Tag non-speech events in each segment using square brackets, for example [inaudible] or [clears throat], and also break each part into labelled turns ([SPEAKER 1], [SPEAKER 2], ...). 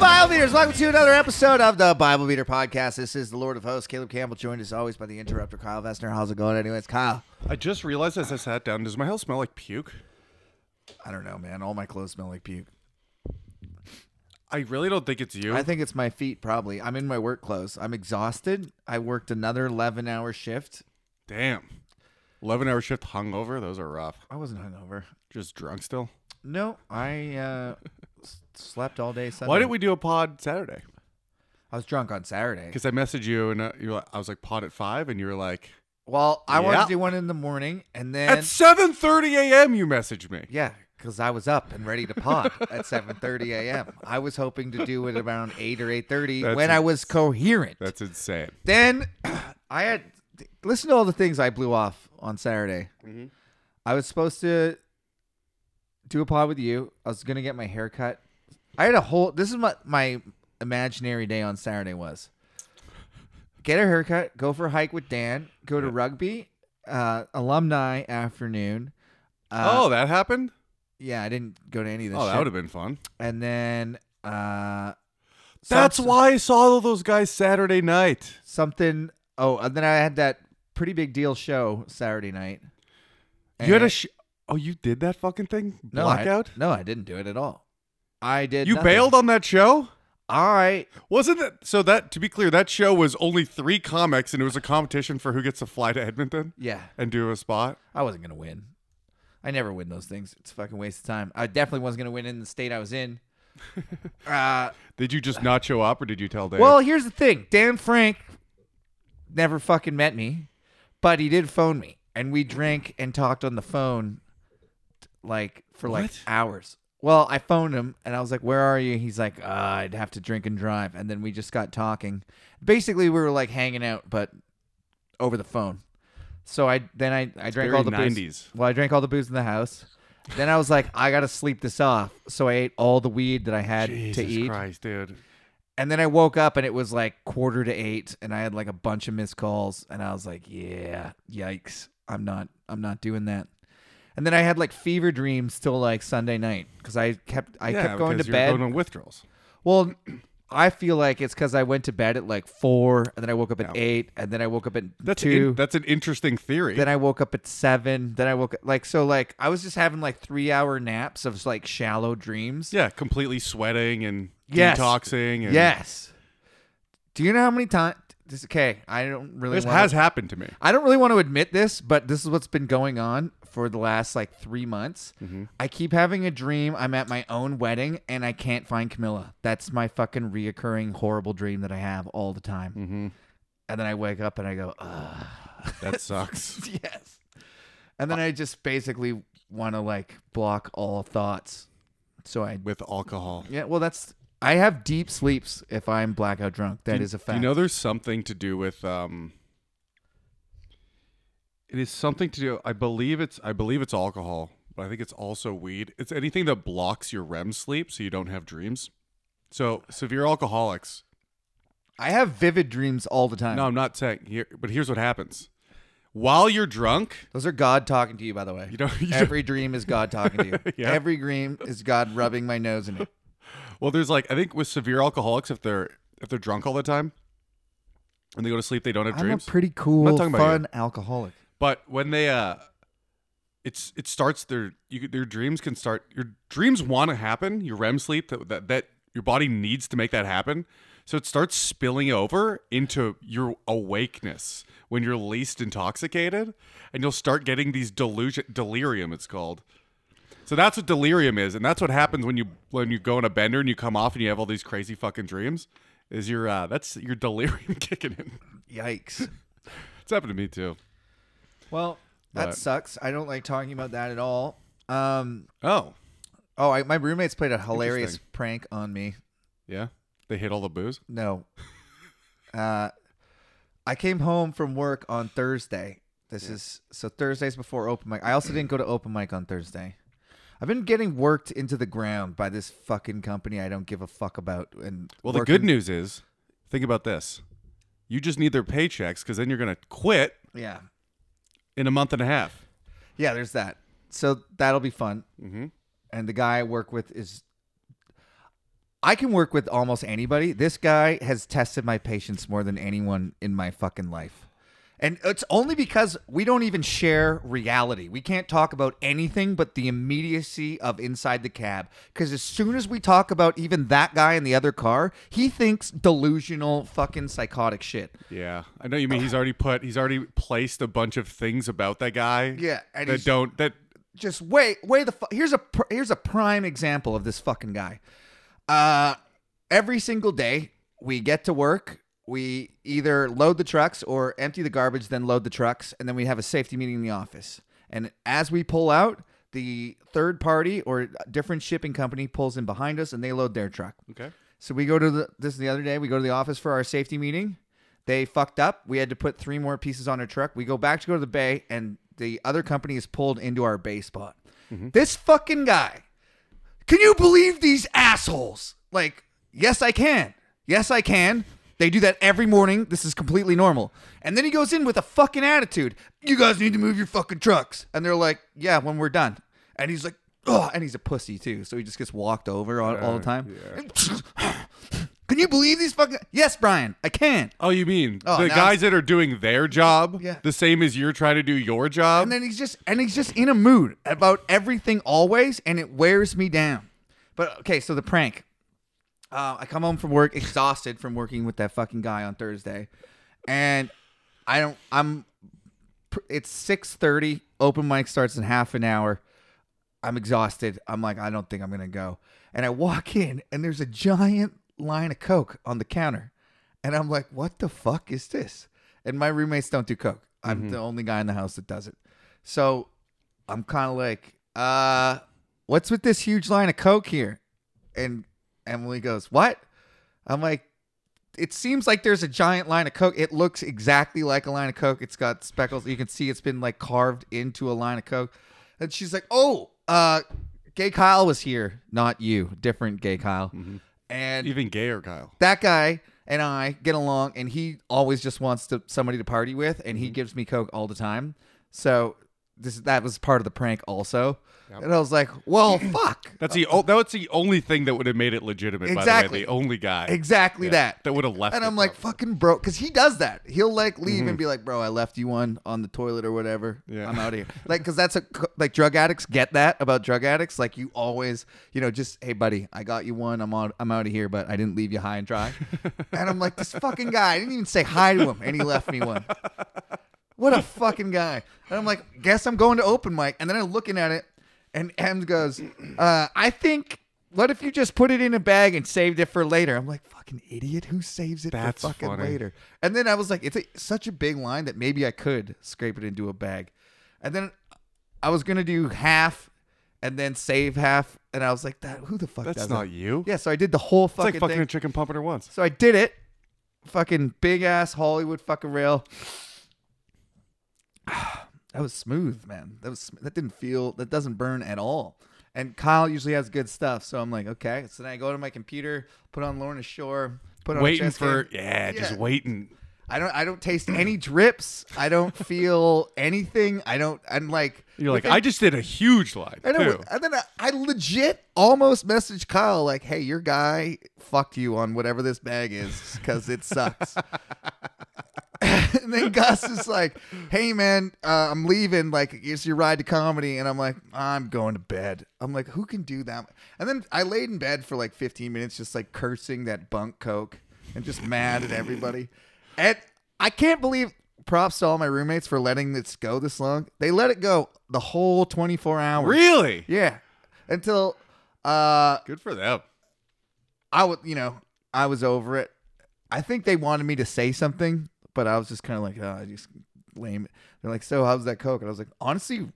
[SPEAKER 1] welcome to another episode of the Bible Beater Podcast. This is the Lord of Hosts, Caleb Campbell, joined as always by the interrupter, Kyle Vestner. How's it going, anyways? Kyle,
[SPEAKER 2] I just realized as I sat down, does my house smell like puke?
[SPEAKER 1] I don't know, man. All my clothes smell like puke.
[SPEAKER 2] I really don't think it's you.
[SPEAKER 1] I think it's my feet, probably. I'm in my work clothes. I'm exhausted. I worked another 11 hour shift.
[SPEAKER 2] Damn. 11 hour shift hungover? Those are rough.
[SPEAKER 1] I wasn't hungover.
[SPEAKER 2] Just drunk still.
[SPEAKER 1] No, I uh, s- slept all day Sunday.
[SPEAKER 2] Why didn't we do a pod Saturday?
[SPEAKER 1] I was drunk on Saturday.
[SPEAKER 2] Because I messaged you and uh, you were like, I was like, pod at 5, and you were like,
[SPEAKER 1] Well, I wanted
[SPEAKER 2] Yeah.
[SPEAKER 1] to do one in the morning, and
[SPEAKER 2] at
[SPEAKER 1] then
[SPEAKER 2] 7.30 a.m. you messaged me.
[SPEAKER 1] yeah, because I was up and ready to pot at 7:30 a.m. I was hoping to do it around 8 or 8:30
[SPEAKER 2] That's
[SPEAKER 1] when I was coherent.
[SPEAKER 2] That's insane.
[SPEAKER 1] then [clears throat] I had listen to all the things I blew off on Saturday.
[SPEAKER 2] Mhm.
[SPEAKER 1] I was supposed to do a pod with you. I was gonna get my hair cut. I had a whole. This is what my imaginary day on Saturday was: get a haircut, go for a hike with Dan, go to rugby, uh, alumni afternoon. Uh,
[SPEAKER 2] oh, that happened?
[SPEAKER 1] yeah, I didn't go to any of this.
[SPEAKER 2] Oh,
[SPEAKER 1] shit.
[SPEAKER 2] that would have been fun.
[SPEAKER 1] And then uh,
[SPEAKER 2] That's
[SPEAKER 1] some-
[SPEAKER 2] why I saw all those guys Saturday night.
[SPEAKER 1] something. Oh, and then I had that pretty big deal show Saturday night.
[SPEAKER 2] you had a
[SPEAKER 1] And-
[SPEAKER 2] sh- Oh, you did that fucking thing?
[SPEAKER 1] no, I-
[SPEAKER 2] Blackout?
[SPEAKER 1] no, I didn't do it at all. I did.
[SPEAKER 2] you
[SPEAKER 1] nothing.
[SPEAKER 2] bailed on that show?
[SPEAKER 1] All right.
[SPEAKER 2] Wasn't that so? That to be clear, that show was only three comics, and it was a competition for who gets to fly to Edmonton
[SPEAKER 1] Yeah,
[SPEAKER 2] and do a spot.
[SPEAKER 1] I wasn't gonna win. I never win those things. It's a fucking waste of time. I definitely wasn't gonna win in the state I was in. Uh,
[SPEAKER 2] Did
[SPEAKER 1] [sighs]
[SPEAKER 2] you just not show up, or did you tell Dave?
[SPEAKER 1] well, here's the thing. Dan Frank never fucking met me, but he did phone me, and we drank and talked on the phone, t- like for like
[SPEAKER 2] What?
[SPEAKER 1] hours. Well, I phoned him and I was like, "Where are you?" He's like, uh, "I'd have to drink and drive," and then we just got talking. Basically, we were like hanging out, but over the phone. So I then I I drank
[SPEAKER 2] very
[SPEAKER 1] all the booze.
[SPEAKER 2] 90s.
[SPEAKER 1] Well, I drank all the booze in the house. Then I was like, I gotta sleep this off. So I ate all the weed that I had
[SPEAKER 2] Jesus
[SPEAKER 1] to eat.
[SPEAKER 2] Christ, dude!
[SPEAKER 1] And then I woke up and it was like quarter to eight, and I had like a bunch of missed calls, and I was like, "Yeah, yikes! I'm not, I'm not doing that." And then I had like fever dreams till like Sunday night because I kept, I
[SPEAKER 2] yeah,
[SPEAKER 1] kept going
[SPEAKER 2] because
[SPEAKER 1] to
[SPEAKER 2] you
[SPEAKER 1] bed.
[SPEAKER 2] Were going on withdrawals.
[SPEAKER 1] well, I feel like it's because I went to bed at like four, and then I woke up at
[SPEAKER 2] Yeah.
[SPEAKER 1] eight, and then I woke up at
[SPEAKER 2] That's in-
[SPEAKER 1] two.
[SPEAKER 2] that's an interesting theory.
[SPEAKER 1] then I woke up at seven. Then I woke up like so, like I was just having like three hour naps of like shallow dreams.
[SPEAKER 2] yeah, completely sweating and
[SPEAKER 1] Yes.
[SPEAKER 2] detoxing. And
[SPEAKER 1] Yes. Do you know how many times? This okay. I don't really.
[SPEAKER 2] this
[SPEAKER 1] wanna-
[SPEAKER 2] has happened
[SPEAKER 1] [laughs]
[SPEAKER 2] to me.
[SPEAKER 1] I don't really want to admit this, but this is what's been going on for the last like three months.
[SPEAKER 2] Mm-hmm.
[SPEAKER 1] I keep having a dream. I'm at my own wedding and I can't find Camilla. That's my fucking reoccurring horrible dream that I have all the time.
[SPEAKER 2] Mm-hmm.
[SPEAKER 1] And then I wake up and I go, Ugh. [laughs]
[SPEAKER 2] That sucks.
[SPEAKER 1] yes. And
[SPEAKER 2] Uh
[SPEAKER 1] then I just basically want to like block all thoughts. So I,
[SPEAKER 2] With alcohol.
[SPEAKER 1] yeah, well, that's, I have deep sleeps if I'm blackout drunk. That is
[SPEAKER 2] Do-
[SPEAKER 1] a
[SPEAKER 2] do
[SPEAKER 1] fact.
[SPEAKER 2] You know, there's something to do with. Um, it is something to do. I believe it's. I believe it's alcohol, but I think it's also weed. It's anything that blocks your REM sleep, so you don't have dreams. So severe alcoholics.
[SPEAKER 1] I have vivid dreams all the time.
[SPEAKER 2] No, I'm not saying here, but here's what happens. While you're drunk,
[SPEAKER 1] Those are God talking to you, by the way.
[SPEAKER 2] you don't. [laughs] You don't
[SPEAKER 1] Every dream is God talking to you.
[SPEAKER 2] [laughs] Yeah.
[SPEAKER 1] Every dream is God rubbing my nose
[SPEAKER 2] [laughs]
[SPEAKER 1] in it.
[SPEAKER 2] well, there's like I think with severe alcoholics, if they're if they're drunk all the time, and they go to sleep, they don't have
[SPEAKER 1] I'm a
[SPEAKER 2] dreams.
[SPEAKER 1] pretty cool,
[SPEAKER 2] talking about
[SPEAKER 1] fun alcoholic.
[SPEAKER 2] But when they uh it's it starts their you could- their dreams can start your dreams want to happen, your REM sleep that, that that your body needs to make that happen. So it starts spilling over into your awakeness when you're least intoxicated and you'll start getting these delusion delirium it's called. So that's what delirium is and that's what happens when you when you go on a bender and you come off and you have all these crazy fucking dreams is your uh that's your [laughs] delirium kicking in. [laughs]
[SPEAKER 1] Yikes.
[SPEAKER 2] It's happened to me too.
[SPEAKER 1] Well, that
[SPEAKER 2] But-
[SPEAKER 1] sucks. I don't like talking about that at all. Um.
[SPEAKER 2] Oh,
[SPEAKER 1] Oh, I, my roommates played a hilarious prank on me.
[SPEAKER 2] yeah. They hit all the booze.
[SPEAKER 1] No. Uh, I came home from work on Thursday. This is so Thursdays before open mic. I also didn't go to open mic on Thursday. I've been getting worked into the ground by this fucking company I don't give a fuck about. And
[SPEAKER 2] Well, the
[SPEAKER 1] working-
[SPEAKER 2] good news is, think about this. You just need their paychecks because then you're going to quit
[SPEAKER 1] yeah,
[SPEAKER 2] in a month and a half.
[SPEAKER 1] Yeah, there's that. So that'll be fun.
[SPEAKER 2] Mm-hmm.
[SPEAKER 1] And the guy I work with is I can work with almost anybody. This guy has tested my patience more than anyone in my fucking life. And it's only because we don't even share reality. We can't talk about anything but the immediacy of inside the cab. Because as soon as we talk about even that guy in the other car, he thinks delusional, fucking psychotic shit.
[SPEAKER 2] Yeah, I know you mean he's already put he's already placed a bunch of things about that guy.
[SPEAKER 1] Yeah, and
[SPEAKER 2] that
[SPEAKER 1] he's-
[SPEAKER 2] don't that
[SPEAKER 1] just wait, wait the fu- here's a pr- here's a prime example of this fucking guy. Uh every single day we get to work, we either load the trucks or empty the garbage then load the trucks and then we have a safety meeting in the office. And as we pull out, the third party or different shipping company pulls in behind us and they load their truck.
[SPEAKER 2] okay.
[SPEAKER 1] So we go to the this is the other day. We go to the office for our safety meeting. They fucked up. We had to put three more pieces on our truck. We go back to go to the bay, and the other company is pulled into our bay spot. This fucking guy. Can you believe these assholes? Like, yes, I can. Yes, I can. They do that every morning. This is completely normal. And then he goes in with a fucking attitude. You guys need to move your fucking trucks. And they're like, yeah, when we're done. And he's like, oh, and he's a pussy too. So he just gets walked over all, all the time. [laughs] Can you believe these fucking? Yes, Brian, I can.
[SPEAKER 2] Oh, you mean
[SPEAKER 1] Oh,
[SPEAKER 2] the
[SPEAKER 1] now-
[SPEAKER 2] guys that are doing their job
[SPEAKER 1] Yeah.
[SPEAKER 2] the same as you're trying to do your job?
[SPEAKER 1] And then he's just and he's just in a mood about everything always, and it wears me down. But okay, so the prank. Uh, I come home from work exhausted from working with that fucking guy on Thursday, and I don't. I'm. pr- It's six thirty. Open mic starts in half an hour. I'm exhausted. I'm like, I don't think I'm gonna go. And I walk [laughs] in, and there's a giant line of Coke on the counter, and I'm like, what the fuck is this? And my roommates don't do Coke. I'm the only guy in the house that does it. So I'm kind of like, uh, what's with this huge line of Coke here? And Emily goes, what? I'm like, it seems like there's a giant line of Coke. It looks exactly like a line of Coke. It's got speckles. You can see it's been like carved into a line of Coke. And she's like, oh, uh, Gay Kyle was here, not you, different Gay Kyle. And
[SPEAKER 2] Even gayer, Kyle.
[SPEAKER 1] that guy and I get along, and he always just wants to somebody to party with, and he gives me coke all the time. So this that was part of the prank also. And I was like, well, fuck,
[SPEAKER 2] That's the o- that's the only thing that would have made it legitimate.
[SPEAKER 1] Uh, Exactly.
[SPEAKER 2] By the way, the only guy
[SPEAKER 1] exactly
[SPEAKER 2] Yeah,
[SPEAKER 1] that.
[SPEAKER 2] that would have left.
[SPEAKER 1] and
[SPEAKER 2] it,
[SPEAKER 1] I'm like,
[SPEAKER 2] probably.
[SPEAKER 1] fucking bro, because he does that. He'll like leave and be like, bro, I left you one on the toilet or whatever.
[SPEAKER 2] Yeah.
[SPEAKER 1] I'm out of here. Like, because that's a like drug addicts get that about drug addicts. Like, you always, you know, just hey, buddy, I got you one. I'm on. I'm out of here, but I didn't leave you high and
[SPEAKER 2] [laughs]
[SPEAKER 1] dry. and I'm like, this fucking guy. I didn't even say hi to him, and he left me one. What
[SPEAKER 2] [laughs]
[SPEAKER 1] a fucking guy. And I'm like, guess I'm going to open mic. And then I'm looking at it, and Em goes, uh, I think, what if you just put it in a bag and saved it for later? I'm like, fucking idiot. Who saves it
[SPEAKER 2] That's
[SPEAKER 1] for fucking
[SPEAKER 2] funny.
[SPEAKER 1] later? And then I was like, it's a, such a big line that maybe I could scrape it into a bag. And then I was going to do half and then save half. And I was like, that who the fuck
[SPEAKER 2] that's
[SPEAKER 1] does
[SPEAKER 2] not
[SPEAKER 1] that?
[SPEAKER 2] you.
[SPEAKER 1] Yeah, so I did the whole
[SPEAKER 2] it's
[SPEAKER 1] fucking
[SPEAKER 2] like fucking
[SPEAKER 1] thing.
[SPEAKER 2] a chicken pumper once.
[SPEAKER 1] So I did it. Fucking big ass Hollywood fucking rail. [sighs] That was smooth, man. That was sm- that didn't feel that doesn't burn at all. And Kyle usually has good stuff, so I'm like, okay. So then I go to my computer, put on Lorna Shore, put on a
[SPEAKER 2] Waiting
[SPEAKER 1] chest
[SPEAKER 2] for
[SPEAKER 1] game.
[SPEAKER 2] yeah, just
[SPEAKER 1] Yeah.
[SPEAKER 2] waiting.
[SPEAKER 1] I don't I don't taste any drips. I don't feel anything. I don't. I'm like
[SPEAKER 2] You're like,
[SPEAKER 1] within
[SPEAKER 2] I just did a huge line
[SPEAKER 1] and, I
[SPEAKER 2] too.
[SPEAKER 1] was- and then I, I legit almost messaged Kyle like, "Hey, your guy fucked you on whatever this bag is because it sucks." [laughs] and then Gus is like, "Hey, man, uh, I'm leaving. Like, it's your ride to comedy." And I'm like, "I'm going to bed." I'm like, "Who can do that?" And then I laid in bed for like 15 minutes, just like cursing that bunk coke and just mad at everybody. And I can't believe props to all my roommates for letting this go this long. They let it go the whole 24 hours.
[SPEAKER 2] really
[SPEAKER 1] Yeah. Until uh
[SPEAKER 2] good for them.
[SPEAKER 1] I would you know, I was over it. I think they wanted me to say something, but I was just kinda like, oh, I just lame. They're like, so how's that Coke? And I was like, honestly,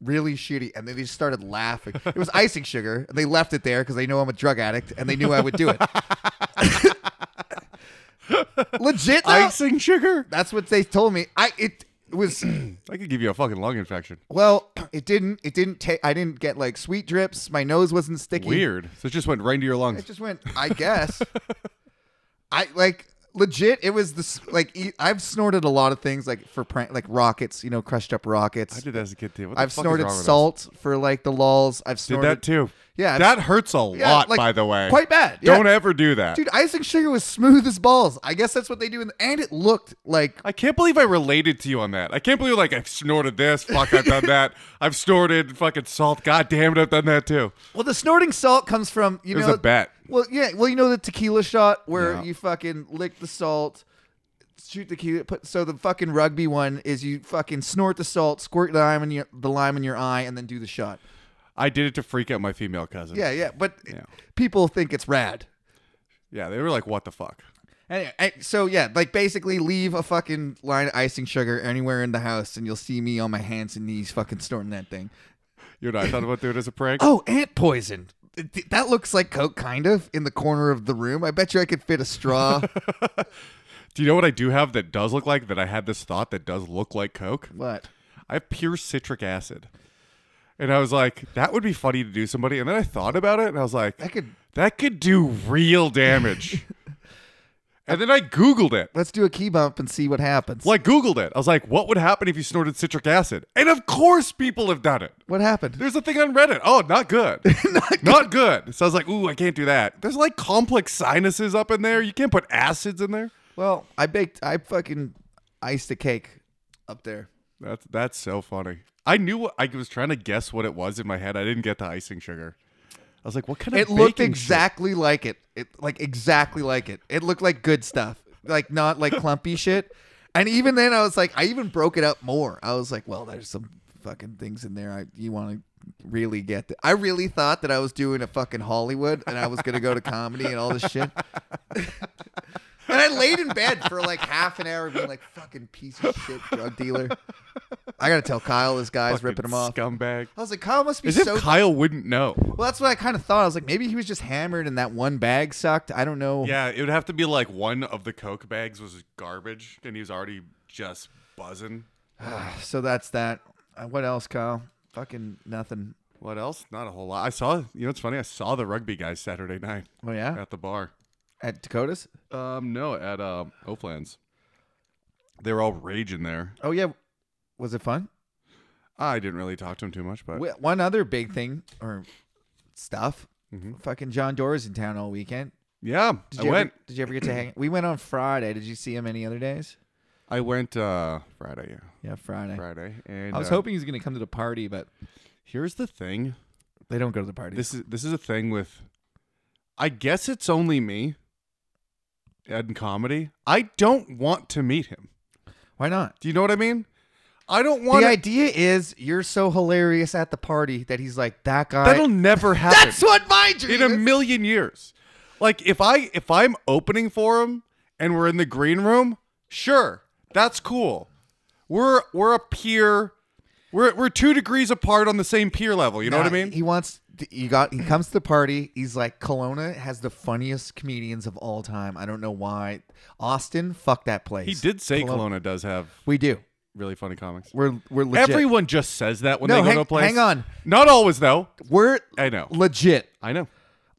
[SPEAKER 1] really shitty. And then they just started laughing. It was icing sugar. And they left it there because they know I'm a drug addict and they knew I would do it. [laughs] Legit though,
[SPEAKER 2] Icing sugar.
[SPEAKER 1] that's what they told me. I it was [clears throat]
[SPEAKER 2] I could give you a fucking lung infection.
[SPEAKER 1] well, it didn't it didn't take I didn't get like sweet drips. My nose wasn't sticky.
[SPEAKER 2] Weird. So it just went right into your lungs.
[SPEAKER 1] It just went. I guess. I like legit. It was this like e- I've snorted a lot of things like for prank like rockets. You know, crushed up
[SPEAKER 2] I
[SPEAKER 1] rockets.
[SPEAKER 2] did that as a kid too. What the
[SPEAKER 1] I've
[SPEAKER 2] fuck is
[SPEAKER 1] snorted
[SPEAKER 2] wrong with us?
[SPEAKER 1] salt for like the lols. I've
[SPEAKER 2] Did
[SPEAKER 1] snorted.
[SPEAKER 2] that too.
[SPEAKER 1] Yeah,
[SPEAKER 2] That hurts a
[SPEAKER 1] yeah,
[SPEAKER 2] lot,
[SPEAKER 1] like,
[SPEAKER 2] by the way.
[SPEAKER 1] quite bad. Yeah.
[SPEAKER 2] Don't ever do that.
[SPEAKER 1] dude. Icing sugar was smooth as balls. I guess that's what they do, in and it looked like
[SPEAKER 2] I can't believe I related to you on that. I can't believe like I've snorted this. Fuck, I've done that.
[SPEAKER 1] [laughs]
[SPEAKER 2] I've snorted fucking salt. God damn it, I've done that too.
[SPEAKER 1] Well, the snorting salt comes from you
[SPEAKER 2] It was
[SPEAKER 1] know
[SPEAKER 2] a bet.
[SPEAKER 1] Well, yeah. Well, you know the tequila shot where
[SPEAKER 2] Yeah.
[SPEAKER 1] you fucking lick the salt, shoot tequila. Put, so the fucking rugby one is you fucking snort the salt, squirt the lime in your the lime in your eye, and then do the shot.
[SPEAKER 2] I did it to freak out my female cousin.
[SPEAKER 1] Yeah, yeah. But
[SPEAKER 2] Yeah.
[SPEAKER 1] people think it's rad.
[SPEAKER 2] Yeah, they were like, what the fuck?
[SPEAKER 1] Anyway, I- so yeah, like basically leave a fucking line of icing sugar anywhere in the house, and you'll see me on my hands and knees fucking snorting that thing.
[SPEAKER 2] You and I thought about doing it as a prank.
[SPEAKER 1] Oh, ant poison. Th- th- That looks like coke, kind of, in the corner of the room. I bet you I could fit a
[SPEAKER 2] [laughs]
[SPEAKER 1] straw.
[SPEAKER 2] Do you know what I do have that does look like that? I had this thought that does look like Coke.
[SPEAKER 1] what?
[SPEAKER 2] I have pure citric acid. And I was like, that would be funny to do somebody. And then I thought about it and I was like,
[SPEAKER 1] I could
[SPEAKER 2] that could do real [laughs] damage. and then I Googled it.
[SPEAKER 1] let's do a key bump and see what happens.
[SPEAKER 2] Well, I Googled it. I was like, what would happen if you snorted citric acid? And of course, people have done it.
[SPEAKER 1] What
[SPEAKER 2] [laughs]
[SPEAKER 1] happened?
[SPEAKER 2] There's a thing on Reddit. Oh, not good. [laughs] not, good. So I was like, ooh, I can't do that. There's like complex sinuses up in there. You can't put acids in there.
[SPEAKER 1] Well, I baked, I fucking iced a cake up there.
[SPEAKER 2] That's that's so funny. I knew what I was trying to guess what it was in my head. I didn't get the icing sugar. I was like, what kind of
[SPEAKER 1] It looked
[SPEAKER 2] baking shit?
[SPEAKER 1] exactly like it. It like exactly like it. It looked like good stuff, like not like
[SPEAKER 2] [laughs]
[SPEAKER 1] clumpy shit. And even then, I was like, I even broke it up more. I was like, well, there's some fucking things in there. I you want to really get. The, I really thought that I was doing a fucking Hollywood and I was gonna go to comedy and all this shit. [laughs] And I laid in bed for like half an hour, being like, "Fucking piece of shit, drug dealer." I gotta tell Kyle this guy's
[SPEAKER 2] Fucking
[SPEAKER 1] ripping him off.
[SPEAKER 2] Scumbag.
[SPEAKER 1] I was like, Kyle must be
[SPEAKER 2] As if
[SPEAKER 1] so
[SPEAKER 2] Kyle wouldn't know.
[SPEAKER 1] [laughs] well, that's what I kind of thought. I was like, maybe he was just hammered and that one bag sucked. I don't know.
[SPEAKER 2] Yeah, it would have to be like one of the Coke bags was garbage, and he was already just buzzing.
[SPEAKER 1] So that's that. Uh, what else, Kyle? Fucking nothing.
[SPEAKER 2] What else? Not a whole lot. I saw. You know, it's funny. I saw the rugby guys
[SPEAKER 1] [laughs]
[SPEAKER 2] Saturday night
[SPEAKER 1] Oh yeah,
[SPEAKER 2] at the bar.
[SPEAKER 1] at Dakotas.
[SPEAKER 2] Um, no, at um Oaklands. They were all raging there.
[SPEAKER 1] Oh yeah, was it fun?
[SPEAKER 2] I didn't really talk to him too much, but
[SPEAKER 1] Wh- One other big thing or stuff.
[SPEAKER 2] Mhm.
[SPEAKER 1] Fucking John Dora's in town all weekend.
[SPEAKER 2] yeah,
[SPEAKER 1] Did
[SPEAKER 2] I
[SPEAKER 1] you ever,
[SPEAKER 2] went.
[SPEAKER 1] Did you ever get to hang? We went on Friday. Did you see him any other days?
[SPEAKER 2] I went uh Friday. Yeah.
[SPEAKER 1] Yeah, Friday.
[SPEAKER 2] Friday. And
[SPEAKER 1] I was
[SPEAKER 2] uh,
[SPEAKER 1] hoping he was gonna come to the party, but
[SPEAKER 2] Here's the thing.
[SPEAKER 1] they don't go to the party.
[SPEAKER 2] This is this is a thing with. I guess it's only me. And comedy. I don't want to meet him.
[SPEAKER 1] Why not?
[SPEAKER 2] Do you know what I mean? I don't
[SPEAKER 1] The
[SPEAKER 2] want. to
[SPEAKER 1] idea is you're so hilarious at the party that he's like that guy.
[SPEAKER 2] That'll never happen.
[SPEAKER 1] [laughs] That's what my dream.
[SPEAKER 2] in a
[SPEAKER 1] is.
[SPEAKER 2] million years. Like if I if I'm opening for him and we're in the green room, sure, that's cool. We're we're a peer. We're we're two degrees apart on the same peer level. You know what I
[SPEAKER 1] Nah,
[SPEAKER 2] mean?
[SPEAKER 1] He wants to- you got he comes to the party. He's like Kelowna has the funniest comedians of all time. I don't know why. Austin, fuck that place.
[SPEAKER 2] He did say Kelowna does have
[SPEAKER 1] We do.
[SPEAKER 2] really funny comics.
[SPEAKER 1] We're we're legit.
[SPEAKER 2] Everyone just says that when
[SPEAKER 1] No,
[SPEAKER 2] they go
[SPEAKER 1] hang-
[SPEAKER 2] to a place.
[SPEAKER 1] hang on.
[SPEAKER 2] Not always though.
[SPEAKER 1] we're
[SPEAKER 2] I know.
[SPEAKER 1] legit.
[SPEAKER 2] I know.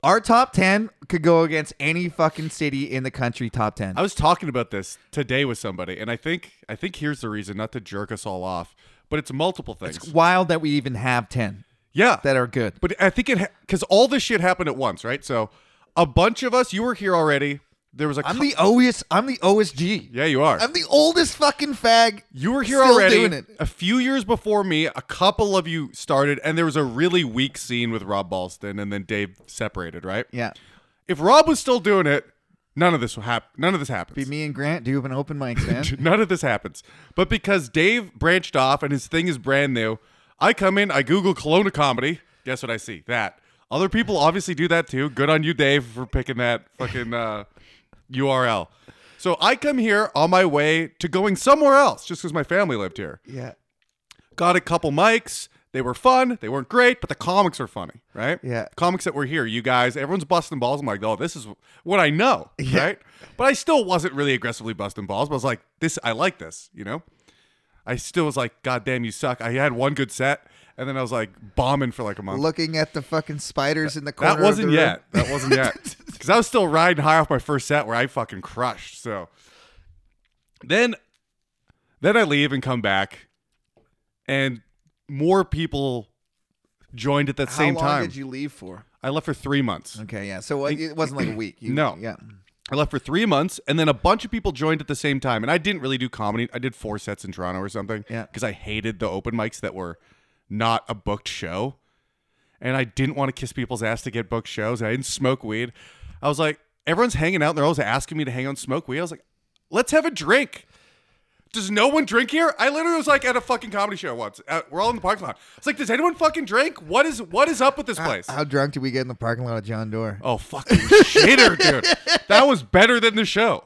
[SPEAKER 1] Our top ten could go against any fucking city in the country top ten.
[SPEAKER 2] I was talking about this today with somebody, and I think I think here's the reason not to jerk us all off, but it's multiple things.
[SPEAKER 1] Wild that we even have ten
[SPEAKER 2] yeah,
[SPEAKER 1] that are good.
[SPEAKER 2] But I think it because all this shit happened at once, right? So a bunch of us, you were here already. There was a
[SPEAKER 1] I'm
[SPEAKER 2] cou-
[SPEAKER 1] the OS I'm the OSG.
[SPEAKER 2] yeah, you are.
[SPEAKER 1] I'm the oldest fucking fag.
[SPEAKER 2] you were here
[SPEAKER 1] still
[SPEAKER 2] already.
[SPEAKER 1] doing it.
[SPEAKER 2] A few years before me, a couple of you started, and there was a really weak scene with Rob Ballston, and then Dave separated, right?
[SPEAKER 1] Yeah.
[SPEAKER 2] If Rob was still doing it, none of this will happen. None of this happens.
[SPEAKER 1] Be me and Grant do an open mic,
[SPEAKER 2] [laughs]
[SPEAKER 1] man.
[SPEAKER 2] None of this happens. But because Dave branched off and his thing is brand new, I come in, I Google Kelowna comedy. Guess what I see? That. Other people obviously do that too. Good on you, Dave, for picking that fucking uh, URL. So I come here on my way to going somewhere else just because my family lived here.
[SPEAKER 1] yeah.
[SPEAKER 2] Got a couple mics. They were fun. They weren't great, but the comics are funny, right?
[SPEAKER 1] Yeah.
[SPEAKER 2] Comics that were here, you guys, everyone's busting balls. I'm like, oh, this is what I know, right? But I still wasn't really aggressively busting balls. But I was like, this, I like this, you know? I still was like, God damn, you suck. I had one good set, and then I was like bombing for like a month.
[SPEAKER 1] looking at the fucking spiders in the corner.
[SPEAKER 2] that wasn't
[SPEAKER 1] of the room.
[SPEAKER 2] yet. That wasn't
[SPEAKER 1] [laughs]
[SPEAKER 2] yet. Because I was still riding high off my first set where I fucking crushed. So then, then I leave and come back, and more people joined at that
[SPEAKER 1] How
[SPEAKER 2] same
[SPEAKER 1] long
[SPEAKER 2] time.
[SPEAKER 1] did you leave for?
[SPEAKER 2] I left for three months.
[SPEAKER 1] Okay, yeah. So it it wasn't like a week. You-
[SPEAKER 2] No.
[SPEAKER 1] Yeah.
[SPEAKER 2] I left for three months, and then a bunch of people joined at the same time. And I didn't really do comedy. I did four sets in Toronto or something.
[SPEAKER 1] Yeah.
[SPEAKER 2] Because I hated the open mics that were not a booked show. And I didn't want to kiss people's ass to get booked shows. And I didn't smoke weed. I was like, everyone's hanging out and they're always asking me to hang out and smoke weed. I was like, let's have a drink. Does no one drink here? I literally was like at a fucking comedy show once. Uh, we're all in the parking lot. It's like, does anyone fucking drink? What is what is up with this place?
[SPEAKER 1] How drunk did we get in the parking lot of John Doerr?
[SPEAKER 2] Oh fucking shitter, dude. That was better than the
[SPEAKER 1] [laughs]
[SPEAKER 2] show.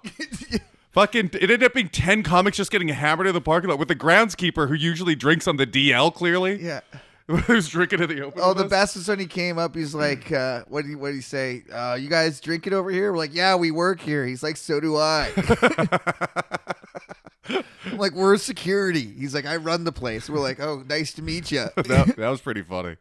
[SPEAKER 2] Fucking, it ended up being ten comics just getting hammered in the parking lot with the groundskeeper who usually drinks on the DL. Clearly, [laughs]
[SPEAKER 1] Yeah.
[SPEAKER 2] who's drinking at the open?
[SPEAKER 1] Oh, the
[SPEAKER 2] bus.
[SPEAKER 1] best was when he came up. He's like, uh, "What do you, what do you say? Uh, you guys drinking over here?" We're like, "Yeah, we work here." He's like, "So do
[SPEAKER 2] [laughs]
[SPEAKER 1] I." I'm like, "We're security." He's like, "I run the place." We're like, "Oh, nice to meet you."
[SPEAKER 2] [laughs] that, that was pretty funny.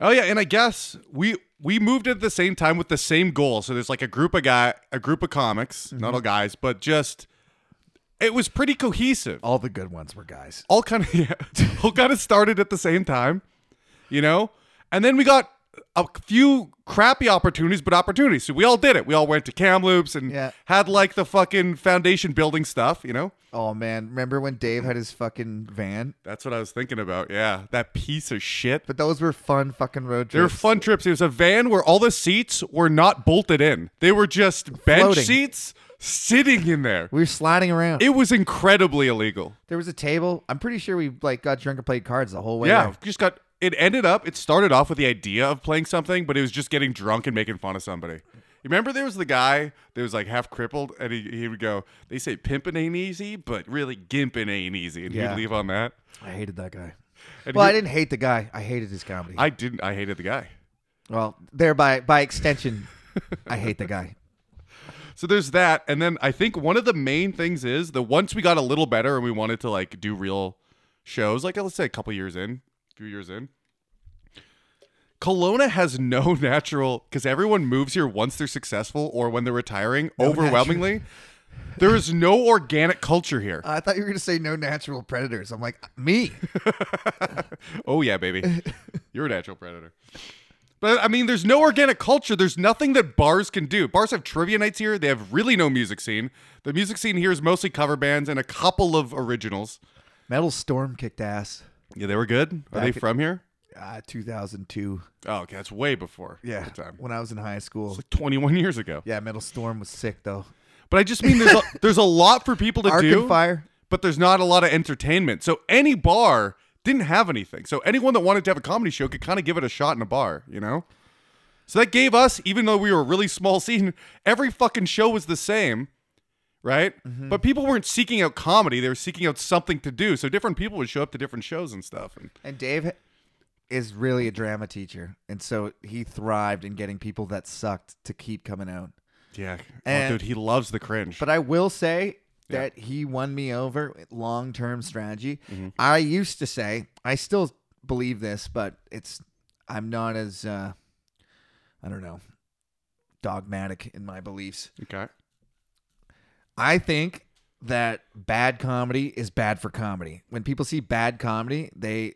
[SPEAKER 2] Oh yeah, and I guess we we moved at the same time with the same goal. So there's like a group of guy, a group of comics, not all
[SPEAKER 1] Mm-hmm.
[SPEAKER 2] guys, but just it was pretty cohesive.
[SPEAKER 1] All the good ones were guys.
[SPEAKER 2] all kind of [laughs] yeah, all kind of started at the same time, you know. And then we got a few crappy opportunities, but opportunities. So we all did it. We all went to Kamloops and
[SPEAKER 1] Yeah.
[SPEAKER 2] had like the fucking foundation building stuff, you know.
[SPEAKER 1] Oh man, remember when Dave had his fucking van?
[SPEAKER 2] That's what I was thinking about. Yeah, that piece of shit.
[SPEAKER 1] But those were fun fucking road
[SPEAKER 2] They were
[SPEAKER 1] trips.
[SPEAKER 2] fun trips. It was a van where all the seats were not bolted in. They were just bench
[SPEAKER 1] Floating.
[SPEAKER 2] seats sitting in there.
[SPEAKER 1] we were sliding around.
[SPEAKER 2] It was incredibly illegal.
[SPEAKER 1] there was a table. I'm pretty sure we like got drunk and played cards the whole way.
[SPEAKER 2] Yeah,
[SPEAKER 1] there.
[SPEAKER 2] just got. It ended up. It started off with the idea of playing something, but it was just getting drunk and making fun of somebody. You remember there was the guy that was like half crippled, and he, he would go, "They say pimping ain't easy, but really gimping ain't easy," and
[SPEAKER 1] Yeah.
[SPEAKER 2] he'd leave on that.
[SPEAKER 1] I hated that guy.
[SPEAKER 2] And
[SPEAKER 1] Well,
[SPEAKER 2] he-
[SPEAKER 1] I didn't hate the guy. I hated his comedy.
[SPEAKER 2] I didn't. I hated the guy.
[SPEAKER 1] well, thereby by
[SPEAKER 2] [laughs]
[SPEAKER 1] extension, I hate the guy.
[SPEAKER 2] So there's that, and then I think one of the main things is that once we got a little better and we wanted to like do real shows, like let's say a couple years in, few years in, Kelowna has no [laughs] natural because everyone moves here once they're successful or when they're retiring. overwhelmingly, there is no organic culture here.
[SPEAKER 1] I thought you were going to say no natural predators. I'm like,
[SPEAKER 2] [laughs]
[SPEAKER 1] me.
[SPEAKER 2] oh yeah, baby, you're a natural predator. But I mean, there's no organic culture. There's nothing that bars can do. Bars have trivia nights here. They have really no music scene. The music scene here is mostly cover bands and a couple of originals.
[SPEAKER 1] Metal Storm kicked ass.
[SPEAKER 2] Yeah, they were good. Are they
[SPEAKER 1] Back-
[SPEAKER 2] from here?
[SPEAKER 1] Uh, 2002.
[SPEAKER 2] Oh, okay, that's way before.
[SPEAKER 1] Yeah.
[SPEAKER 2] the time.
[SPEAKER 1] When I was in high school.
[SPEAKER 2] Like 21 years ago.
[SPEAKER 1] Yeah, Metal Storm was sick, though.
[SPEAKER 2] But I just
[SPEAKER 1] [laughs]
[SPEAKER 2] mean there's a, there's a lot for people to
[SPEAKER 1] Arc
[SPEAKER 2] do.
[SPEAKER 1] and Fire.
[SPEAKER 2] but there's not a lot of entertainment. So any bar didn't have anything. So anyone that wanted to have a comedy show could kind of give it a shot in a bar, you know? So that gave us, even though we were a really small [laughs] scene, every fucking show was the same, right? But people weren't seeking out comedy, they were seeking out something to do. So different people would show up to different shows and stuff. And
[SPEAKER 1] And Dave is really a drama teacher. And so he thrived in getting people that sucked to keep coming out.
[SPEAKER 2] yeah.
[SPEAKER 1] And-
[SPEAKER 2] oh, dude, he loves the cringe.
[SPEAKER 1] But I will say
[SPEAKER 2] Yeah.
[SPEAKER 1] that he won me over with long-term strategy. I used to say, I still believe this, but it's I'm not as uh I don't know, dogmatic in my beliefs.
[SPEAKER 2] okay.
[SPEAKER 1] I think that bad comedy is bad for comedy. When people see bad comedy, they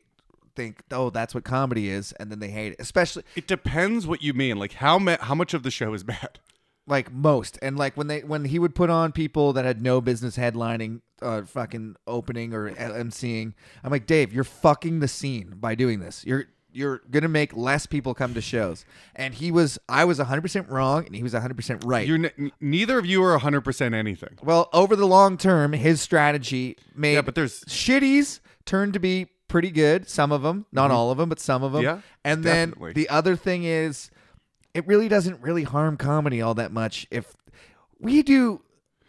[SPEAKER 1] think, "Oh, that's what comedy is," and then they hate it. Especially
[SPEAKER 2] It depends what you mean. Like how ma- how much of the show is bad? [laughs]
[SPEAKER 1] like most and like when they when he would put on people that had no business headlining uh fucking opening or emceeing i'm like dave you're fucking the scene by doing this you're you're gonna make less people come to shows and he was i was 100% wrong and he was 100% right
[SPEAKER 2] You're n- n- neither of you are 100% anything.
[SPEAKER 1] well over the long term his strategy made
[SPEAKER 2] Yeah, but there's
[SPEAKER 1] shitties turned to be pretty good. Some of them, not all of them, but some of them.
[SPEAKER 2] Mm-hmm. Yeah,
[SPEAKER 1] and
[SPEAKER 2] definitely.
[SPEAKER 1] then the other thing is, it really doesn't really harm comedy all that much if we do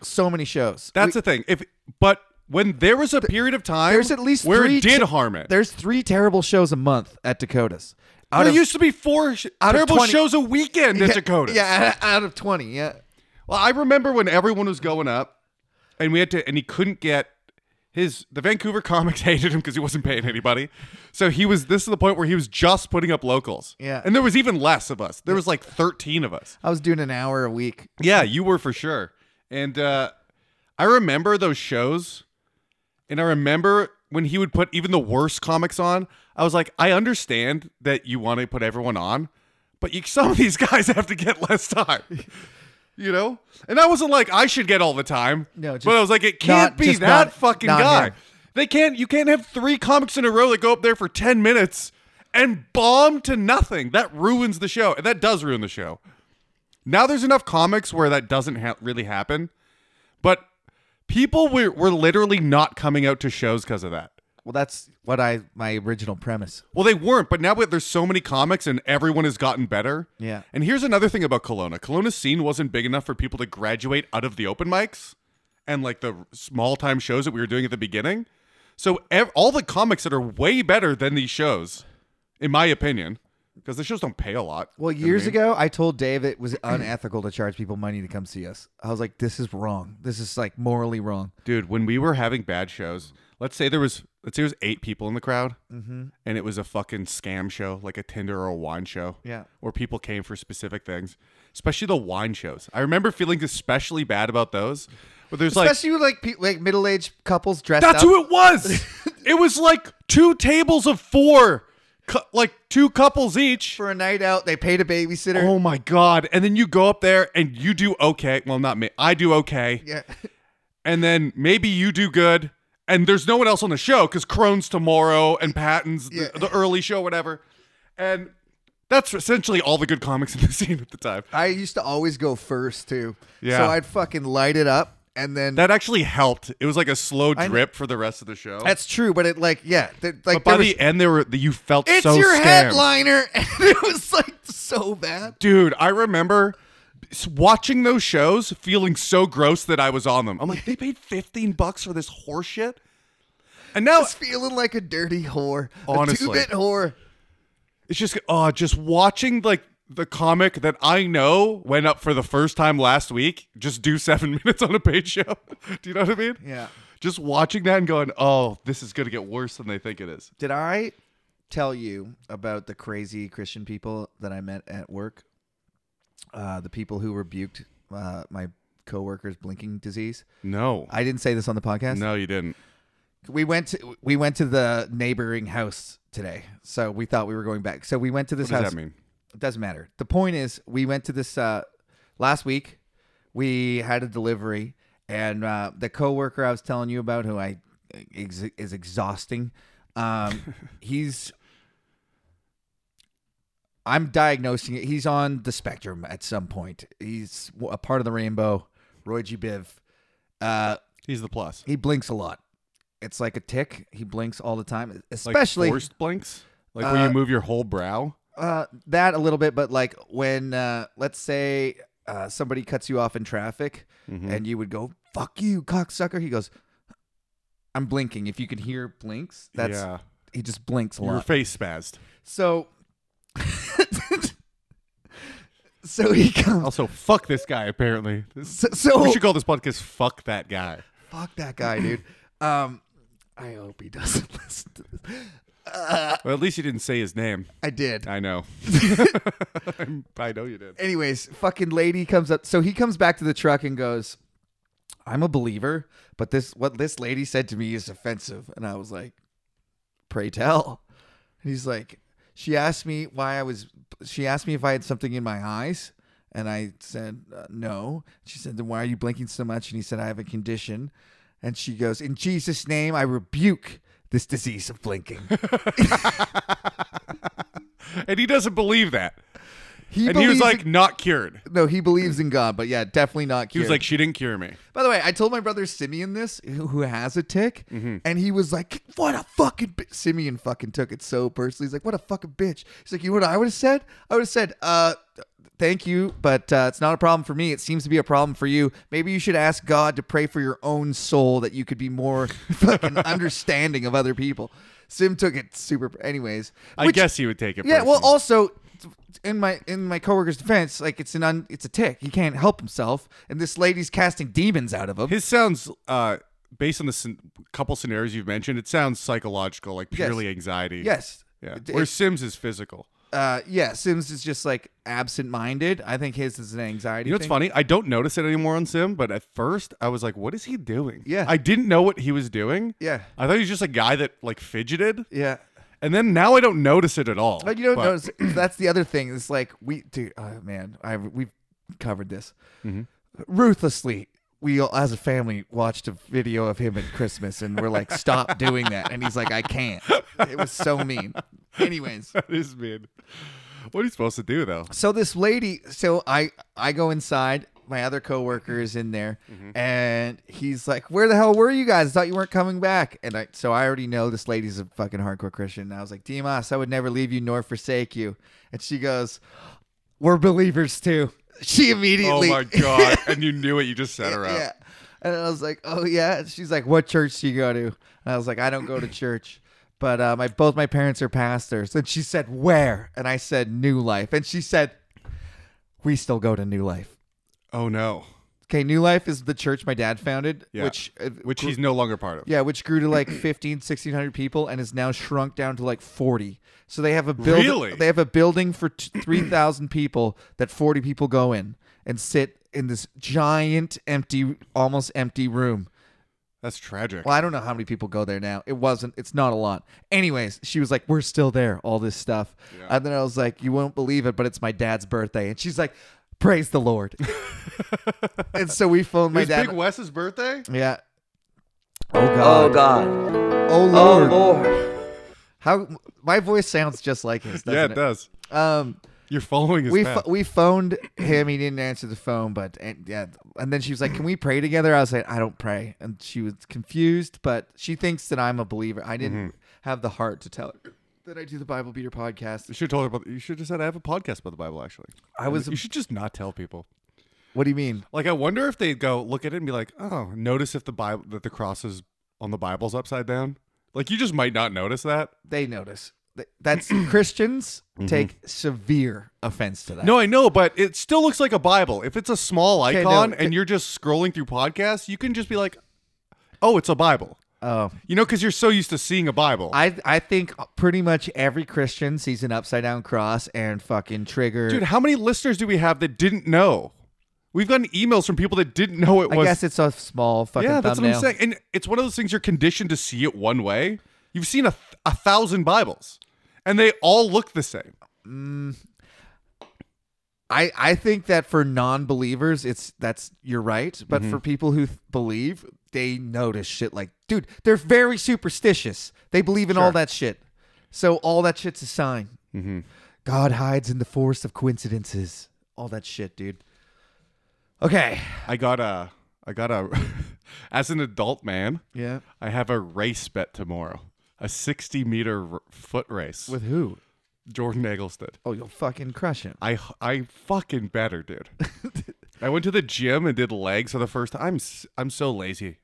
[SPEAKER 1] so many shows.
[SPEAKER 2] That's the thing. If but when there was a period of time,
[SPEAKER 1] there's at least
[SPEAKER 2] where
[SPEAKER 1] three
[SPEAKER 2] it did
[SPEAKER 1] t-
[SPEAKER 2] harm it.
[SPEAKER 1] We- there's three terrible shows a month at Dakotas. Out
[SPEAKER 2] there
[SPEAKER 1] of-
[SPEAKER 2] used to be four sh-
[SPEAKER 1] out of
[SPEAKER 2] terrible
[SPEAKER 1] 20
[SPEAKER 2] shows a weekend in
[SPEAKER 1] yeah,
[SPEAKER 2] Dakotas.
[SPEAKER 1] Yeah, out of twenty. Yeah.
[SPEAKER 2] Well, I remember when everyone was going up, and we had to, and he couldn't get his. The Vancouver [laughs] comics hated him because he wasn't paying anybody. So he was. This is the point where he was just putting up locals.
[SPEAKER 1] Yeah.
[SPEAKER 2] And there was even less of us. There was like thirteen of us.
[SPEAKER 1] I was doing an hour a week.
[SPEAKER 2] Yeah, you were for sure. And uh, I remember those shows, and I remember when he would put even the worst comics on, I was like, I understand that you want to put everyone on, but you, some of these [laughs] guys have to get less time. [laughs] You know? And I wasn't like I should get all the time.
[SPEAKER 1] No, just
[SPEAKER 2] but I was like, it can't
[SPEAKER 1] not-
[SPEAKER 2] be
[SPEAKER 1] just
[SPEAKER 2] that
[SPEAKER 1] not-
[SPEAKER 2] fucking
[SPEAKER 1] not
[SPEAKER 2] guy.
[SPEAKER 1] him.
[SPEAKER 2] They can't you can't have three comics in a row that go up there for ten minutes and bomb to nothing. That ruins the show. And that does ruin the show. Now there's enough comics where that doesn't ha- really happen. But people were, were literally not coming out to shows because of that.
[SPEAKER 1] Well, that's what I my original premise.
[SPEAKER 2] Well, they weren't, but now that there's so many comics and everyone has gotten better.
[SPEAKER 1] Yeah.
[SPEAKER 2] And here's another thing about Kelowna. Kelowna's scene wasn't big enough for people to graduate out of the open mics and like the small time shows that we were doing at the beginning. So ev- all the comics that are way better than these shows, in my opinion, because the shows don't pay a lot.
[SPEAKER 1] Well,
[SPEAKER 2] You know what I
[SPEAKER 1] years
[SPEAKER 2] mean?
[SPEAKER 1] ago, I told Dave it was unethical to charge people money to come see us. I was like, this is wrong. This is like morally wrong.
[SPEAKER 2] dude when we were having bad shows let's say there was let's say there was eight people in the crowd
[SPEAKER 1] Mm-hmm.
[SPEAKER 2] and it was a fucking scam show like a tinder or a wine show
[SPEAKER 1] Yeah.
[SPEAKER 2] where people came for specific things especially the wine shows i remember feeling especially bad about those where there's like
[SPEAKER 1] Especially with like pe- like middle aged couples dressed
[SPEAKER 2] that's
[SPEAKER 1] up.
[SPEAKER 2] who it
[SPEAKER 1] [laughs]
[SPEAKER 2] was it was like two tables of four cu- like two couples each
[SPEAKER 1] for a night out. They paid a babysitter.
[SPEAKER 2] oh my god and then you go up there and you do okay well not me i do okay
[SPEAKER 1] Yeah. [laughs]
[SPEAKER 2] and then maybe you do good, and there's no one else on the show because Crone's tomorrow and Patton's the,
[SPEAKER 1] Yeah.
[SPEAKER 2] the early show, whatever. And that's essentially all the good comics in the [laughs] scene at the time.
[SPEAKER 1] I used to always go first too.
[SPEAKER 2] Yeah.
[SPEAKER 1] So I'd fucking light it up and then
[SPEAKER 2] That actually helped. It was like a slow
[SPEAKER 1] I kn-
[SPEAKER 2] drip for the rest of the show.
[SPEAKER 1] [laughs] that's true, but it like yeah, th- like
[SPEAKER 2] but by
[SPEAKER 1] there was-
[SPEAKER 2] the end, there were you felt
[SPEAKER 1] it's
[SPEAKER 2] so
[SPEAKER 1] your
[SPEAKER 2] scammed.
[SPEAKER 1] headliner [laughs] and it was like so bad.
[SPEAKER 2] dude. I remember s- watching those shows, feeling so gross that I was on them. I'm like, they paid 15 bucks for this horseshit, and now
[SPEAKER 1] I was feeling like a dirty whore.
[SPEAKER 2] Honestly.
[SPEAKER 1] A two bit whore.
[SPEAKER 2] It's just oh, just watching like the comic that I know went up for the first time last week. Just do seven [laughs] minutes on a paid show. do you know what I mean?
[SPEAKER 1] Yeah.
[SPEAKER 2] Just watching that and going, oh, this is gonna get worse than they think it is.
[SPEAKER 1] Did I tell you about the crazy Christian people that I met at work? Uh, the people who rebuked uh, my coworker's blinking disease.
[SPEAKER 2] No,
[SPEAKER 1] I didn't say this on the podcast.
[SPEAKER 2] no, you didn't.
[SPEAKER 1] We went to we went to the neighboring house today, so we thought we were going back. So we went to this
[SPEAKER 2] What does
[SPEAKER 1] house.
[SPEAKER 2] that mean?
[SPEAKER 1] It doesn't matter. The point is, we went to this uh, last week. We had a delivery, and uh, the coworker I was telling you about, who I ex- is exhausting. Um, he's. I'm diagnosing it. He's on the spectrum at some point. He's a part of the rainbow. Roy G. Biv. Uh,
[SPEAKER 2] He's the plus.
[SPEAKER 1] he blinks a lot. It's like a tick. He blinks all the time,
[SPEAKER 2] Like
[SPEAKER 1] especially
[SPEAKER 2] forced blinks, like when you
[SPEAKER 1] Uh,
[SPEAKER 2] move your whole brow.
[SPEAKER 1] uh, that a little bit, but like when uh, let's say uh, somebody cuts you off in traffic,
[SPEAKER 2] Mm-hmm.
[SPEAKER 1] and you would go "fuck you, cocksucker," he goes, "I'm blinking." If you can hear blinks, that's
[SPEAKER 2] yeah,
[SPEAKER 1] he just blinks a
[SPEAKER 2] your
[SPEAKER 1] lot.
[SPEAKER 2] face spazzed.
[SPEAKER 1] so, [laughs] so he comes.
[SPEAKER 2] Also, fuck this guy. Apparently, This-
[SPEAKER 1] So, so
[SPEAKER 2] we should call this podcast "Fuck That Guy."
[SPEAKER 1] fuck that guy, dude. Um, I hope he doesn't [laughs] listen to this. Uh,
[SPEAKER 2] Well, at least you didn't say his name.
[SPEAKER 1] I did.
[SPEAKER 2] I know. [laughs] I know you did.
[SPEAKER 1] anyways, fucking lady comes up. So he comes back to the truck and goes, "I'm a believer, but this what this lady said to me is offensive." And I was like, "Pray tell." And he's like, "She asked me why I was. She asked me if I had something in my eyes." And I said, uh, no. She said, then why are you blinking so much? And he said, I have a condition. And she goes, in Jesus' name, I rebuke this disease of
[SPEAKER 2] [laughs]
[SPEAKER 1] blinking.
[SPEAKER 2] and he doesn't believe that.
[SPEAKER 1] He
[SPEAKER 2] and he was
[SPEAKER 1] believes
[SPEAKER 2] like,
[SPEAKER 1] in-
[SPEAKER 2] not cured.
[SPEAKER 1] no, he believes in God, but yeah, definitely not cured.
[SPEAKER 2] He was like, she didn't cure me.
[SPEAKER 1] By the way, I told my brother Simeon this, who who has a tick,
[SPEAKER 2] Mm-hmm.
[SPEAKER 1] and he was like, "What a fucking bi-. Simeon fucking took it so personally." He's like, "What a fucking bitch." He's like, "You know what I would have said? I would have said, uh, thank you, but uh, it's not a problem for me. It seems to be a problem for you. Maybe you should ask God to pray for your own soul that you could be
[SPEAKER 2] [laughs]
[SPEAKER 1] more fucking understanding of other people." Sim took it super. Anyways,
[SPEAKER 2] I
[SPEAKER 1] which-
[SPEAKER 2] guess he would take it.
[SPEAKER 1] yeah, well,
[SPEAKER 2] personally.
[SPEAKER 1] also in my in my coworker's defense, like it's an un, it's a tick. He can't help himself, and this lady's casting demons out of him.
[SPEAKER 2] his sounds, uh, based on the sen- couple scenarios you've mentioned, it sounds psychological, like purely anxiety.
[SPEAKER 1] yes,
[SPEAKER 2] Yeah.
[SPEAKER 1] It-
[SPEAKER 2] Where
[SPEAKER 1] it-
[SPEAKER 2] Sims is physical.
[SPEAKER 1] uh, yeah, Sims is just like absent-minded. I think his is an anxiety.
[SPEAKER 2] You know what's
[SPEAKER 1] thing.
[SPEAKER 2] funny? I don't notice it anymore on Sim, but at first I was like, "What is he doing?"
[SPEAKER 1] Yeah.
[SPEAKER 2] I didn't know what he was doing.
[SPEAKER 1] Yeah,
[SPEAKER 2] I thought he was just a guy that like fidgeted,
[SPEAKER 1] yeah.
[SPEAKER 2] and then now I don't notice it at all.
[SPEAKER 1] But Oh, you don't
[SPEAKER 2] But- [laughs]
[SPEAKER 1] notice. [clears throat] That's the other thing. It's like we, dude, oh, man, I we've covered this
[SPEAKER 2] Mm-hmm.
[SPEAKER 1] ruthlessly. We all, as a family, watched a video of him at Christmas, and we're like, "Stop doing that!" And he's like, "I can't." It was so mean. Anyways,
[SPEAKER 2] That is mean. What are you supposed to do though?
[SPEAKER 1] so this lady, so I, I go inside. My other coworker is in there,
[SPEAKER 2] Mm-hmm.
[SPEAKER 1] and he's like, "Where the hell were you guys? I thought you weren't coming back." And I, so I already know this lady's a fucking hardcore Christian. And I was like, "Dimas, I would never leave you nor forsake you." And she goes, "We're believers too." She
[SPEAKER 2] Oh
[SPEAKER 1] immediately,
[SPEAKER 2] my god! and you knew it. You just [laughs] set her up.
[SPEAKER 1] [laughs] yeah. And I was like, oh, yeah. And she's like, what church do you go to? And I was like, I don't go to church. But uh, my both my parents are pastors. And she said, where? And I said, New Life. And she said, we still go to New Life.
[SPEAKER 2] Oh no!
[SPEAKER 1] Okay, New Life is the church my dad founded,
[SPEAKER 2] Yeah.
[SPEAKER 1] which uh,
[SPEAKER 2] Which he's no longer part of.
[SPEAKER 1] yeah, which grew to like 15, 1600 people and is now shrunk down to like 40. So they have a building
[SPEAKER 2] Really?
[SPEAKER 1] they have a building for t- 3000 people that 40 people go in and sit in this giant empty almost empty room.
[SPEAKER 2] That's tragic.
[SPEAKER 1] Well, I don't know how many people go there now. It wasn't. It's not a lot. Anyways, she was like, "We're still there." All this stuff,
[SPEAKER 2] Yeah.
[SPEAKER 1] and then I was like, "You won't believe it, but it's my dad's birthday," and she's like, "Praise the
[SPEAKER 2] [laughs]
[SPEAKER 1] Lord." and so we phoned my
[SPEAKER 2] Is
[SPEAKER 1] dad.
[SPEAKER 2] Big Wes's birthday?
[SPEAKER 1] yeah. Oh
[SPEAKER 3] Oh
[SPEAKER 1] God.
[SPEAKER 3] God.
[SPEAKER 1] Oh
[SPEAKER 3] Oh
[SPEAKER 1] Lord.
[SPEAKER 3] Lord.
[SPEAKER 1] How my voice sounds just like his. Doesn't
[SPEAKER 2] yeah, it, does.
[SPEAKER 1] Um,
[SPEAKER 2] You're following his
[SPEAKER 1] we
[SPEAKER 2] path.
[SPEAKER 1] ph- we phoned him. He didn't answer the phone, but and, yeah. And then she was like, "Can we pray together?" I was like, "I don't pray," and she was confused, but she thinks that I'm a believer. I didn't
[SPEAKER 2] Mm-hmm.
[SPEAKER 1] have the heart to tell her that I do the Bible Beater
[SPEAKER 2] you
[SPEAKER 1] podcast.
[SPEAKER 2] should have told her about. You should have said I have a podcast about the Bible. Actually,
[SPEAKER 1] I was-
[SPEAKER 2] You should just not tell people.
[SPEAKER 1] What do you mean?
[SPEAKER 2] Like I wonder if they'd go look at it and be like, "Oh, notice if the Bible that the cross is on the Bible's upside down." Like you just might not notice that.
[SPEAKER 1] They notice. Th-
[SPEAKER 2] [clears throat]
[SPEAKER 1] That's Christians take severe offense to that.
[SPEAKER 2] Mm-hmm. No, I know, but it still looks like a Bible. If it's a small
[SPEAKER 1] no,
[SPEAKER 2] icon
[SPEAKER 1] okay.
[SPEAKER 2] and you're just scrolling through podcasts, you can just be like, "Oh, it's a Bible."
[SPEAKER 1] Oh,
[SPEAKER 2] You know, because you're so used to seeing a Bible.
[SPEAKER 1] I I think pretty much every Christian sees an upside down cross and fucking trigger.
[SPEAKER 2] Dude, how many listeners do we have that didn't know? We've gotten emails from people that didn't know it
[SPEAKER 1] I
[SPEAKER 2] was.
[SPEAKER 1] guess it's a small fucking
[SPEAKER 2] yeah, that's
[SPEAKER 1] thumbnail.
[SPEAKER 2] what I'm saying. And it's one of those things you're conditioned to see it one way. You've seen a, th- a thousand Bibles, and they all look the same.
[SPEAKER 1] I, I think that for non-believers it's that's you're right but for people who th- believe they notice shit like dude they're very superstitious they believe in all
[SPEAKER 2] Sure.
[SPEAKER 1] that shit so all that shit's a sign god hides in the forest of coincidences all that shit dude okay
[SPEAKER 2] I got a, I got a, [laughs] as an adult man,
[SPEAKER 1] yeah
[SPEAKER 2] I have a race bet tomorrow, a 60 meter r- foot race with
[SPEAKER 1] with who
[SPEAKER 2] Jordan Eggleston.
[SPEAKER 1] oh you'll fucking crush him
[SPEAKER 2] I I fucking better, dude. I went to the gym and did legs for the first time. I'm s- I'm so lazy.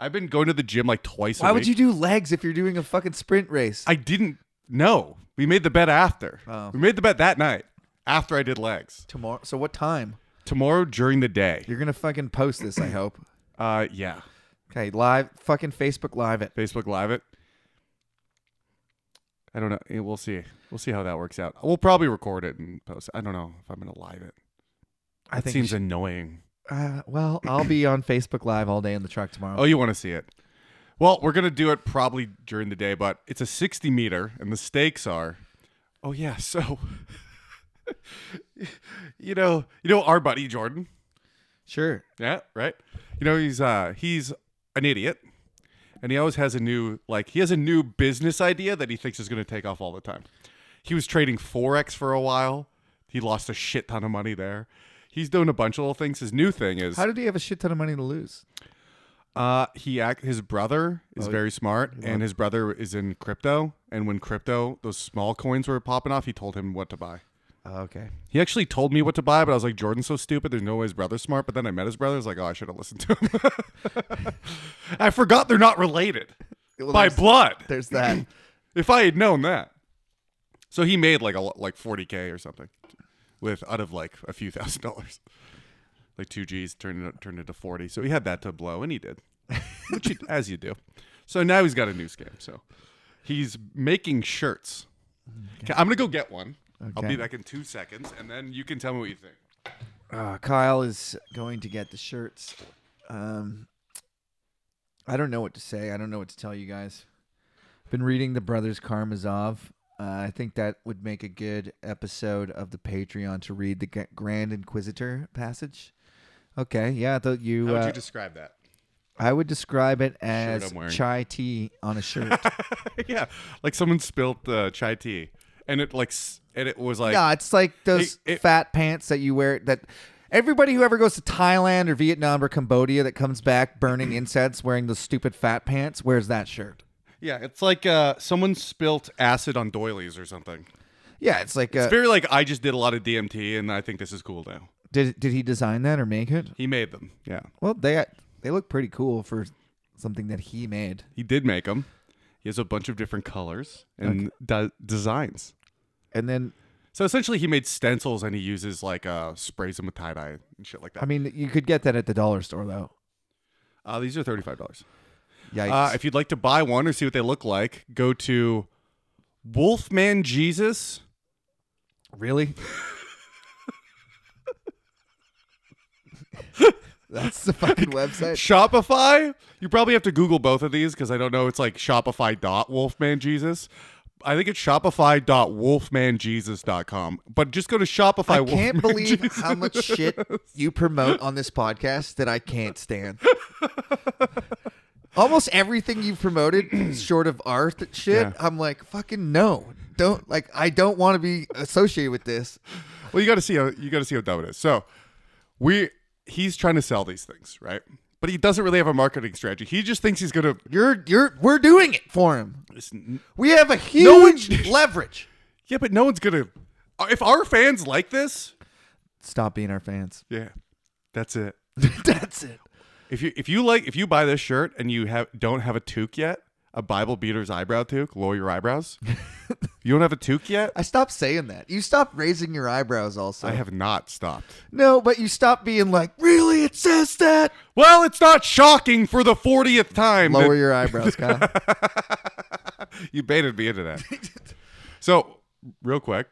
[SPEAKER 2] I've been going to the gym like twice.
[SPEAKER 1] why
[SPEAKER 2] a
[SPEAKER 1] would
[SPEAKER 2] week.
[SPEAKER 1] you do legs if you're doing a fucking sprint race
[SPEAKER 2] I didn't know. We made the bet after.
[SPEAKER 1] Oh.
[SPEAKER 2] We made the bet that night after I did legs.
[SPEAKER 1] tomorrow so what time
[SPEAKER 2] Tomorrow during the day.
[SPEAKER 1] you're gonna fucking post this i hope
[SPEAKER 2] Uh, yeah.
[SPEAKER 1] okay live fucking facebook live it
[SPEAKER 2] Facebook Live it. I don't know. Eh, We'll see. We'll see how that works out. We'll probably record it and post. it. I don't know if I'm gonna live it.
[SPEAKER 1] i
[SPEAKER 2] It
[SPEAKER 1] think
[SPEAKER 2] seems annoying.
[SPEAKER 1] Uh, well, I'll be on Facebook Live all day in the truck tomorrow.
[SPEAKER 2] Oh, you want to see it? Well, we're gonna do it probably during the day, but it's a 60 meter, and the stakes are. Oh yeah, so. [laughs] you know, you know our buddy Jordan.
[SPEAKER 1] Sure.
[SPEAKER 2] Yeah, right. You know he's uh he's an idiot, and he always has a new like he has a new business idea that he thinks is gonna take off all the time. He was trading forex for a while. He lost a shit ton of money there. He's doing a bunch of little things. His new thing is
[SPEAKER 1] How did he have a shit ton of money to lose?
[SPEAKER 2] Uh, he act his brother
[SPEAKER 1] Oh,
[SPEAKER 2] is very smart, and his brother is in crypto. And when crypto, those small coins were popping off, he told him what to buy.
[SPEAKER 1] Oh, okay.
[SPEAKER 2] He actually told me what to buy, but I was like, Jordan's so stupid. There's no way his brother's smart. But then I met his brother. I was like, oh, I should have listened to him. [laughs] I forgot they're not related
[SPEAKER 1] Well,
[SPEAKER 2] by
[SPEAKER 1] there's-
[SPEAKER 2] blood.
[SPEAKER 1] There's that.
[SPEAKER 2] If I had known that, so he made like a lo- like 40k or something, with out of like a few [laughs] thousand dollars, like two G's turned it, turned into 40. So he had that to blow, and he did, which you, as you do. So now he's got a new scam. So he's making shirts. 'Kay, I'm gonna go get one. I'll be back in two seconds, and then you can tell me what you think.
[SPEAKER 1] [clears throat] Uh, Kyle is going to get the shirts. Um, I don't know what to say. I don't know what to tell you guys. Been reading the Brothers Karmazov. Uh, I think that would make a good episode of the Patreon to read the G- Grand Inquisitor passage. Okay, yeah, I thought you.
[SPEAKER 2] How would
[SPEAKER 1] uh,
[SPEAKER 2] you describe that? [laughs]
[SPEAKER 1] I would describe it as
[SPEAKER 2] I'm wearing.
[SPEAKER 1] chai tea on a shirt.
[SPEAKER 2] yeah, like someone spilt uh, chai tea, and it like, s- and it was like,
[SPEAKER 1] no, it's like those
[SPEAKER 2] It- it-
[SPEAKER 1] fat pants that you wear that everybody who ever goes to Thailand or Vietnam or Cambodia that comes back
[SPEAKER 2] [clears throat]
[SPEAKER 1] burning incense wearing those stupid fat pants wears that shirt.
[SPEAKER 2] yeah, it's like uh, someone spilt acid on doilies or something.
[SPEAKER 1] Yeah, it's like uh,
[SPEAKER 2] It's very like I just did a lot of DMT, and I think this is cool now.
[SPEAKER 1] did did he design that or make it?
[SPEAKER 2] He made them. Yeah,
[SPEAKER 1] Well, they they look pretty cool for something that he made.
[SPEAKER 2] he did make them. He has a bunch of different colors and de- designs.
[SPEAKER 1] And then
[SPEAKER 2] So essentially, he made stencils, and he uses like uh, sprays them with tie dye and shit like that.
[SPEAKER 1] I mean, you could get that at the dollar store though.
[SPEAKER 2] Uh, these are thirty five dollars.
[SPEAKER 1] Yikes.
[SPEAKER 2] Uh, if you'd like to buy one or see what they look like, go to Wolfman Jesus. [laughs]
[SPEAKER 1] really? [laughs] That's the fucking website.
[SPEAKER 2] Shopify. You probably have to Google both of these because I don't know. It's like Shopify dot Wolfman Jesus. I think it's Shopify dot wolfmanjesus.com. But just go to Shopify.
[SPEAKER 1] I can't
[SPEAKER 2] Wolfman [laughs]
[SPEAKER 1] believe
[SPEAKER 2] Jesus.
[SPEAKER 1] how much shit you promote on this podcast that I can't
[SPEAKER 2] [laughs]
[SPEAKER 1] stand. Almost everything you've
[SPEAKER 2] [clears throat]
[SPEAKER 1] promoted, short of art th- shit,
[SPEAKER 2] Yeah.
[SPEAKER 1] I'm like, fucking no. Don't like I don't want to be associated with this.
[SPEAKER 2] Well, you got to see how you got to see how dumb it is. So we he's trying to sell these things, right? But he doesn't really have a marketing strategy. He just thinks he's gonna.
[SPEAKER 1] You're you're we're doing it for him.
[SPEAKER 2] Listen,
[SPEAKER 1] We have a
[SPEAKER 2] one-
[SPEAKER 1] [laughs] huge leverage.
[SPEAKER 2] yeah, but no one's gonna. If our fans like this,
[SPEAKER 1] Stop being our
[SPEAKER 2] [laughs]
[SPEAKER 1] fans. [laughs]
[SPEAKER 2] yeah, that's it.
[SPEAKER 1] That's it.
[SPEAKER 2] If you if you like if you buy this shirt and you have don't have a toque yet, a Bible beater's eyebrow toque, lower your [laughs] eyebrows. you don't have a toque yet.
[SPEAKER 1] I stopped saying that. You stopped raising your eyebrows also.
[SPEAKER 2] I have not stopped.
[SPEAKER 1] no, but you stopped being like, really? It says that?
[SPEAKER 2] Well, it's not shocking for the fortieth time.
[SPEAKER 1] Lower
[SPEAKER 2] that-
[SPEAKER 1] your eyebrows,
[SPEAKER 2] [laughs]
[SPEAKER 1] Kyle.
[SPEAKER 2] you baited me into that. so real quick,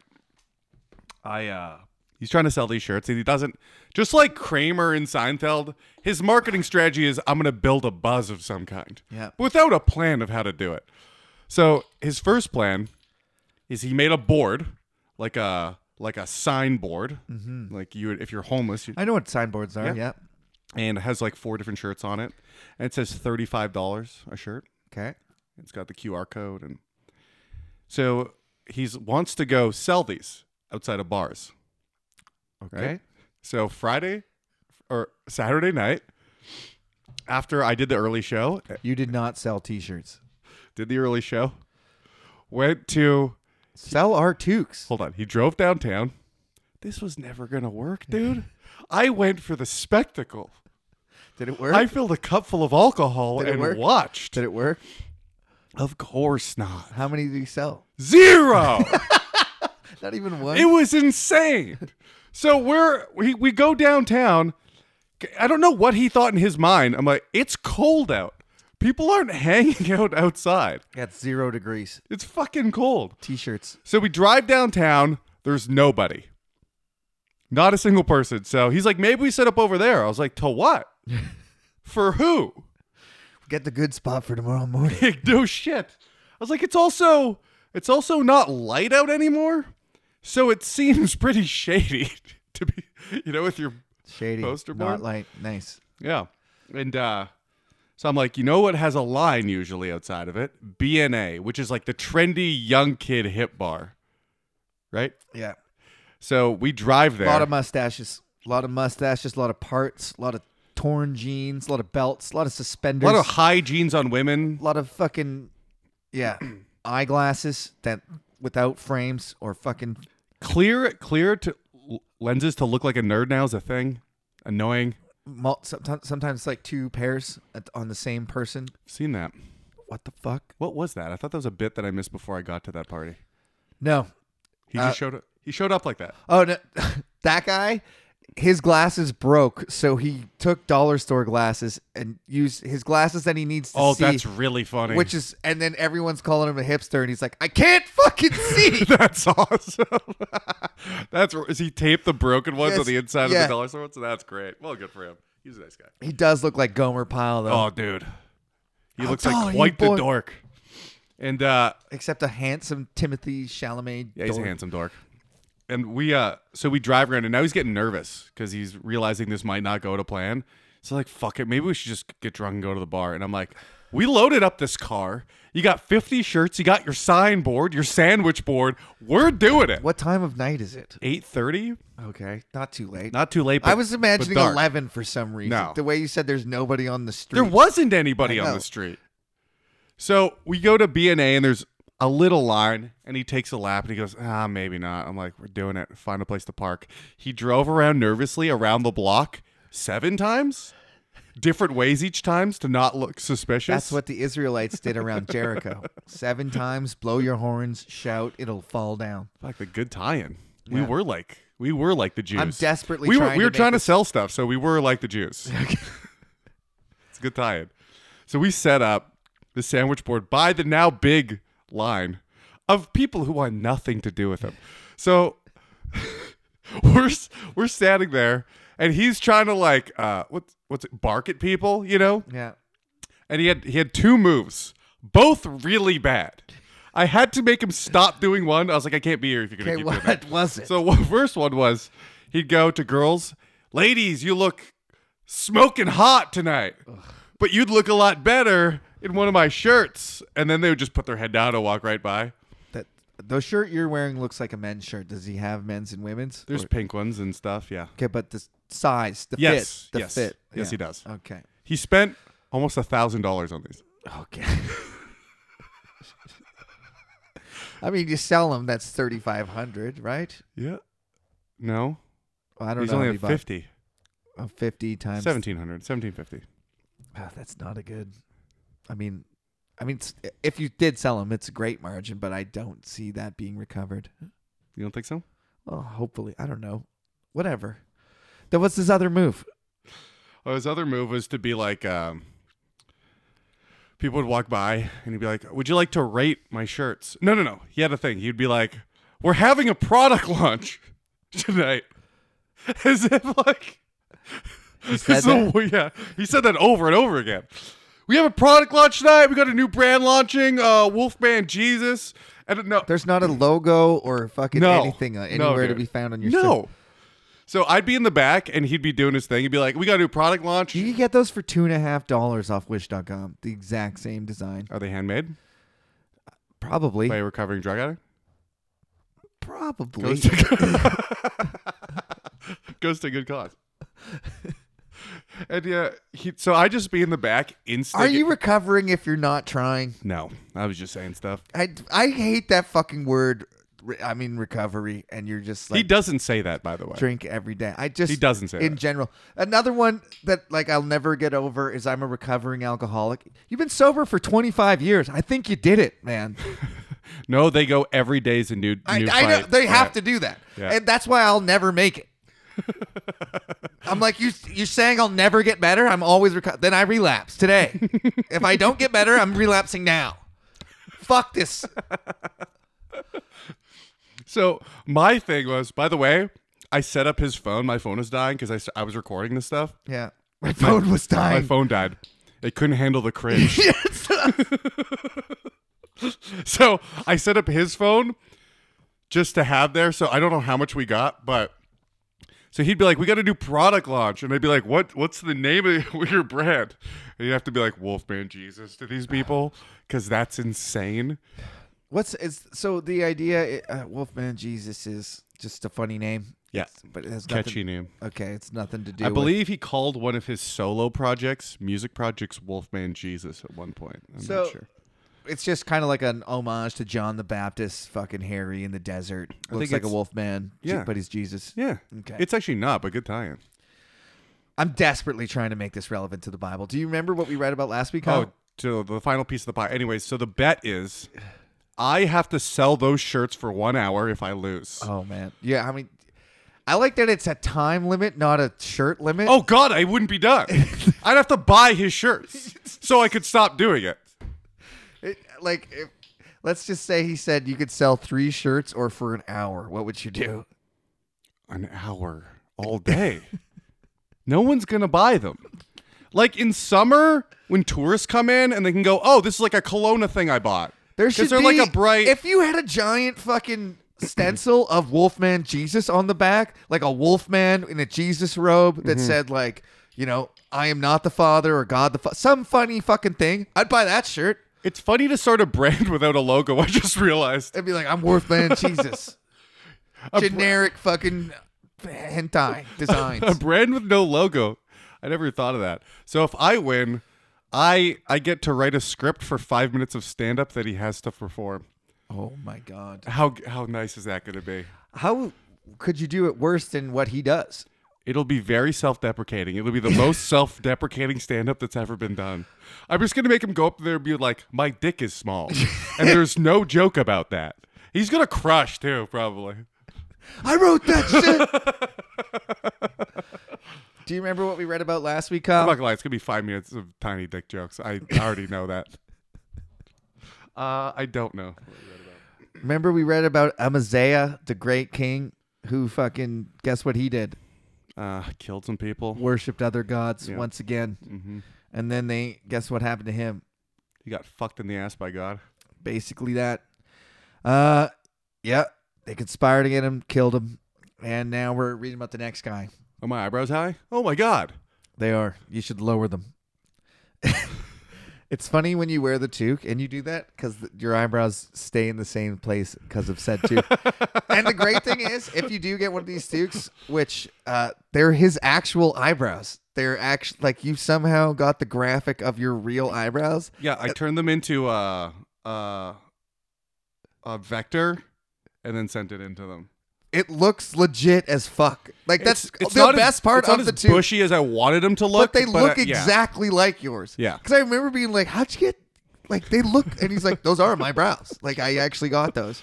[SPEAKER 2] I uh, he's trying to sell these shirts and he doesn't. Just like Kramer and Seinfeld, his marketing strategy is I'm gonna build a buzz of some kind.
[SPEAKER 1] Yeah.
[SPEAKER 2] but without a plan of how to do it. So his first plan is he made a board, like a like a signboard, like you would- if you're homeless, you,
[SPEAKER 1] I know what signboards are.
[SPEAKER 2] Yeah.
[SPEAKER 1] Yeah.
[SPEAKER 2] and it has like four different shirts on it, and it says thirty five dollars a shirt.
[SPEAKER 1] Okay.
[SPEAKER 2] It's got the QR code, and so he's wants to go sell these outside of bars.
[SPEAKER 1] Okay.
[SPEAKER 2] Right? So Friday or Saturday night, after I did the early show,
[SPEAKER 1] You did not sell T-shirts.
[SPEAKER 2] did the early show, went to
[SPEAKER 1] Sell our toques.
[SPEAKER 2] hold on. He drove downtown. This was never gonna work, dude. I went for the spectacle.
[SPEAKER 1] Did it work?
[SPEAKER 2] I filled a cup full of alcohol
[SPEAKER 1] Er Did it
[SPEAKER 2] and
[SPEAKER 1] work?
[SPEAKER 2] watched.
[SPEAKER 1] did it work?
[SPEAKER 2] Of course not.
[SPEAKER 1] How many did you sell? [laughs]
[SPEAKER 2] Zero.
[SPEAKER 1] Not even one.
[SPEAKER 2] It was insane. So we're we, we go downtown. I don't know what he thought in his mind. I'm like, it's cold out. People aren't [laughs] hanging out outside.
[SPEAKER 1] Got zero degrees.
[SPEAKER 2] It's fucking cold.
[SPEAKER 1] T-shirts.
[SPEAKER 2] So we drive downtown. There's nobody. Not a single person. So he's like, maybe we set up over there. I was like, to what? For who?
[SPEAKER 1] Get the good spot for tomorrow morning.
[SPEAKER 2] [laughs] Like, no shit. I was like, it's also it's also not light out anymore. So it seems pretty [laughs] shady to be you know, with your
[SPEAKER 1] Shady.
[SPEAKER 2] Poster board?
[SPEAKER 1] Not light. Nice.
[SPEAKER 2] Yeah. And uh so I'm like, you know what has a line usually outside of it? BNA, which is like the trendy young kid hip bar. Right?
[SPEAKER 1] Yeah.
[SPEAKER 2] So we drive there.
[SPEAKER 1] A lot of mustaches. A lot of mustaches. A lot of parts. A lot of torn jeans. A lot of belts. A lot of
[SPEAKER 2] a
[SPEAKER 1] suspenders.
[SPEAKER 2] lot of high jeans on women.
[SPEAKER 1] a lot of fucking yeah [clears throat] eyeglasses that without frames or fucking
[SPEAKER 2] Clear clear to lenses to look like a nerd now is a thing. Annoying.
[SPEAKER 1] mul- sometimes sometimes like two pairs at- on the same person.
[SPEAKER 2] Seen that.
[SPEAKER 1] What the fuck?
[SPEAKER 2] What was that? I thought that was a bit that I missed before I got to that party.
[SPEAKER 1] No,
[SPEAKER 2] He
[SPEAKER 1] Uh,
[SPEAKER 2] just showed up. He showed up like that.
[SPEAKER 1] Oh no, [laughs] that guy. his glasses broke, so he took dollar store glasses and used his glasses that he needs to
[SPEAKER 2] Oh,
[SPEAKER 1] see.
[SPEAKER 2] that's really funny.
[SPEAKER 1] which is, and then everyone's calling him a hipster, and he's like, "I can't fucking
[SPEAKER 2] [laughs]
[SPEAKER 1] see."
[SPEAKER 2] that's awesome. that's is he taped the broken ones
[SPEAKER 1] Yes,
[SPEAKER 2] on the inside
[SPEAKER 1] yeah.
[SPEAKER 2] of the dollar store ones? That's great. Well, good for him. He's a nice guy.
[SPEAKER 1] he does look like Gomer Pyle, though,
[SPEAKER 2] Oh, dude, he
[SPEAKER 1] How
[SPEAKER 2] looks
[SPEAKER 1] tall are
[SPEAKER 2] like
[SPEAKER 1] you,
[SPEAKER 2] quite the
[SPEAKER 1] boy?
[SPEAKER 2] dork. And uh,
[SPEAKER 1] except a handsome Timothy Chalamet.
[SPEAKER 2] Yeah, he's
[SPEAKER 1] dork.
[SPEAKER 2] a handsome dork. And we uh so we drive around and now he's getting nervous because he's realizing this might not go to plan. So like fuck it, maybe we should just get drunk and go to the bar. And I'm like, we loaded up this car. You got 50 shirts, you got your sign board, your sandwich board. We're doing it.
[SPEAKER 1] What time of night is it?
[SPEAKER 2] 8:30?
[SPEAKER 1] Okay, not too late.
[SPEAKER 2] Not too late. But,
[SPEAKER 1] I was
[SPEAKER 2] but
[SPEAKER 1] imagining
[SPEAKER 2] dark.
[SPEAKER 1] eleven for some reason.
[SPEAKER 2] No.
[SPEAKER 1] The way you said there's nobody on the street.
[SPEAKER 2] There wasn't anybody
[SPEAKER 1] I
[SPEAKER 2] on
[SPEAKER 1] know.
[SPEAKER 2] the street. So we go to B and A, and there's a little line, and he takes a lap, and he goes, "Ah, maybe not." I'm like, "We're doing it. Find a place to park." He drove around nervously around the block seven times, different ways each times to not look suspicious.
[SPEAKER 1] That's what the Israelites did
[SPEAKER 2] [laughs]
[SPEAKER 1] around Jericho. Seven times, blow your horns, shout, it'll fall down.
[SPEAKER 2] like the good tie-in. We
[SPEAKER 1] Yeah.
[SPEAKER 2] were like, we were like the Jews.
[SPEAKER 1] I'm desperately
[SPEAKER 2] we were
[SPEAKER 1] trying
[SPEAKER 2] we were
[SPEAKER 1] to make
[SPEAKER 2] trying to
[SPEAKER 1] this-
[SPEAKER 2] sell stuff, so we were like
[SPEAKER 1] [laughs]
[SPEAKER 2] the Jews. it's a good tie-in. So we set up the sandwich board by the now big line of people who want nothing to do with them. So [laughs] we're s- we're standing there, and he's trying to like uh, what what's it, bark at people, you know?
[SPEAKER 1] Yeah.
[SPEAKER 2] and he had he had two moves, both really bad. I had to make him stop doing one. I was like, I can't be here if you're gonna
[SPEAKER 1] Okay,
[SPEAKER 2] keep doing
[SPEAKER 1] what
[SPEAKER 2] that.
[SPEAKER 1] was it?
[SPEAKER 2] So what [laughs] first one was he'd go to girls, ladies, you look smoking hot tonight, but you'd look a lot better in one of my shirts. And then they would just put their head down and walk right by.
[SPEAKER 1] that the shirt you're wearing looks like a men's shirt. Does he have men's and women's?
[SPEAKER 2] There's
[SPEAKER 1] Or-
[SPEAKER 2] pink ones and stuff. Yeah,
[SPEAKER 1] okay, but the s- size, the
[SPEAKER 2] Yes,
[SPEAKER 1] fit, the
[SPEAKER 2] yes,
[SPEAKER 1] fit.
[SPEAKER 2] yes, he does.
[SPEAKER 1] Okay.
[SPEAKER 2] he spent almost a thousand dollars on these.
[SPEAKER 1] Okay. [laughs] I mean, you sell them. That's thirty five hundred, right?
[SPEAKER 2] Yeah, no,
[SPEAKER 1] Well, I don't
[SPEAKER 2] he's
[SPEAKER 1] know.
[SPEAKER 2] only
[SPEAKER 1] how
[SPEAKER 2] at
[SPEAKER 1] many bucks.
[SPEAKER 2] fifty.
[SPEAKER 1] Oh, 50 times
[SPEAKER 2] 1700 1750
[SPEAKER 1] Ah, that's not a good. I mean, I mean, it's, if you did sell them, it's a great margin, but I don't see that being recovered.
[SPEAKER 2] you don't think so
[SPEAKER 1] Well, hopefully, I don't know. Whatever. Then what's his other move?
[SPEAKER 2] Oh, his other move was to be like, um, people would walk by and he'd be like, "Would you like to rate my shirts?" No, no, no. He had a thing. He'd be like, "We're having a product [laughs] launch tonight," [laughs] as if like, [laughs] he
[SPEAKER 1] said
[SPEAKER 2] yeah, he said that over and over again. We have a product launch tonight. We got a new brand launching, uh, Wolfman Jesus. And no,
[SPEAKER 1] There's not a logo or fucking
[SPEAKER 2] Mm. No.
[SPEAKER 1] anything uh,
[SPEAKER 2] No,
[SPEAKER 1] anywhere to
[SPEAKER 2] dude.
[SPEAKER 1] be found on your.
[SPEAKER 2] no.
[SPEAKER 1] site.
[SPEAKER 2] So I'd be in the back and he'd be doing his thing. He'd be like, "We got a new product launch."
[SPEAKER 1] You can get those for two and a half dollars off Wish.com. The exact same design,
[SPEAKER 2] Are they handmade
[SPEAKER 1] probably.
[SPEAKER 2] by a recovering drug addict?
[SPEAKER 1] Probably.
[SPEAKER 2] [laughs] Goes to, goes to good cause. And yeah, he, so I just be in the back
[SPEAKER 1] Are
[SPEAKER 2] instantly. [laughs]
[SPEAKER 1] you recovering if you're not trying?
[SPEAKER 2] No, I was just saying stuff.
[SPEAKER 1] I I hate that fucking word. re- I mean recovery, and you're just like
[SPEAKER 2] he doesn't say that, by the way.
[SPEAKER 1] drink every day. I just
[SPEAKER 2] He doesn't say
[SPEAKER 1] in
[SPEAKER 2] that.
[SPEAKER 1] general. Another one that like I'll never get over is I'm a recovering alcoholic. You've been sober for 25 years. I think you did it,
[SPEAKER 2] [laughs]
[SPEAKER 1] man.
[SPEAKER 2] No, they go every day's a new. new
[SPEAKER 1] I, I know
[SPEAKER 2] fight.
[SPEAKER 1] they have
[SPEAKER 2] Yeah.
[SPEAKER 1] to do that,
[SPEAKER 2] Yeah.
[SPEAKER 1] and that's why I'll never make
[SPEAKER 2] [laughs]
[SPEAKER 1] it. I'm like you. You're saying I'll never get better. I'm always reco- then I relapse
[SPEAKER 2] [laughs]
[SPEAKER 1] today. if I don't get better, I'm relapsing now. Fuck
[SPEAKER 2] [laughs]
[SPEAKER 1] this.
[SPEAKER 2] So my thing was, by the way, I set up his phone. My phone is dying because I, s- I was recording this stuff.
[SPEAKER 1] Yeah, my phone was dying. [laughs]
[SPEAKER 2] My phone died. It couldn't handle the cringe. [laughs] so I set up his phone just to have there. So I don't know how much we got, but so he'd be like, "We got a new product launch," and I'd be like, "What? What's the name of [laughs] your brand?" And you'd have to be like, "Wolfman Jesus" to these people because that's insane.
[SPEAKER 1] What's is so the idea? Uh, Wolfman Jesus is just a funny name.
[SPEAKER 2] Yeah.
[SPEAKER 1] It's- but it has
[SPEAKER 2] Catchy
[SPEAKER 1] nothing,
[SPEAKER 2] name.
[SPEAKER 1] Okay, it's nothing to do.
[SPEAKER 2] I
[SPEAKER 1] with-
[SPEAKER 2] believe he called one of his solo projects, music projects, Wolfman Jesus at one point. I'm
[SPEAKER 1] So-
[SPEAKER 2] not sure.
[SPEAKER 1] it's just kind of like an homage to John the Baptist, fucking Harry in the desert. Looks
[SPEAKER 2] think
[SPEAKER 1] like a
[SPEAKER 2] it's-
[SPEAKER 1] Wolfman.
[SPEAKER 2] Yeah.
[SPEAKER 1] but he's Jesus.
[SPEAKER 2] Yeah.
[SPEAKER 1] Okay.
[SPEAKER 2] It's actually not, but good tie-in.
[SPEAKER 1] I'm desperately trying to make this relevant to the Bible. Do you remember what we read about last week?
[SPEAKER 2] Oh,
[SPEAKER 1] Kyle?
[SPEAKER 2] to the final piece of the pie. Anyways, so the bet is I have to sell those shirts for one hour if I lose.
[SPEAKER 1] oh man, yeah. Oh, I mean, I like that it's a time limit, not a shirt limit.
[SPEAKER 2] Oh God, I wouldn't
[SPEAKER 1] [laughs]
[SPEAKER 2] be done. I'd have to buy his shirts so I could stop doing it.
[SPEAKER 1] It- like, if, let's just say he said you could sell three shirts or for an hour. What would you do?
[SPEAKER 2] An hour
[SPEAKER 1] [laughs]
[SPEAKER 2] all day. no one's gonna buy them. Like in summer, when tourists come in and they can go, oh, this is like a Kelowna thing I bought.
[SPEAKER 1] There
[SPEAKER 2] 'Cause
[SPEAKER 1] should
[SPEAKER 2] they're
[SPEAKER 1] be
[SPEAKER 2] like a bright.
[SPEAKER 1] If you had a giant fucking stencil of Wolfman Jesus on the back, like a Wolfman in a Jesus robe that said like, you know, I am not the Father or God the Fa-, some funny fucking thing, I'd buy that shirt.
[SPEAKER 2] it's funny to start a [laughs] brand without a logo. I just realized.
[SPEAKER 1] It'd be like I'm [laughs] Wolfman Jesus, generic fucking [laughs] hentai designs.
[SPEAKER 2] A [laughs] brand with no logo. I never thought of that. So if I win, I I get to write a script for five minutes of stand up that he has to perform.
[SPEAKER 1] oh my god,
[SPEAKER 2] How how nice is that gonna be?
[SPEAKER 1] how could you do it worse than what he does?
[SPEAKER 2] It'll be very self-deprecating. It'll be the most self-deprecating stand-up that's ever been done. I'm just gonna make him go up there and be like, "My dick is small," and there's no joke about that. He's gonna crush too, probably.
[SPEAKER 1] I wrote that shit. [laughs] Do you remember what we read about last week, Kyle?
[SPEAKER 2] I'm not gonna lie, it's gonna be five minutes of tiny dick jokes. I already know that. Uh, I don't know.
[SPEAKER 1] Remember we read about Amaziah, the great king, who fucking guess what he did?
[SPEAKER 2] Uh, killed some people.
[SPEAKER 1] Worshipped other gods
[SPEAKER 2] Yeah.
[SPEAKER 1] once again.
[SPEAKER 2] Mm-hmm.
[SPEAKER 1] And then they guess what happened to him?
[SPEAKER 2] He got fucked in the ass by God.
[SPEAKER 1] Basically that. Uh yeah. They conspired to get him, killed him, and now we're reading about the next guy.
[SPEAKER 2] Are my eyebrows high? Oh my God!
[SPEAKER 1] They are. You should lower them. it's funny when you wear the toque and you do that because your eyebrows stay in the same place because of said toque.
[SPEAKER 2] [laughs]
[SPEAKER 1] and the great thing is, if you do get one of these toques, which uh, they're his actual eyebrows, they're actually like you somehow got the graphic of your real eyebrows.
[SPEAKER 2] Yeah, I turned them into a uh, a vector, and then sent it into them.
[SPEAKER 1] It looks legit as fuck. Like that's
[SPEAKER 2] It's- it's
[SPEAKER 1] the
[SPEAKER 2] not as-
[SPEAKER 1] best part
[SPEAKER 2] it's not
[SPEAKER 1] of the
[SPEAKER 2] as
[SPEAKER 1] toque.
[SPEAKER 2] bushy as I wanted them to look.
[SPEAKER 1] but they look
[SPEAKER 2] I- yeah.
[SPEAKER 1] exactly like yours.
[SPEAKER 2] Yeah.
[SPEAKER 1] Because I remember being like, "How'd you get?" Like they look, and he's like, "Those are my brows. Like I actually got those."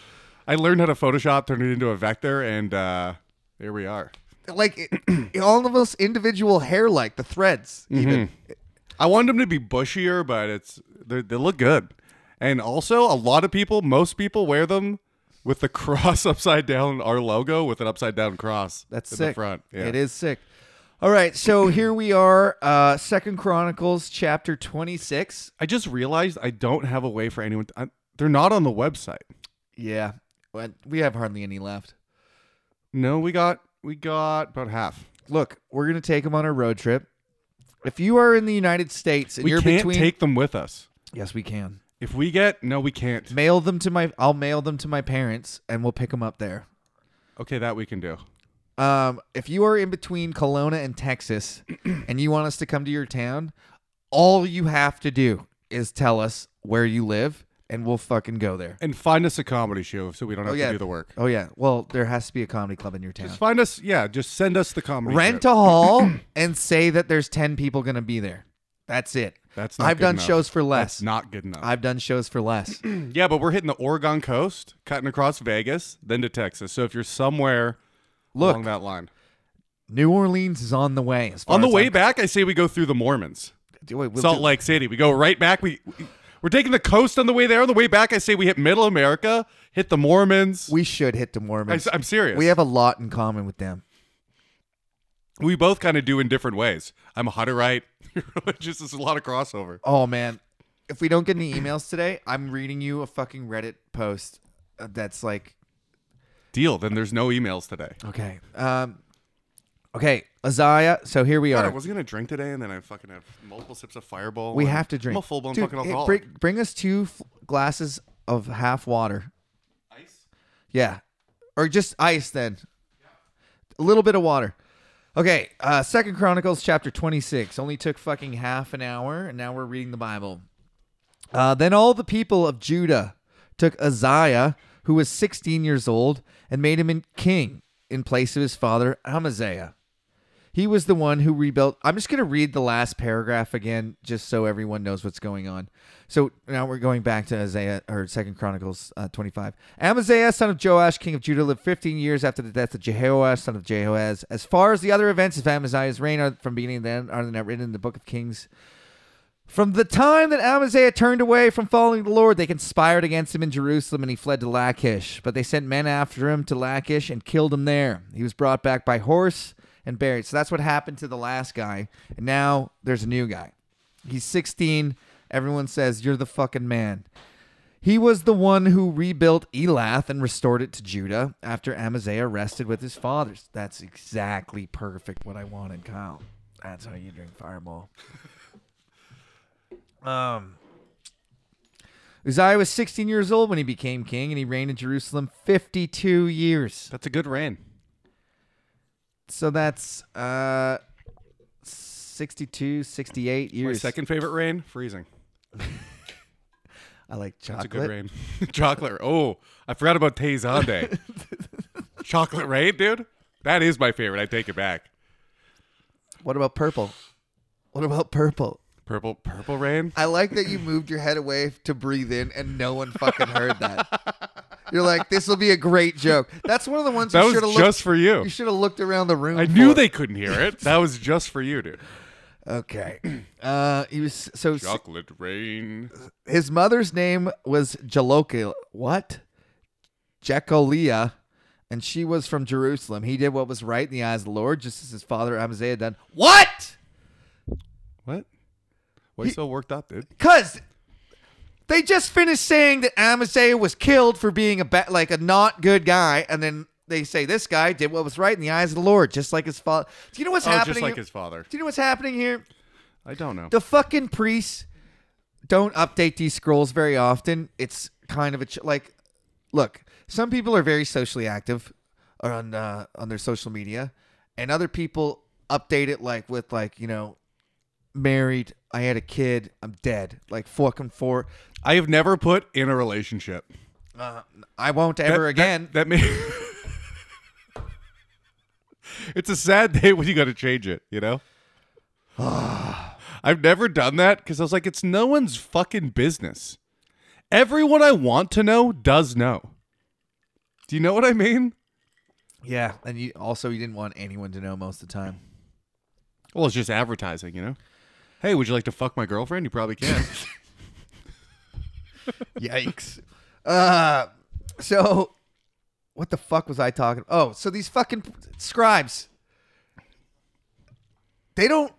[SPEAKER 2] I learned how to Photoshop, turn it into a vector, and uh, here we are.
[SPEAKER 1] Like
[SPEAKER 2] [clears throat]
[SPEAKER 1] it, it- all of those individual hair, like the threads.
[SPEAKER 2] Mm-hmm.
[SPEAKER 1] Even
[SPEAKER 2] I wanted them to be bushier, but it's they, they look good. And also, a lot of people, most people, wear them with the [laughs] cross upside down. Our logo with an upside down cross.
[SPEAKER 1] that's
[SPEAKER 2] in
[SPEAKER 1] sick.
[SPEAKER 2] the front. Yeah.
[SPEAKER 1] It is sick. All right,
[SPEAKER 2] [clears throat]
[SPEAKER 1] so here we are, uh Second Chronicles chapter twenty six.
[SPEAKER 2] I just realized I don't have a way for anyone. To, I, they're not on the website.
[SPEAKER 1] Yeah, Well, we have hardly any left.
[SPEAKER 2] No, we got we got about half.
[SPEAKER 1] Look, we're gonna take them on a road trip. If you are in the United States and
[SPEAKER 2] We
[SPEAKER 1] you're
[SPEAKER 2] can't
[SPEAKER 1] between,
[SPEAKER 2] take them with us.
[SPEAKER 1] yes, we can.
[SPEAKER 2] If we get no, we can't.
[SPEAKER 1] Mail them to my. I'll mail them to my parents, and we'll pick them up there.
[SPEAKER 2] Okay, that we can do.
[SPEAKER 1] Um, if you are in between Kelowna and Texas [clears throat] and you want us to come to your town, all you have to do is tell us where you live and we'll fucking go there.
[SPEAKER 2] And find us a comedy show so we don't have
[SPEAKER 1] yeah.
[SPEAKER 2] to do the work.
[SPEAKER 1] Oh yeah. Well, there has to be a comedy club in your town.
[SPEAKER 2] Just find us. Yeah, just send us the comedy.
[SPEAKER 1] Rent
[SPEAKER 2] show.
[SPEAKER 1] a
[SPEAKER 2] [clears throat]
[SPEAKER 1] hall and say that there's 10 people going to be there. That's it.
[SPEAKER 2] That's not
[SPEAKER 1] I've
[SPEAKER 2] good
[SPEAKER 1] done
[SPEAKER 2] enough.
[SPEAKER 1] shows for
[SPEAKER 2] That's
[SPEAKER 1] less.
[SPEAKER 2] not good enough.
[SPEAKER 1] I've done shows for
[SPEAKER 2] [clears throat]
[SPEAKER 1] less.
[SPEAKER 2] yeah, but we're hitting the Oregon coast, cutting across Vegas, then to Texas. So if you're somewhere
[SPEAKER 1] Look.
[SPEAKER 2] along that line,
[SPEAKER 1] New Orleans is on the way. As far
[SPEAKER 2] on the
[SPEAKER 1] as
[SPEAKER 2] way
[SPEAKER 1] I'm-
[SPEAKER 2] back, I say we go through the Mormons,
[SPEAKER 1] Wait, we'll
[SPEAKER 2] Salt
[SPEAKER 1] do-
[SPEAKER 2] Lake City. We go right back. We we're taking the coast on the way there. On the way back, I say we hit Middle America, hit the Mormons.
[SPEAKER 1] we should hit the
[SPEAKER 2] I,
[SPEAKER 1] Mormons.
[SPEAKER 2] am serious.
[SPEAKER 1] we have a lot in common with them.
[SPEAKER 2] we both kind of do in different ways. I'm a Hutterite. [laughs] You're religious. There's a lot of crossover.
[SPEAKER 1] Oh man, if we don't get any emails today, I'm reading you a fucking Reddit post uh, that's like,
[SPEAKER 2] Deal. Then there's no emails today.
[SPEAKER 1] okay, um, okay, Isaiah. So here we
[SPEAKER 2] God, I
[SPEAKER 1] are.
[SPEAKER 2] wasn't gonna drink today, and then I fucking have multiple sips of Fireball.
[SPEAKER 1] We
[SPEAKER 2] and
[SPEAKER 1] have to drink.
[SPEAKER 2] I'm a full blown
[SPEAKER 1] Dude,
[SPEAKER 2] fucking
[SPEAKER 1] hey,
[SPEAKER 2] alcoholic.
[SPEAKER 1] Bring, bring us two f- glasses of half water.
[SPEAKER 2] Ice?
[SPEAKER 1] Yeah, or just ice then. A little bit of water. Okay, uh, Second Chronicles chapter twenty six only took fucking half an hour, and now we're reading the Bible. Uh, then all the people of Judah took Uzziah, who was 16 years old, and made him in king in place of his father Amaziah. He was the one who rebuilt. I'm just going to read the last paragraph again, just so everyone knows what's going on. So now we're going back to Isaiah or Second Chronicles uh, 25. Amaziah, son of Joash, king of Judah, lived 15 years after the death of Jehoash, son of Jehoaz. As far as the other events of Amaziah's reign are from beginning to end, are they not written in the book of Kings? From the time that Amaziah turned away from following the Lord, they conspired against him in Jerusalem, and he fled to Lachish. But they sent men after him to Lachish and killed him there. He was brought back by horse and buried. So that's what happened to the last guy. And now there's a new guy. He's 16. Everyone says, You're the fucking man. He was the one who rebuilt Elath and restored it to Judah after Amaziah rested with his fathers. That's exactly perfect what I wanted, Kyle. That's how you drink fireball. [laughs] Um, Uzziah was 16 years old when he became king, and he reigned in Jerusalem 52 years.
[SPEAKER 2] That's a good reign.
[SPEAKER 1] So that's uh, 62, 68
[SPEAKER 2] My
[SPEAKER 1] years.
[SPEAKER 2] second favorite reign, freezing.
[SPEAKER 1] I like
[SPEAKER 2] That's
[SPEAKER 1] chocolate.
[SPEAKER 2] a good reign. [laughs] Chocolate. Oh, I forgot
[SPEAKER 1] [laughs]
[SPEAKER 2] about Tezande. Chocolate rain, dude. That is my favorite. I take it back.
[SPEAKER 1] What about purple? What about purple?
[SPEAKER 2] Purple, purple rain.
[SPEAKER 1] I like that you moved your head away to breathe in, and no one fucking heard that. You're like, this will be a great joke. That's one of the ones
[SPEAKER 2] That
[SPEAKER 1] you should
[SPEAKER 2] was
[SPEAKER 1] have
[SPEAKER 2] just
[SPEAKER 1] looked.
[SPEAKER 2] for you.
[SPEAKER 1] you should have looked around the room.
[SPEAKER 2] I knew
[SPEAKER 1] for.
[SPEAKER 2] they couldn't hear it. That was just for
[SPEAKER 1] [laughs]
[SPEAKER 2] you, dude.
[SPEAKER 1] Okay. Uh, he was so
[SPEAKER 2] Chocolate rain.
[SPEAKER 1] His mother's name was Jalokia. What? Jekolia. And she was from Jerusalem. He did what was right in the eyes of the Lord, just as his father Amaziah had done. What?
[SPEAKER 2] What? Why you so worked up, dude?
[SPEAKER 1] Because they just finished saying that Amaziah was killed for being a ba- like a not good guy, and then they say this guy did what was right in the eyes of the Lord, just like his father. Do you know what's
[SPEAKER 2] Oh,
[SPEAKER 1] happening?
[SPEAKER 2] just like
[SPEAKER 1] here?
[SPEAKER 2] his father.
[SPEAKER 1] Do you know what's happening here?
[SPEAKER 2] I don't know.
[SPEAKER 1] the fucking priests don't update these scrolls very often. It's kind of a ch- like, look, some people are very socially active on uh, on their social media, and other people update it like with like you know, married. I had a kid. I'm dead. Like fucking four.
[SPEAKER 2] I have never put in a relationship.
[SPEAKER 1] Uh, I won't ever
[SPEAKER 2] That-
[SPEAKER 1] again.
[SPEAKER 2] That, that may- [laughs] it's a sad day when you got to change it, you
[SPEAKER 1] [sighs]
[SPEAKER 2] know? I've never done that because I was like, it's no one's fucking business. Everyone I want to know does know. Do you know what I mean?
[SPEAKER 1] yeah, and you also you didn't want anyone to know most of the time.
[SPEAKER 2] Well, it's just advertising, you know? Hey, would you like to fuck my girlfriend? You
[SPEAKER 1] [laughs]
[SPEAKER 2] probably can.
[SPEAKER 1] Yikes. Uh, so, what the fuck was I talking? Oh, so these fucking scribes, they don't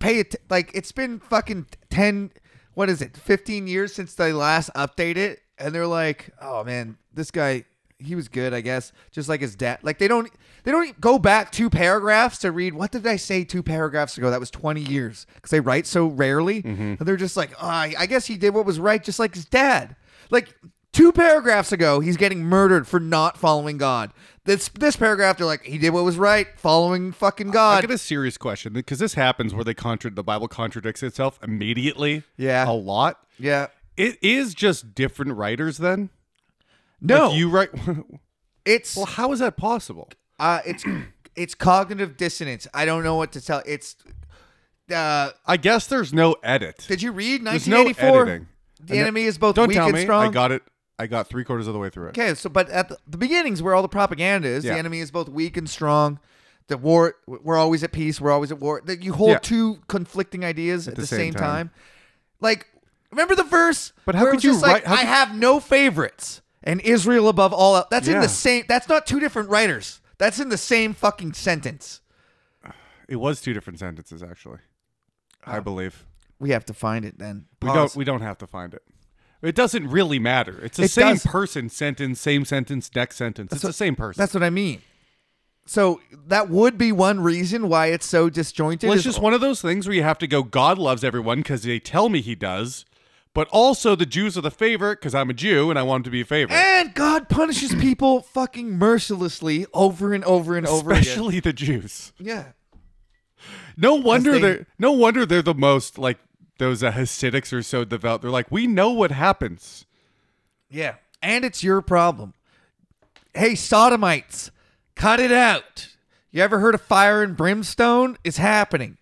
[SPEAKER 1] pay it. Like it's been fucking ten. What is it? Fifteen years since they last updated, it, and they're like, "Oh man, this guy, he was good, I guess." Just like his dad. Like they don't, they don't go back two paragraphs to read. What did I say two paragraphs ago? That was twenty years because they write so rarely,
[SPEAKER 2] Mm-hmm.
[SPEAKER 1] and they're just like, "Ah, I guess he did what was right, just like his dad." Like two paragraphs ago, he's getting murdered for not following God. This this paragraph, they're like, he did what was right, following fucking
[SPEAKER 2] I
[SPEAKER 1] God.
[SPEAKER 2] got a serious question because this happens where they contra- the Bible contradicts itself immediately.
[SPEAKER 1] Yeah.
[SPEAKER 2] A lot.
[SPEAKER 1] yeah.
[SPEAKER 2] It is just different writers then.
[SPEAKER 1] No,
[SPEAKER 2] Like you write. [laughs]
[SPEAKER 1] it's
[SPEAKER 2] well, how is that possible?
[SPEAKER 1] uh, it's [clears throat] it's cognitive dissonance. I don't know what to tell. It's uh,
[SPEAKER 2] I guess there's no edit.
[SPEAKER 1] did you read
[SPEAKER 2] There's no
[SPEAKER 1] 1984?
[SPEAKER 2] editing.
[SPEAKER 1] the
[SPEAKER 2] I know-
[SPEAKER 1] enemy is both
[SPEAKER 2] Don't
[SPEAKER 1] weak
[SPEAKER 2] tell
[SPEAKER 1] and
[SPEAKER 2] me.
[SPEAKER 1] strong.
[SPEAKER 2] I got it. I got three quarters of the way through it.
[SPEAKER 1] okay, so but at the, the beginnings where all the propaganda is,
[SPEAKER 2] Yeah.
[SPEAKER 1] the enemy is both weak and strong. The war, we're always at peace. We're always at war. That you hold
[SPEAKER 2] Yeah.
[SPEAKER 1] two conflicting ideas at,
[SPEAKER 2] the
[SPEAKER 1] the,
[SPEAKER 2] same
[SPEAKER 1] same,
[SPEAKER 2] time.
[SPEAKER 1] time. Like, remember the verse?
[SPEAKER 2] But how
[SPEAKER 1] where it
[SPEAKER 2] could
[SPEAKER 1] was
[SPEAKER 2] you
[SPEAKER 1] just
[SPEAKER 2] write-
[SPEAKER 1] Like,
[SPEAKER 2] how
[SPEAKER 1] I
[SPEAKER 2] could-
[SPEAKER 1] have no favorites, and Israel above all. el-" That's in
[SPEAKER 2] Yeah.
[SPEAKER 1] the same. That's not two different writers. That's in the same fucking sentence.
[SPEAKER 2] It was two different sentences actually. I believe
[SPEAKER 1] We have to find it then.
[SPEAKER 2] we
[SPEAKER 1] Pause.
[SPEAKER 2] don't. We don't have to find it. It doesn't really matter. It's the
[SPEAKER 1] It
[SPEAKER 2] same
[SPEAKER 1] does.
[SPEAKER 2] person, sentence, same sentence, next sentence. it's the same person.
[SPEAKER 1] That's what I mean. So that would be one reason why it's so disjointed.
[SPEAKER 2] Well,
[SPEAKER 1] is-
[SPEAKER 2] it's just one of those things where you have to go. God loves everyone because they tell me He does, but also the Jews are the favorite because I'm a Jew and I want them to be a favorite.
[SPEAKER 1] and God punishes people fucking mercilessly over and over and over again.
[SPEAKER 2] Especially the Jews.
[SPEAKER 1] Yeah.
[SPEAKER 2] No wonder
[SPEAKER 1] they-
[SPEAKER 2] they, are no wonder they're the most like those uh, Hasidics are so devout. They're like, we know what happens.
[SPEAKER 1] Yeah. And it's your problem. Hey, sodomites, cut it out. You ever heard of fire and brimstone? It's happening.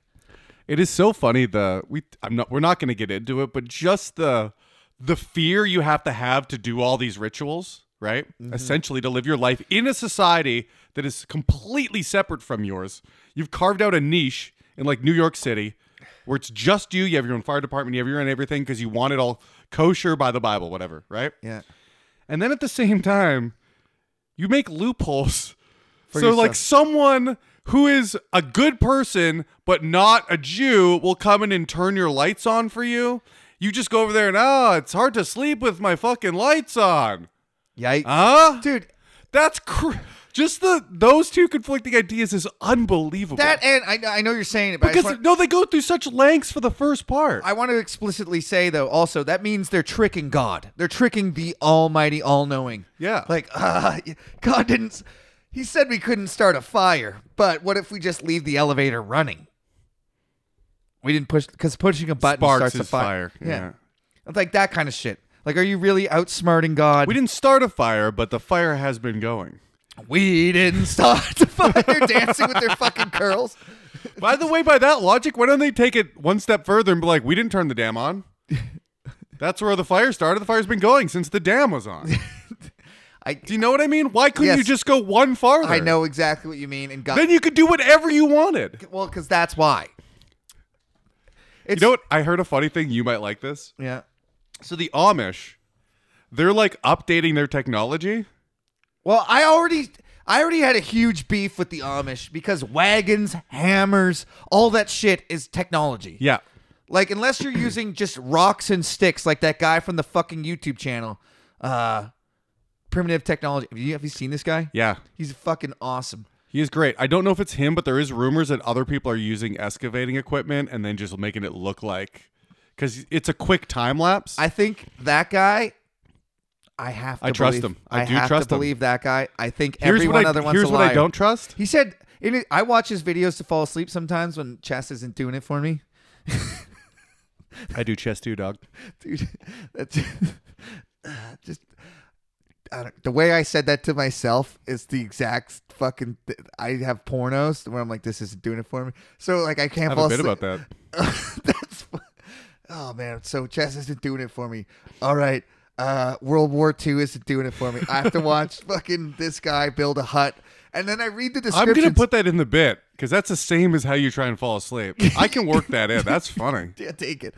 [SPEAKER 2] It is so funny the we I'm not we're not going to get into it, but just the the fear you have to have to do all these rituals, right? Essentially to live your life in a society that is completely separate from yours. You've carved out a niche in like New York City where it's just you, you have your own fire department, you have your own everything because you want it all kosher by the Bible, whatever, right?
[SPEAKER 1] Yeah.
[SPEAKER 2] And then at the same time, you make loopholes. so
[SPEAKER 1] yourself.
[SPEAKER 2] like someone who is a good person but not a Jew will come in and turn your lights on for you. You just go over there and ah, it's hard to sleep with my fucking lights on.
[SPEAKER 1] Yikes.
[SPEAKER 2] Huh?
[SPEAKER 1] Dude,
[SPEAKER 2] That's cr- just the those two conflicting ideas is unbelievable.
[SPEAKER 1] that and I, I know you're saying it, but
[SPEAKER 2] because
[SPEAKER 1] I, just want,
[SPEAKER 2] no, they go through such lengths for the first part.
[SPEAKER 1] I want to explicitly say though, also that means they're tricking God. They're tricking the Almighty, All-Knowing.
[SPEAKER 2] Yeah.
[SPEAKER 1] Like, [laughs] uh, God didn't. s- He said we couldn't start a fire, but what if we just leave the elevator running? We didn't push because pushing a button
[SPEAKER 2] Sparks
[SPEAKER 1] starts a
[SPEAKER 2] his
[SPEAKER 1] fire.
[SPEAKER 2] fire, yeah.
[SPEAKER 1] It's like that kind of shit. Like, are you really outsmarting God?
[SPEAKER 2] we didn't start a fire, but the fire has been going.
[SPEAKER 1] We didn't start the fire [laughs] dancing with their fucking curls.
[SPEAKER 2] By the way, by that logic, why don't they take it one step further and be like, we didn't turn the
[SPEAKER 1] [laughs]
[SPEAKER 2] dam on? That's where the fire started. The fire's been going since the dam was on.
[SPEAKER 1] [laughs] I
[SPEAKER 2] Do you know what I mean? Why couldn't you
[SPEAKER 1] Yes.
[SPEAKER 2] just go one farther?
[SPEAKER 1] I know exactly what you mean. And God,
[SPEAKER 2] Then you could do whatever you wanted.
[SPEAKER 1] [laughs] well, because that's why.
[SPEAKER 2] You
[SPEAKER 1] It's,
[SPEAKER 2] know what? I heard a funny thing. You might like this.
[SPEAKER 1] yeah.
[SPEAKER 2] So the Amish, they're like updating their technology.
[SPEAKER 1] Well, I already I already had a huge beef with the Amish because wagons, hammers, all that shit is technology.
[SPEAKER 2] Yeah.
[SPEAKER 1] Like unless
[SPEAKER 2] [clears throat]
[SPEAKER 1] you're using just rocks and sticks like that guy from the fucking YouTube channel, uh primitive technology. Have you have you seen this guy?
[SPEAKER 2] Yeah.
[SPEAKER 1] He's fucking awesome.
[SPEAKER 2] He is great. I don't know if it's him, but there is rumors that other people are using excavating equipment and then just making it look like because it's a quick time lapse.
[SPEAKER 1] I think that guy I have to
[SPEAKER 2] I trust
[SPEAKER 1] believe-
[SPEAKER 2] him. I do
[SPEAKER 1] have
[SPEAKER 2] trust
[SPEAKER 1] to
[SPEAKER 2] him.
[SPEAKER 1] believe that guy. I think
[SPEAKER 2] here's
[SPEAKER 1] everyone
[SPEAKER 2] what I,
[SPEAKER 1] other one's
[SPEAKER 2] here's
[SPEAKER 1] a
[SPEAKER 2] what I
[SPEAKER 1] liar.
[SPEAKER 2] don't trust.
[SPEAKER 1] He said, in it, I watch his videos to fall asleep sometimes when Chess isn't doing it for me.
[SPEAKER 2] I do chess too, dog.
[SPEAKER 1] dude. [laughs] That's just I don't, the way I said that to myself is the exact fucking. Th- I have pornos where I'm like, this isn't doing it for me. So like, I can't
[SPEAKER 2] I have
[SPEAKER 1] fall
[SPEAKER 2] a bit
[SPEAKER 1] asleep.
[SPEAKER 2] about that.
[SPEAKER 1] [laughs] That's. fu- Oh man, so chess isn't doing it for me. All right. Uh, World War II isn't doing it for me. I
[SPEAKER 2] [laughs]
[SPEAKER 1] have to watch fucking this guy build a hut, and then I read the
[SPEAKER 2] I'm
[SPEAKER 1] description.
[SPEAKER 2] gonna put that in the bit because that's the same as how you try and fall asleep. I can work that in. That's funny.
[SPEAKER 1] [laughs] Yeah, take it.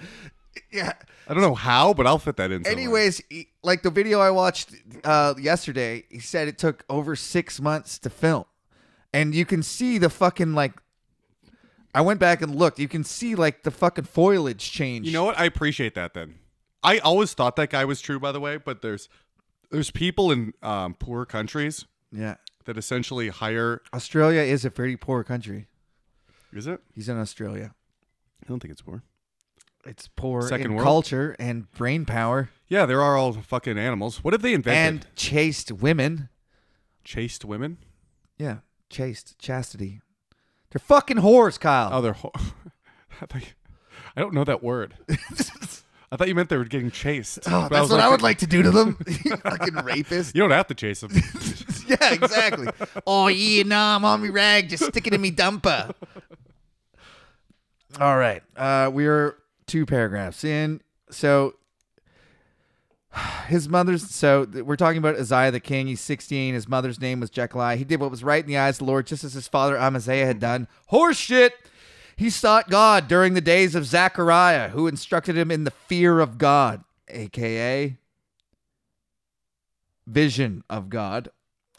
[SPEAKER 1] Yeah.
[SPEAKER 2] I don't know how, but I'll fit that in. somewhere.
[SPEAKER 1] Anyways, he- like the video I watched uh, yesterday, he said it took over six months to film, and you can see the fucking like. I went back and looked. You can see like the fucking foliage change.
[SPEAKER 2] you know what? I appreciate that. Then I always thought that guy was true, by the way. But there's there's people in um, poor countries
[SPEAKER 1] Yeah,
[SPEAKER 2] that essentially hire.
[SPEAKER 1] Australia is a pretty poor country.
[SPEAKER 2] Is it?
[SPEAKER 1] He's in Australia.
[SPEAKER 2] I don't think it's poor.
[SPEAKER 1] It's poor
[SPEAKER 2] Second
[SPEAKER 1] in
[SPEAKER 2] world?
[SPEAKER 1] culture and brain power
[SPEAKER 2] Yeah, there are all fucking animals. What if they invented
[SPEAKER 1] and chaste women.
[SPEAKER 2] chased women?
[SPEAKER 1] Yeah, chaste chastity. They're fucking whores,
[SPEAKER 2] Oh,
[SPEAKER 1] Kyle.
[SPEAKER 2] they're. Ho- [laughs] I, thought you- I don't know
[SPEAKER 1] [laughs]
[SPEAKER 2] that word. I thought you meant they were getting chased.
[SPEAKER 1] Oh,
[SPEAKER 2] But I
[SPEAKER 1] that's
[SPEAKER 2] was
[SPEAKER 1] what I
[SPEAKER 2] like,
[SPEAKER 1] would like to do to them. [laughs] You fucking rapist.
[SPEAKER 2] [laughs] You don't have to
[SPEAKER 1] [laughs]
[SPEAKER 2] chase them.
[SPEAKER 1] yeah, exactly. oh yeah, nah, I'm on me rag, just stick it in me dumper. All right, uh, we are two paragraphs in. So [sighs] his mother's. So th- we're talking about Isaiah the king. He's 16. His mother's name was Jechaliah. He did what was right in the eyes of the Lord, just as his father Amaziah had done. Horseshit. He sought God during the days of Zechariah, who instructed him in the fear of God, aka vision of God.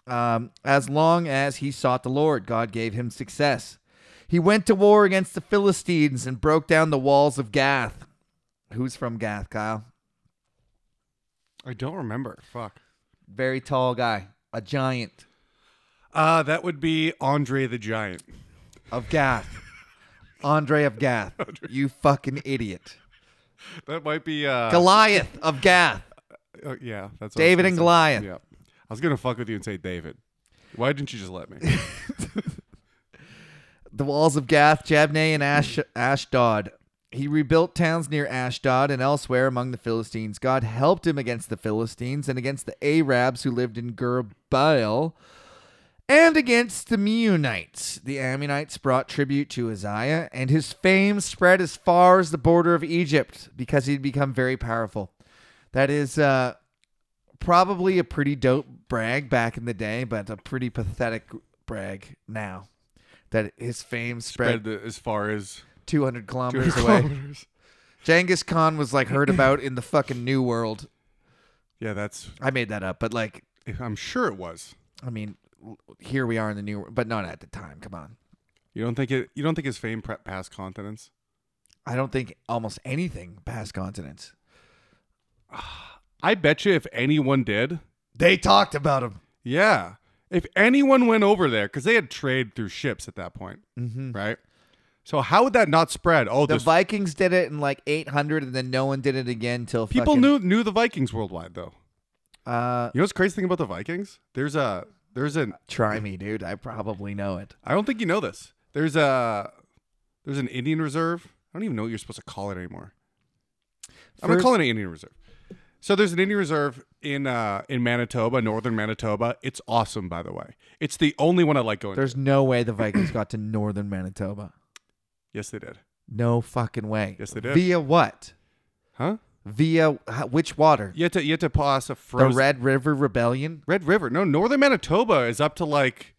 [SPEAKER 1] Um, as long as he sought the Lord, God gave him success. He went to war against the Philistines and broke down the walls of Gath. Who's from Gath, Kyle?
[SPEAKER 2] I don't remember. Fuck.
[SPEAKER 1] Very tall guy, a giant
[SPEAKER 2] Uh, that would be Andre the Giant.
[SPEAKER 1] of Gath. Andre of Gath. You fucking idiot.
[SPEAKER 2] That might be uh,
[SPEAKER 1] Goliath of Gath.
[SPEAKER 2] uh, yeah, that's what I was
[SPEAKER 1] David
[SPEAKER 2] gonna
[SPEAKER 1] and
[SPEAKER 2] say.
[SPEAKER 1] Goliath.
[SPEAKER 2] Yeah. I was going to fuck with you and say David. Why didn't you
[SPEAKER 1] [laughs]
[SPEAKER 2] just let me?
[SPEAKER 1] the walls of Gath, Jabneh, and Ash- Ashdod. He rebuilt towns near Ashdod and elsewhere among the Philistines. God helped him against the Philistines and against the Arabs who lived in Gerbaal And against the Meunites, the Ammonites brought tribute to Uzziah, and his fame spread as far as the border of Egypt because he'd become very powerful. That is uh, probably a pretty dope brag back in the day, but a pretty pathetic brag now. That his fame spread,
[SPEAKER 2] Spread the, as far as
[SPEAKER 1] 200 kilometers
[SPEAKER 2] 200
[SPEAKER 1] away.
[SPEAKER 2] kilometers.
[SPEAKER 1] Genghis Khan was like
[SPEAKER 2] [laughs]
[SPEAKER 1] heard about in the fucking New World.
[SPEAKER 2] Yeah, that's.
[SPEAKER 1] I made that up, but like,
[SPEAKER 2] I'm sure it was.
[SPEAKER 1] I mean, here we are in the New World, but not at the time. Come on.
[SPEAKER 2] You don't think it? You don't think his fame pre- past continents?
[SPEAKER 1] I don't think almost anything past continents.
[SPEAKER 2] I bet you, if anyone did,
[SPEAKER 1] They talked about him.
[SPEAKER 2] yeah, if anyone went over there, because they had trade through ships at that point,
[SPEAKER 1] Mhm.
[SPEAKER 2] right? So how would that not spread? Oh,
[SPEAKER 1] The
[SPEAKER 2] this,
[SPEAKER 1] Vikings did it in like 800, and then no one did it again till
[SPEAKER 2] people
[SPEAKER 1] fucking-
[SPEAKER 2] knew knew the Vikings worldwide, though.
[SPEAKER 1] Uh,
[SPEAKER 2] You know what's crazy thing about the Vikings? There's a there's an
[SPEAKER 1] try me, dude. I probably know it.
[SPEAKER 2] I don't think you know this. There's a there's an Indian reserve. I don't even know what you're supposed to call it anymore. i I'm gonna
[SPEAKER 1] First-
[SPEAKER 2] call it an Indian reserve. So there's an Indian reserve in uh, in Manitoba, northern Manitoba. It's awesome, by the way. It's the only one I like going. to.
[SPEAKER 1] There's no way the Vikings got to northern Manitoba.
[SPEAKER 2] yes, they did.
[SPEAKER 1] No fucking way.
[SPEAKER 2] Yes, they did.
[SPEAKER 1] Via what?
[SPEAKER 2] Huh?
[SPEAKER 1] Via h- which water?
[SPEAKER 2] You had to you had to pass a
[SPEAKER 1] The
[SPEAKER 2] frozen
[SPEAKER 1] Red River Rebellion?
[SPEAKER 2] Red River. No, northern Manitoba is up to like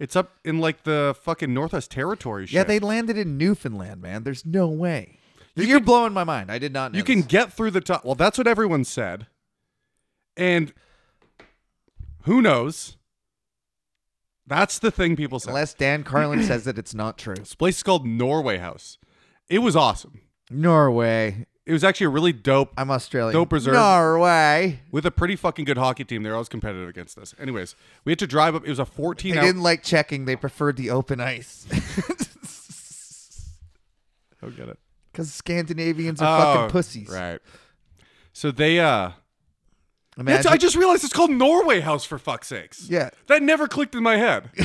[SPEAKER 2] it's up in like the fucking Northwest Territory. Shit.
[SPEAKER 1] Yeah, they landed in Newfoundland, man. There's no way. You are blowing my mind. I did not know.
[SPEAKER 2] You can
[SPEAKER 1] this.
[SPEAKER 2] get through the top. Well, that's what everyone said. And who knows? That's the thing people said.
[SPEAKER 1] Unless Dan
[SPEAKER 2] [clears throat]
[SPEAKER 1] Carlin says that it's not true.
[SPEAKER 2] This place is called Norway House. It was awesome.
[SPEAKER 1] Norway.
[SPEAKER 2] It was actually a really dope
[SPEAKER 1] I'm Australian.
[SPEAKER 2] Dope reserve.
[SPEAKER 1] Norway.
[SPEAKER 2] with a pretty fucking good hockey team. They're always competitive against us. Anyways, we had to drive up. It was a 14
[SPEAKER 1] They
[SPEAKER 2] hour.
[SPEAKER 1] didn't like checking. They preferred the open ice. [laughs]
[SPEAKER 2] Oh, get it.
[SPEAKER 1] Because Scandinavians are
[SPEAKER 2] Oh,
[SPEAKER 1] fucking pussies.
[SPEAKER 2] Right. So they uh
[SPEAKER 1] Imagine-
[SPEAKER 2] that's, I just realized it's called Norway House for fuck's sakes.
[SPEAKER 1] yeah.
[SPEAKER 2] That never clicked in my head.
[SPEAKER 1] [laughs]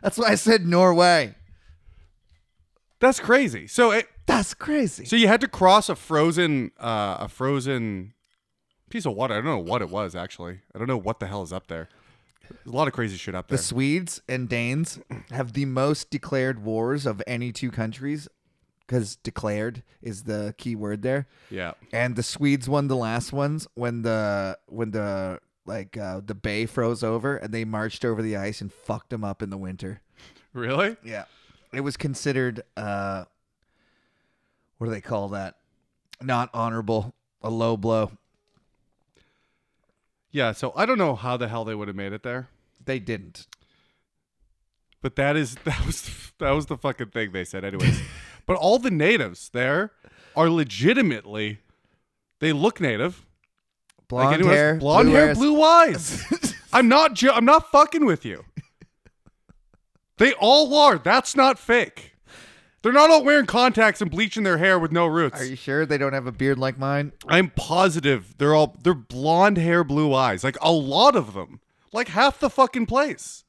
[SPEAKER 1] That's why I said Norway.
[SPEAKER 2] That's crazy. So it,
[SPEAKER 1] That's crazy.
[SPEAKER 2] So you had to cross a frozen, uh, a frozen piece of water. I don't know what it was actually. I don't know what the hell is up there. There's a lot of crazy shit up
[SPEAKER 1] the
[SPEAKER 2] there.
[SPEAKER 1] Swedes and Danes have the most declared wars of any two countries. Because declared is the key word there.
[SPEAKER 2] Yeah,
[SPEAKER 1] and the Swedes won the last ones when the when the like uh, the bay froze over and they marched over the ice and fucked them up in the winter.
[SPEAKER 2] really?
[SPEAKER 1] Yeah, it was considered uh, what do they call that? Not honorable, a low blow.
[SPEAKER 2] Yeah. So I don't know how the hell they would have made it there,
[SPEAKER 1] They didn't.
[SPEAKER 2] but that is [laughs] that was that was the fucking thing they said, anyways. but all the natives there are legitimately, they look native. Like
[SPEAKER 1] Blonde
[SPEAKER 2] anyone else-
[SPEAKER 1] hair,
[SPEAKER 2] blonde
[SPEAKER 1] blue
[SPEAKER 2] hair,
[SPEAKER 1] eyes.
[SPEAKER 2] blue eyes. [laughs] I'm not. Jo- I'm not fucking with you. They all are. That's not fake. They're not all wearing contacts and bleaching their hair with no roots.
[SPEAKER 1] Are you sure they don't have a beard like mine?
[SPEAKER 2] I'm positive they're all they're blonde hair, blue eyes. Like a lot of them. Like half the fucking place.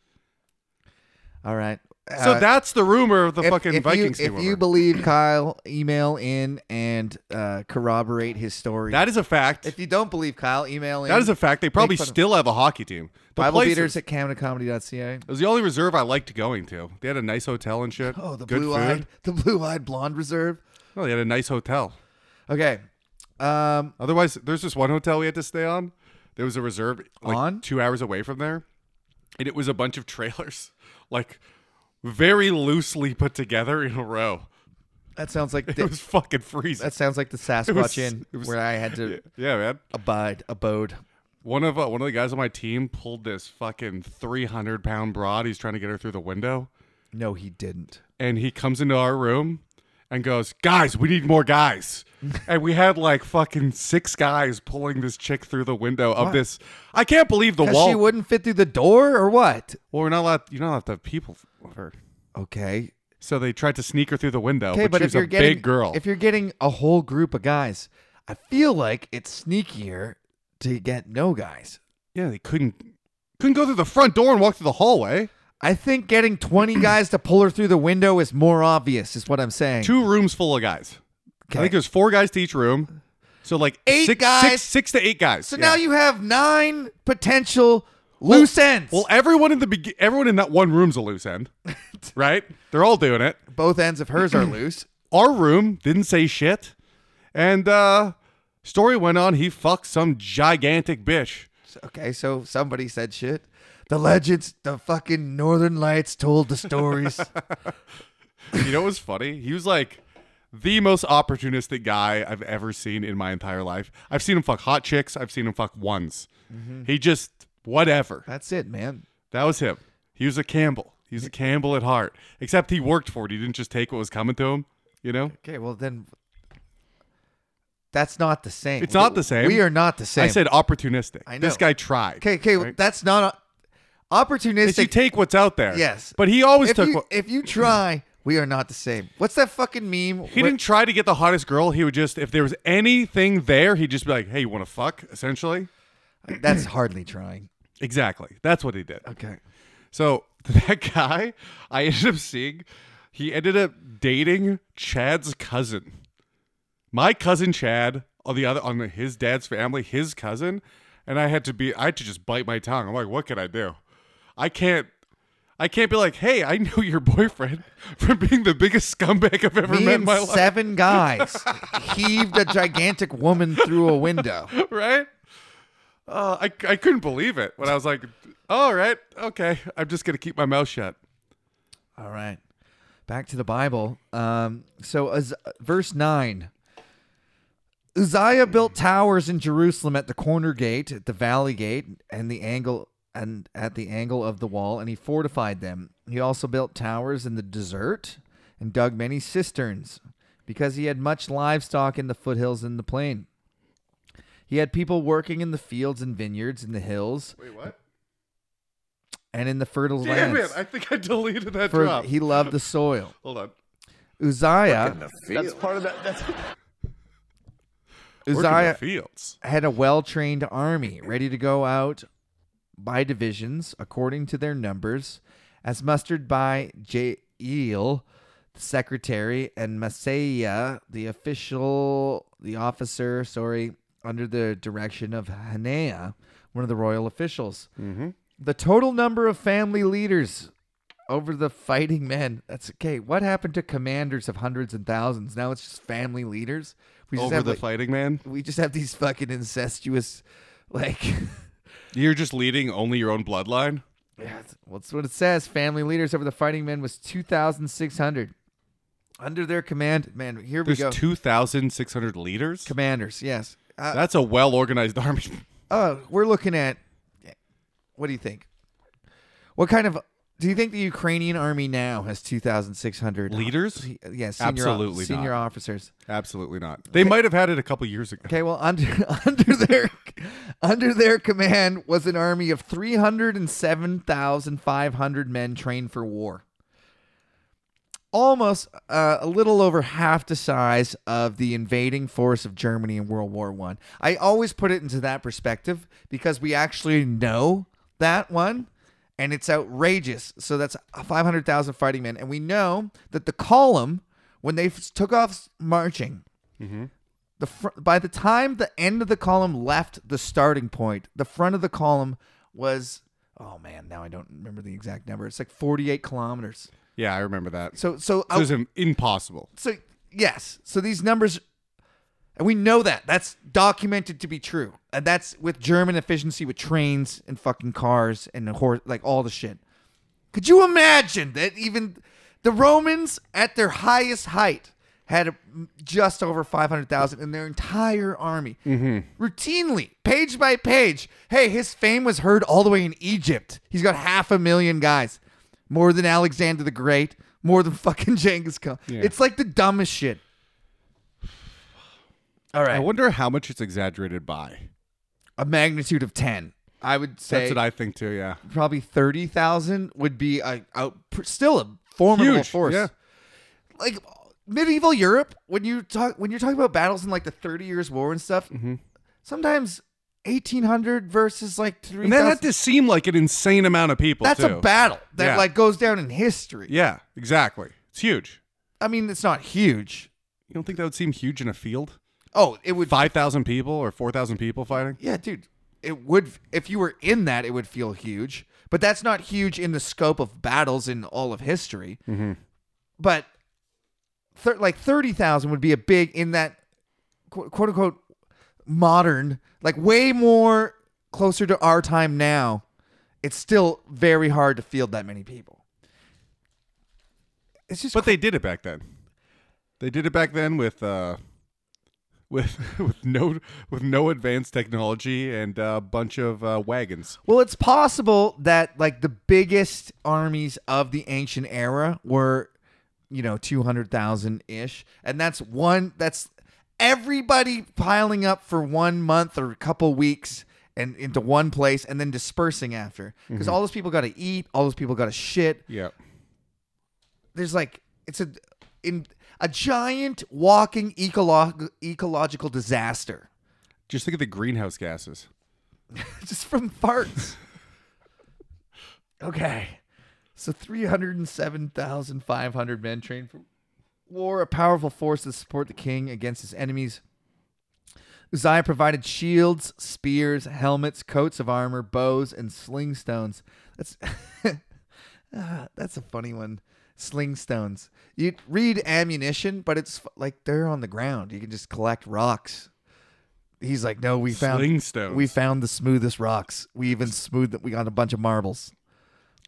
[SPEAKER 1] All right.
[SPEAKER 2] So
[SPEAKER 1] Uh,
[SPEAKER 2] that's the rumor of the
[SPEAKER 1] if-
[SPEAKER 2] fucking
[SPEAKER 1] if
[SPEAKER 2] Vikings
[SPEAKER 1] You,
[SPEAKER 2] team.
[SPEAKER 1] if you
[SPEAKER 2] rumor.
[SPEAKER 1] believe Kyle, email in and uh, corroborate his story.
[SPEAKER 2] that is a fact.
[SPEAKER 1] if you don't believe Kyle, email in.
[SPEAKER 2] that is a fact. They probably
[SPEAKER 1] fun of-
[SPEAKER 2] still have a hockey team. The
[SPEAKER 1] Bible
[SPEAKER 2] place
[SPEAKER 1] beaters
[SPEAKER 2] is-
[SPEAKER 1] at camdencomedy.ca.
[SPEAKER 2] It was the only reserve I liked going to. They had a nice hotel and shit.
[SPEAKER 1] Oh, the
[SPEAKER 2] Good
[SPEAKER 1] blue
[SPEAKER 2] food.
[SPEAKER 1] eyed, the blue eyed blonde reserve.
[SPEAKER 2] No, they had a nice hotel.
[SPEAKER 1] Okay, um,
[SPEAKER 2] Otherwise, there's this one hotel we had to stay on. There was a reserve like
[SPEAKER 1] On?
[SPEAKER 2] two hours away from there, and it was a bunch of trailers, [laughs] like very loosely put together in a row.
[SPEAKER 1] that sounds like
[SPEAKER 2] It
[SPEAKER 1] the,
[SPEAKER 2] was fucking freezing.
[SPEAKER 1] that sounds like the Sasquatch
[SPEAKER 2] was-
[SPEAKER 1] Inn
[SPEAKER 2] [laughs] it was-
[SPEAKER 1] where I had to
[SPEAKER 2] yeah, man.
[SPEAKER 1] abide abode.
[SPEAKER 2] One of uh, one of the guys on my team pulled this fucking 300 pound broad. He's trying to get her through the window,
[SPEAKER 1] No, he didn't.
[SPEAKER 2] and he comes into our room and goes, "Guys, we need
[SPEAKER 1] [laughs]
[SPEAKER 2] more guys." and we had like fucking six guys pulling this chick through the window of this. I can't believe the
[SPEAKER 1] 'Cause
[SPEAKER 2] wall.
[SPEAKER 1] she wouldn't fit through the door or what?
[SPEAKER 2] Well, we're not allowed. You're not allowed to have people with her.
[SPEAKER 1] Okay,
[SPEAKER 2] So they tried to sneak her through the window.
[SPEAKER 1] okay,
[SPEAKER 2] Oh, but,
[SPEAKER 1] but
[SPEAKER 2] she
[SPEAKER 1] if
[SPEAKER 2] was a
[SPEAKER 1] you're getting
[SPEAKER 2] big girl.
[SPEAKER 1] if you're getting a whole group of guys, I feel like it's sneakier to get no guys.
[SPEAKER 2] yeah, they couldn't couldn't go through the front door and walk through the hallway.
[SPEAKER 1] I think getting 20
[SPEAKER 2] [clears throat]
[SPEAKER 1] guys to pull her through the window is more obvious, is what I'm saying.
[SPEAKER 2] Two rooms full of guys. I
[SPEAKER 1] Okay.
[SPEAKER 2] think there's four guys to each room. So like
[SPEAKER 1] Eight
[SPEAKER 2] six,
[SPEAKER 1] guys?
[SPEAKER 2] six, six to eight guys.
[SPEAKER 1] So
[SPEAKER 2] Yeah.
[SPEAKER 1] now you have nine potential Loose ends.
[SPEAKER 2] Well, everyone in the be- everyone in that one room's a
[SPEAKER 1] [laughs]
[SPEAKER 2] loose end, right? They're all doing it.
[SPEAKER 1] Both ends of hers are loose.
[SPEAKER 2] Our room didn't say shit, and uh story went on. He fucked some gigantic bitch.
[SPEAKER 1] So- Okay, so somebody said shit. The legends, the fucking Northern Lights told the
[SPEAKER 2] [laughs]
[SPEAKER 1] stories.
[SPEAKER 2] You know what was funny? He was like the most opportunistic guy I've ever seen in my entire life. I've seen him fuck hot chicks. I've seen him fuck ones.
[SPEAKER 1] Mm-hmm.
[SPEAKER 2] He just whatever.
[SPEAKER 1] That's it, man.
[SPEAKER 2] That was him. He was a Campbell. He's a Campbell at heart. Except he worked for it. He didn't just take what was coming to him. You know.
[SPEAKER 1] Okay, well then, that's not the same.
[SPEAKER 2] It's not the same.
[SPEAKER 1] We are not the same.
[SPEAKER 2] I said opportunistic.
[SPEAKER 1] I know.
[SPEAKER 2] This guy tried.
[SPEAKER 1] okay, okay,
[SPEAKER 2] right?
[SPEAKER 1] that's not a, opportunistic.
[SPEAKER 2] If you take what's out there.
[SPEAKER 1] Yes.
[SPEAKER 2] But he always
[SPEAKER 1] if
[SPEAKER 2] took.
[SPEAKER 1] you,
[SPEAKER 2] what,
[SPEAKER 1] if you try, we are not the same. What's that fucking meme?
[SPEAKER 2] he
[SPEAKER 1] where-
[SPEAKER 2] didn't try to get the hottest girl. He would just, if there was anything there, he'd just be like, "Hey, you want to fuck?" Essentially.
[SPEAKER 1] That's hardly trying.
[SPEAKER 2] Exactly. That's what he did.
[SPEAKER 1] Okay.
[SPEAKER 2] So [laughs] that guy, I ended up seeing, he ended up dating Chad's cousin. My cousin Chad on the other on his dad's family, his cousin, and I had to be I had to just bite my tongue. I'm like, what can I do? I can't I can't be like, hey, I know your boyfriend [laughs] from being the biggest scumbag I've ever
[SPEAKER 1] Me
[SPEAKER 2] met in
[SPEAKER 1] and
[SPEAKER 2] my life.
[SPEAKER 1] seven guys
[SPEAKER 2] [laughs]
[SPEAKER 1] heaved a gigantic woman through a window.
[SPEAKER 2] right? Uh, I, I couldn't believe it when I was like, all right, okay, I'm just gonna keep my mouth shut.
[SPEAKER 1] All right. Back to the Bible. Um, so, Az- verse 9 Uzziah built towers in Jerusalem at the corner gate, at the valley gate, and the angle. And at the angle of the wall, and he fortified them. He also built towers in the desert and dug many cisterns because he had much livestock in the foothills and the plain. He had people working in the fields and vineyards in the hills
[SPEAKER 2] Wait, what?
[SPEAKER 1] and in the fertile
[SPEAKER 2] Damn
[SPEAKER 1] lands.
[SPEAKER 2] it! I think I deleted that
[SPEAKER 1] for
[SPEAKER 2] drop.
[SPEAKER 1] he loved the soil.
[SPEAKER 2] Hold on.
[SPEAKER 1] Uzziah
[SPEAKER 3] That's part of that. That's
[SPEAKER 2] Working in the
[SPEAKER 1] Uzziah
[SPEAKER 2] fields.
[SPEAKER 1] had a well trained army ready to go out by divisions according to their numbers, as mustered by Jael, the secretary, and Masaiah, the official, the officer, sorry, under the direction of Hananiah, one of the royal officials.
[SPEAKER 2] Mm-hmm.
[SPEAKER 1] The total number of family leaders over the fighting men. That's okay. What happened to commanders of hundreds and thousands? Now it's just family leaders. We just
[SPEAKER 2] Over
[SPEAKER 1] have,
[SPEAKER 2] the
[SPEAKER 1] like,
[SPEAKER 2] fighting man.
[SPEAKER 1] we just have these fucking incestuous, like, [laughs]
[SPEAKER 2] You're just leading only your own bloodline.
[SPEAKER 1] yeah, well, that's what it says. Family leaders over the fighting men was 2,600. Under their command, man, here we
[SPEAKER 2] There's
[SPEAKER 1] go.
[SPEAKER 2] two thousand six hundred leaders.
[SPEAKER 1] Commanders, yes. Uh,
[SPEAKER 2] That's a well organized [laughs] army.
[SPEAKER 1] uh, we're looking at, what do you think? What kind of, do you think the Ukrainian army now has 2,600
[SPEAKER 2] Leaders?
[SPEAKER 1] Yes, senior,
[SPEAKER 2] Absolutely
[SPEAKER 1] senior
[SPEAKER 2] not.
[SPEAKER 1] officers.
[SPEAKER 2] Absolutely not. They might have had it a couple years ago.
[SPEAKER 1] Okay, well under [laughs] under their under their command was an army of three hundred and seven thousand five hundred men trained for war. Almost uh, a little over half the size of the invading force of Germany in World War One. I. I always put it into that perspective because we actually know that one, and it's outrageous. So that's five hundred thousand fighting men, and we know that the column when they f- took off marching the fr- by the time the end of the column left the starting point, the front of the column was oh man, now I don't remember the exact number. It's like 48 kilometers.
[SPEAKER 2] Yeah, I remember that. So
[SPEAKER 1] So so
[SPEAKER 2] it
[SPEAKER 1] I,
[SPEAKER 2] was im- impossible.
[SPEAKER 1] so yes, so these numbers and we know that. That's documented to be true. And that's with German efficiency with trains and fucking cars and horse like all the shit. Could you imagine that even the Romans at their highest height had a, just over 500,000 in their entire army?
[SPEAKER 2] Mm-hmm.
[SPEAKER 1] Routinely, page by page. Hey, his fame was heard all the way in Egypt. He's got half a million guys, more than Alexander the Great, more than [laughs] fucking Genghis Khan. It's like the dumbest shit. All
[SPEAKER 2] I
[SPEAKER 1] right.
[SPEAKER 2] wonder how much it's exaggerated by.
[SPEAKER 1] a magnitude of 10. I would say
[SPEAKER 2] That's what I think too. Yeah,
[SPEAKER 1] probably 30,000 would be a, a pr- still a formidable
[SPEAKER 2] Huge,
[SPEAKER 1] force.
[SPEAKER 2] yeah.
[SPEAKER 1] Like medieval Europe, when you talk when you're talking about battles in like the 30 years war and stuff,
[SPEAKER 2] Mm-hmm.
[SPEAKER 1] sometimes 1800 versus like
[SPEAKER 2] and that had
[SPEAKER 1] 3000
[SPEAKER 2] to seem like an insane amount of people.
[SPEAKER 1] that's
[SPEAKER 2] too.
[SPEAKER 1] a battle that
[SPEAKER 2] Yeah.
[SPEAKER 1] like goes down in history.
[SPEAKER 2] Yeah, exactly. It's huge.
[SPEAKER 1] I mean, it's not huge.
[SPEAKER 2] You don't think that would seem huge in a field?
[SPEAKER 1] Oh, it would
[SPEAKER 2] Five thousand people or four thousand people fighting?
[SPEAKER 1] Yeah, dude. it would if you were in that it would feel huge but that's not huge in the scope of battles in all of history but thir- like 30,000 would be a big in that qu- quote unquote modern like way more closer to our time now it's still very hard to field that many people it's just
[SPEAKER 2] But they did it back then. They did it back then with uh, with [laughs] with no with no advanced technology and a bunch of uh, wagons.
[SPEAKER 1] Well, it's possible that like the biggest armies of the ancient era were, you know, 200,000 ish. And that's one, that's everybody piling up for one month or a couple weeks and into one place and then dispersing after. Because all those people got to eat, all those people got to shit.
[SPEAKER 2] Yeah.
[SPEAKER 1] There's like, it's a, in a giant walking ecolo- ecological disaster [laughs]
[SPEAKER 2] Just think of the greenhouse gases.
[SPEAKER 1] just from farts. okay. So 307,500 men trained for war, a powerful force to support the king against his enemies. Uzziah provided shields, spears, helmets, coats of armor, bows, and sling stones. That's [laughs] Ah, that's a funny one. Sling stones. You read ammunition, but it's f- like they're on the ground. You can just collect rocks. He's like, no, we found
[SPEAKER 2] Sling stones.
[SPEAKER 1] we found the smoothest rocks. We even smoothed that. We got a bunch of marbles.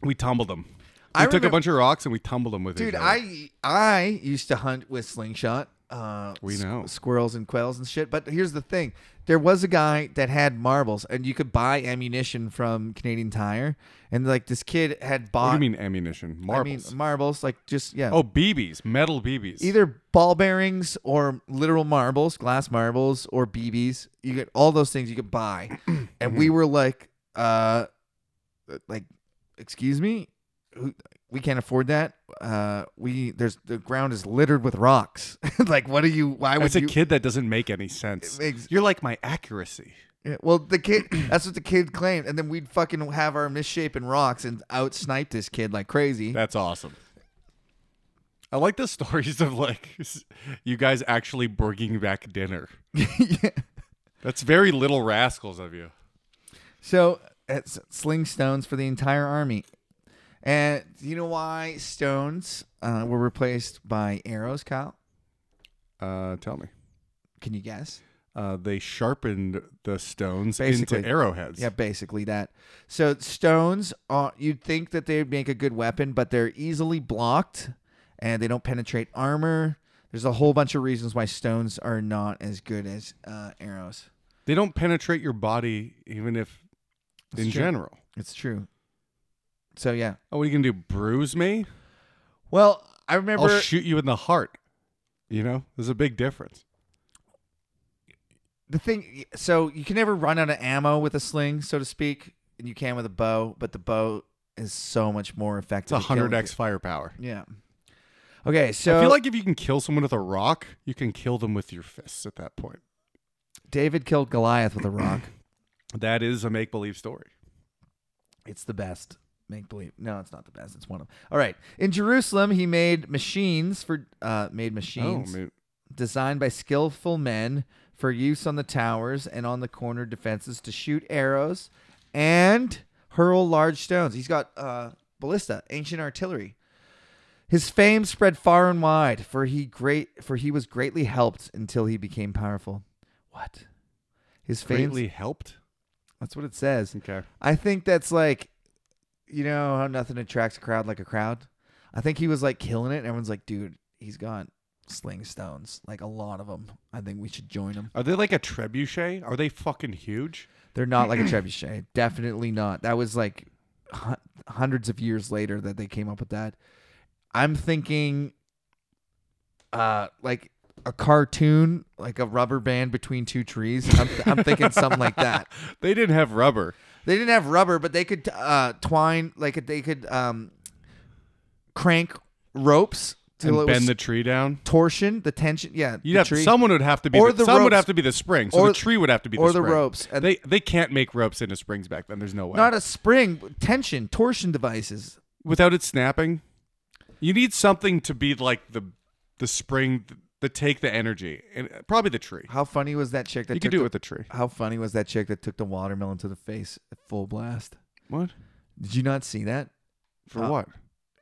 [SPEAKER 2] We tumbled them. We
[SPEAKER 1] I
[SPEAKER 2] took a
[SPEAKER 1] remem-
[SPEAKER 2] bunch of rocks and we tumbled them with
[SPEAKER 1] Dude,
[SPEAKER 2] each other.
[SPEAKER 1] I I used to hunt with slingshot. Uh,
[SPEAKER 2] We
[SPEAKER 1] s-
[SPEAKER 2] know.
[SPEAKER 1] squirrels and quails and shit. But here's the thing: there was a guy that had marbles, and you could buy ammunition from Canadian Tire. And like this kid had
[SPEAKER 2] What
[SPEAKER 1] bought.
[SPEAKER 2] do you mean ammunition?
[SPEAKER 1] I
[SPEAKER 2] Marbles.
[SPEAKER 1] mean marbles, like just yeah.
[SPEAKER 2] oh, BBs, metal BBs.
[SPEAKER 1] either ball bearings or literal marbles, glass marbles or BBs. You get all those things you could
[SPEAKER 2] [clears throat]
[SPEAKER 1] buy, and
[SPEAKER 2] Mm-hmm.
[SPEAKER 1] we were like, uh, like, excuse me, Who- we can't afford that. Uh, we there's the ground is littered with rocks. [laughs] like, what are you? Why would
[SPEAKER 2] As a
[SPEAKER 1] you?
[SPEAKER 2] kid, that doesn't make any sense.
[SPEAKER 1] makes-
[SPEAKER 2] You're like my accuracy.
[SPEAKER 1] Yeah, well, the kid. [clears throat] That's what the kid claimed, and then we'd fucking have our misshapen rocks and out snipe this kid like crazy.
[SPEAKER 2] That's awesome. I like the [laughs] stories of like s- you guys actually bringing back dinner.
[SPEAKER 1] [laughs] Yeah.
[SPEAKER 2] That's very little rascals of you.
[SPEAKER 1] So it's sling stones for the entire army. And do you know why stones uh, were replaced by arrows, Kyle?
[SPEAKER 2] Uh, tell me.
[SPEAKER 1] Can you guess?
[SPEAKER 2] Uh, they sharpened the stones
[SPEAKER 1] Basically.
[SPEAKER 2] into arrowheads.
[SPEAKER 1] Yeah, basically that. So stones are you'd think that they'd make a good weapon, but they're easily blocked and they don't penetrate armor. There's a whole bunch of reasons why stones are not as good as uh, arrows.
[SPEAKER 2] They don't penetrate your body, even if in
[SPEAKER 1] true.
[SPEAKER 2] general.
[SPEAKER 1] It's true. So yeah.
[SPEAKER 2] Oh, what are you gonna do? Bruise me?
[SPEAKER 1] Well, I
[SPEAKER 2] I'll
[SPEAKER 1] remember
[SPEAKER 2] shoot you in the heart. You know, there's a big difference.
[SPEAKER 1] the thing so you can never run out of ammo with a sling so to speak and you can with a bow but the bow is so much more
[SPEAKER 2] It's
[SPEAKER 1] effective
[SPEAKER 2] a
[SPEAKER 1] at killing
[SPEAKER 2] hundred x firepower.
[SPEAKER 1] you. yeah okay so
[SPEAKER 2] I feel like if you can kill someone with a rock, you can kill them with your fists at that point.
[SPEAKER 1] david killed goliath
[SPEAKER 2] [clears throat]
[SPEAKER 1] with a rock
[SPEAKER 2] That is a make believe story.
[SPEAKER 1] it's the best make believe no it's not the best it's one of all right in jerusalem he made machines for uh made machines
[SPEAKER 2] Oh, man.
[SPEAKER 1] designed by skillful men for use on the towers and on the corner defenses to shoot arrows and hurl large stones. He's got uh, ballista, ancient artillery. His fame spread far and wide, for he great for he was greatly helped until he became powerful. What? His fame.
[SPEAKER 2] greatly helped.
[SPEAKER 1] That's what it says.
[SPEAKER 2] Okay.
[SPEAKER 1] I think that's like, you know how nothing attracts a crowd like a crowd. I think he was like killing it. And everyone's like, dude, he's got sling stones, like a lot of them. I think we should join him.
[SPEAKER 2] Are they like a trebuchet? Are they fucking huge?
[SPEAKER 1] They're not like a trebuchet, definitely not. That was like hun- hundreds of years later that they came up with that. I'm thinking, uh, like a cartoon, like a rubber band between two trees. I'm, I'm thinking something like that.
[SPEAKER 2] [laughs] They didn't have rubber.
[SPEAKER 1] They didn't have rubber, but they could uh, twine like they could um, crank ropes till
[SPEAKER 2] and
[SPEAKER 1] it was
[SPEAKER 2] bend the tree down.
[SPEAKER 1] torsion, the tension. Yeah,
[SPEAKER 2] You'd
[SPEAKER 1] the
[SPEAKER 2] have
[SPEAKER 1] tree,
[SPEAKER 2] someone would have to be
[SPEAKER 1] Or
[SPEAKER 2] the,
[SPEAKER 1] the
[SPEAKER 2] some would
[SPEAKER 1] ropes.
[SPEAKER 2] have to be the spring, so
[SPEAKER 1] Or-
[SPEAKER 2] the tree would have to be
[SPEAKER 1] or
[SPEAKER 2] the
[SPEAKER 1] the
[SPEAKER 2] spring.
[SPEAKER 1] ropes. And-
[SPEAKER 2] they they can't make ropes into springs back then. There's no way.
[SPEAKER 1] not a spring but tension torsion devices.
[SPEAKER 2] Without it snapping, you need something to be like the the spring that take the energy, and probably the tree.
[SPEAKER 1] How funny was that chick that
[SPEAKER 2] You
[SPEAKER 1] took
[SPEAKER 2] could do
[SPEAKER 1] the,
[SPEAKER 2] it with the tree.
[SPEAKER 1] How funny was that chick that took the watermelon to the face at full blast?
[SPEAKER 2] What
[SPEAKER 1] Did you not see that?
[SPEAKER 2] for
[SPEAKER 1] Uh,
[SPEAKER 2] what?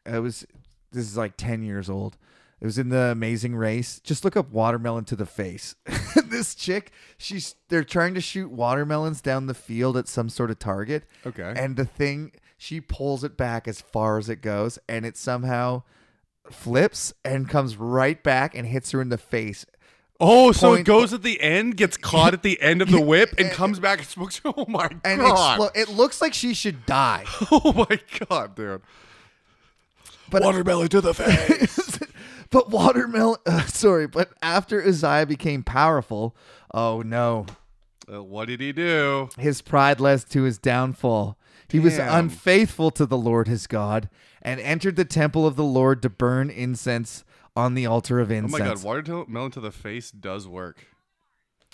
[SPEAKER 1] It was this is like 10 years old. It was in the Amazing Race. Just look up watermelon to the face. [laughs] this chick, she's they're trying to shoot watermelons down the field at some sort of target.
[SPEAKER 2] Okay.
[SPEAKER 1] And the thing, she pulls it back as far as it goes, and it somehow flips and comes right back and hits her in the face.
[SPEAKER 2] Oh, so it
[SPEAKER 1] point-
[SPEAKER 2] goes at the end, gets caught at the end
[SPEAKER 1] [laughs]
[SPEAKER 2] of the whip, and comes back and smokes. [laughs] Oh my
[SPEAKER 1] And
[SPEAKER 2] god!
[SPEAKER 1] explo- it looks like she should die. [laughs]
[SPEAKER 2] [laughs] oh my god, dude!
[SPEAKER 1] But
[SPEAKER 2] Watermelon to the face.
[SPEAKER 1] [laughs] but watermelon. [laughs] Uh, sorry, but after Uzziah became powerful, oh no,
[SPEAKER 2] Uh, what did he do? Oh
[SPEAKER 1] his pride led to his downfall. He was
[SPEAKER 2] Damn.
[SPEAKER 1] unfaithful to the Lord his God and entered the temple of the Lord to burn incense on the altar of
[SPEAKER 2] Oh my
[SPEAKER 1] incense.
[SPEAKER 2] god, watermelon to the face does work.